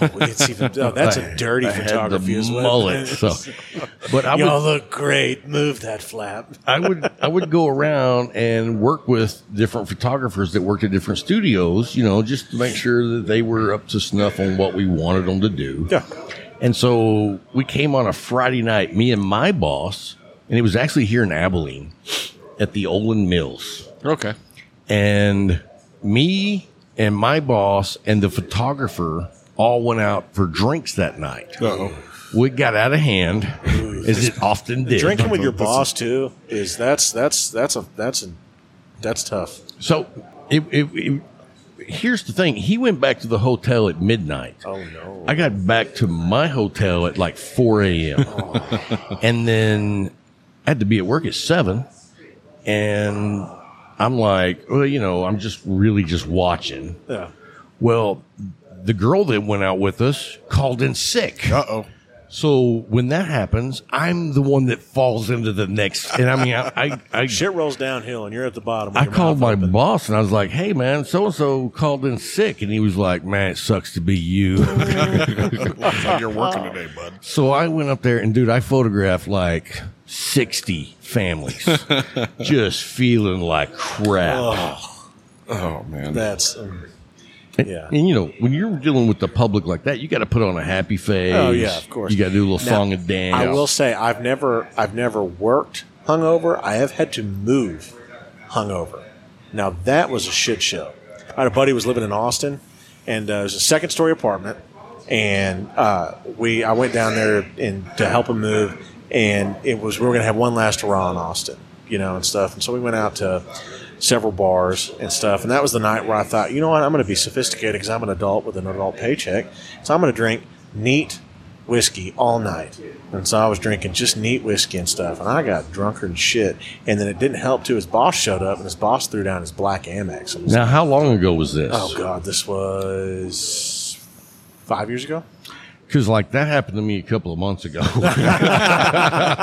S3: (laughs)
S5: it's even. Oh, that's a dirty
S3: I had
S5: photography
S3: the
S5: as well. (laughs)
S3: mullet. So, but I
S5: Y'all
S3: would,
S5: look great. Move that flap.
S3: I would, I would go around and work with different photographers that worked at different studios. You know, just to make sure that they were up to snuff on what we wanted them to do.
S5: Yeah.
S3: And so we came on a Friday night, me and my boss, and it was actually here in Abilene at the Olin Mills.
S4: Okay.
S3: And me and my boss and the photographer all went out for drinks that night. We got out of
S5: (laughs)
S3: hand, as it often did.
S5: Drinking
S3: (laughs)
S5: with your boss too is that's that's that's a that's a that's tough.
S3: So it, it, it, here's the thing. He went back to the hotel at midnight.
S5: Oh no.
S3: I got back to my hotel at like 4
S5: (laughs)
S3: a.m.
S5: Oh.
S3: and then I had to be at work at 7. And I'm like, well, you know, I'm just really just watching.
S5: Yeah.
S3: Well, the girl that went out with us called in sick.
S4: Uh oh.
S3: So when that happens, I'm the one that falls into the next. And I mean, I, I, I
S5: (laughs) Shit rolls downhill and you're at the bottom. with
S3: I
S5: your
S3: called my
S5: mouth open.
S3: boss and I was like, "Hey, man, so and so called in sick," and he was like, "Man, it sucks to be
S5: (laughs)
S3: you."
S4: You're working today, bud.
S3: so I went up there and, dude, I photographed like sixty
S5: (laughs)
S3: families, just feeling like crap.
S4: Oh man.
S5: That's um, yeah.
S3: And you know, when you're dealing with the public like that, you got to put on a happy face.
S5: Oh, yeah, of course.
S3: You got to do a little
S5: Now,
S3: song and dance.
S5: I will say I've never I've never worked hungover. I have had to move hungover. Now that was a shit show. I had a buddy who was living in Austin, and uh, it was a second story apartment, and uh, we I went down there and to help him move, and it was we were going to have one last hurrah in Austin, you know, and stuff. And so we went out to several bars and stuff, and that was the night where I thought, you know what, I'm going to be sophisticated because I'm an adult with an adult paycheck, so I'm going to drink neat whiskey all night. And so I was drinking just neat whiskey and stuff, and I got drunker than shit. And then it didn't help too. His boss showed up, and his boss threw down his black Amex. I was
S3: Now, how long ago was this?
S5: Oh God, this was five years ago.
S3: Because like that happened to me a couple of months
S5: (laughs)
S3: ago. (laughs)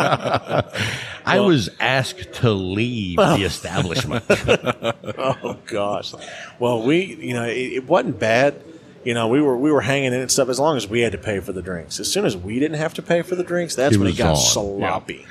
S3: I was asked to leave
S5: (laughs)
S3: the establishment.
S5: Oh gosh. Well, we you know it, it wasn't bad. You know we were we were hanging in and stuff as long as we had to pay for the drinks. As soon as we didn't have to pay for the drinks, that's
S3: It
S5: when it
S3: was
S5: got
S3: on.
S5: sloppy.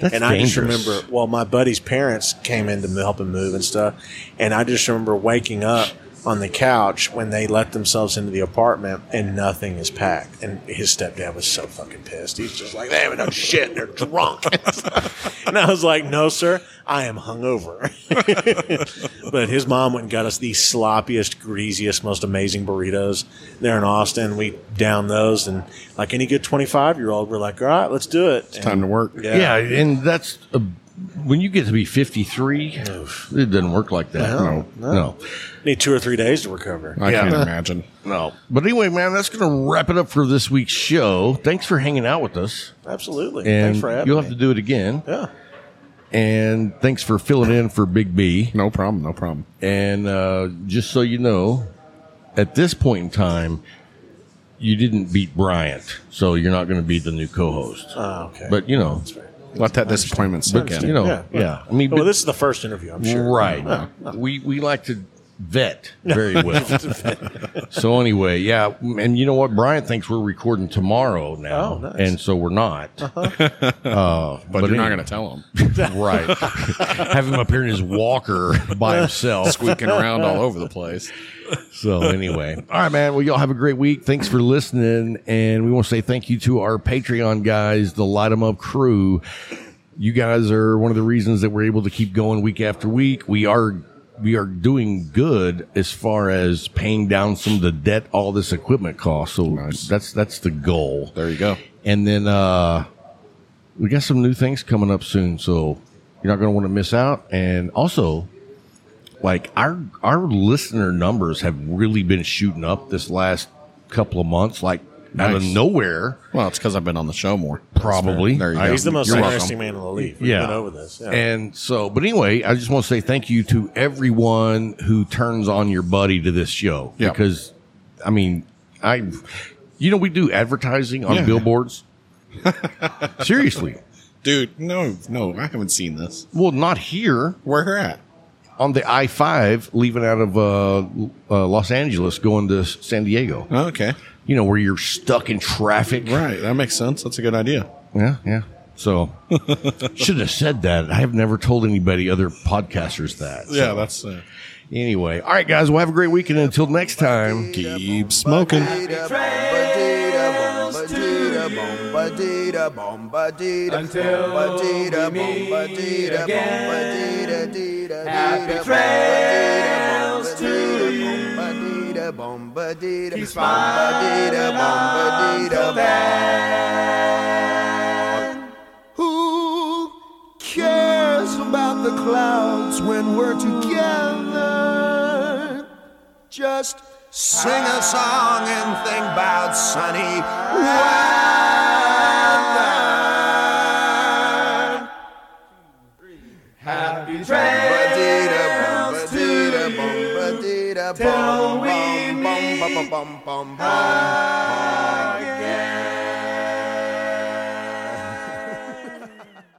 S3: That's
S5: and I
S3: dangerous.
S5: just remember, well, my buddy's parents came in to help him move and stuff, and I just remember waking up on the couch when they let themselves into the apartment and nothing is packed. And his stepdad was so fucking pissed. He's just like, they haven't done shit. They're drunk. (laughs) and I was like, no, sir, I am hungover. (laughs) but his mom went and got us the sloppiest, greasiest, most amazing burritos there in Austin. We downed those, and like any good 25 year old, we're like, all right, let's do it.
S4: Time to work.
S5: Yeah.
S3: yeah, and that's a, when you get to be fifty-three. It doesn't work like that.
S5: No,
S3: no.
S5: Need two or three days to recover.
S4: I can't imagine.
S3: No. But anyway, man, that's going to wrap it up for this week's show. Thanks for hanging out with us.
S5: Absolutely.
S3: And
S5: Thanks for having
S3: you'll
S5: me.
S3: have to do it again.
S5: yeah.
S3: And thanks for filling in for Big B.
S4: No problem. No problem.
S3: And uh, just so you know, at this point in time, you didn't beat Bryant, so you're not going to be the new co-host.
S5: Oh, okay.
S3: But you know,
S4: Let that disappointment sink in.
S3: you know, yeah.
S5: Yeah.
S3: I mean,
S5: well,
S3: but-
S5: this is the first interview, I'm sure.
S3: right? We we like to vet very
S5: (laughs)
S3: well. so anyway, yeah, and you know what? Bryant thinks we're recording tomorrow now,
S5: Oh, nice. Uh-huh.
S3: and so we're not. (laughs)
S4: but, you're not
S3: anyway.
S4: going to tell them.
S3: (laughs)
S4: (laughs)
S3: Right. Have him up here in his walker by himself.
S4: Squeaking around all over the place.
S3: So (laughs) anyway, all right, man. Well, y'all have a great week. Thanks for listening, and we want to say thank you to our Patreon guys, the Light 'Em Up crew. You guys are one of the reasons that we're able to keep going week after week. We are we are doing good as far as paying down some of the debt all this equipment costs. So that's that's the goal.
S4: There you go.
S3: And then uh, we got some new things coming up soon, so you're not going to want to miss out. And also, like our our listener numbers have really been shooting up this last couple of months, like out of
S4: Nice.
S3: nowhere.
S4: Well, it's because I've been on the show more.
S3: Probably.
S4: There you
S3: I-
S4: go.
S5: He's the most
S4: You're welcome.
S5: interesting man in the league. We've
S3: Yeah.
S5: been over this. Yeah.
S3: And so, but anyway, I just want to say thank you to everyone who turns on your buddy to this show
S4: Yeah.
S3: because, I mean, I, you know, we do advertising on
S4: Yeah. (laughs)
S3: billboards. Seriously,
S4: Dude, no, no, I haven't seen this.
S3: well, not here.
S4: Where her at?
S3: on the I five, leaving out of uh, uh, Los Angeles, going to S- San Diego.
S4: Okay.
S3: You know where you're stuck in traffic.
S4: Right. That makes sense. That's a good idea.
S3: Yeah, yeah. So (laughs) should have said that. I have never told anybody other podcasters that. So,
S4: Yeah, that's. Uh,
S3: Anyway, all right, guys. Well, have a great weekend. Until next time.
S4: keep smoking.
S8: Until we meet again. Happy trails to you. Keep smiling until then. Who cares about the clouds when we're together? Just sing a song and think about sunny weather. Happy trails to you till we meet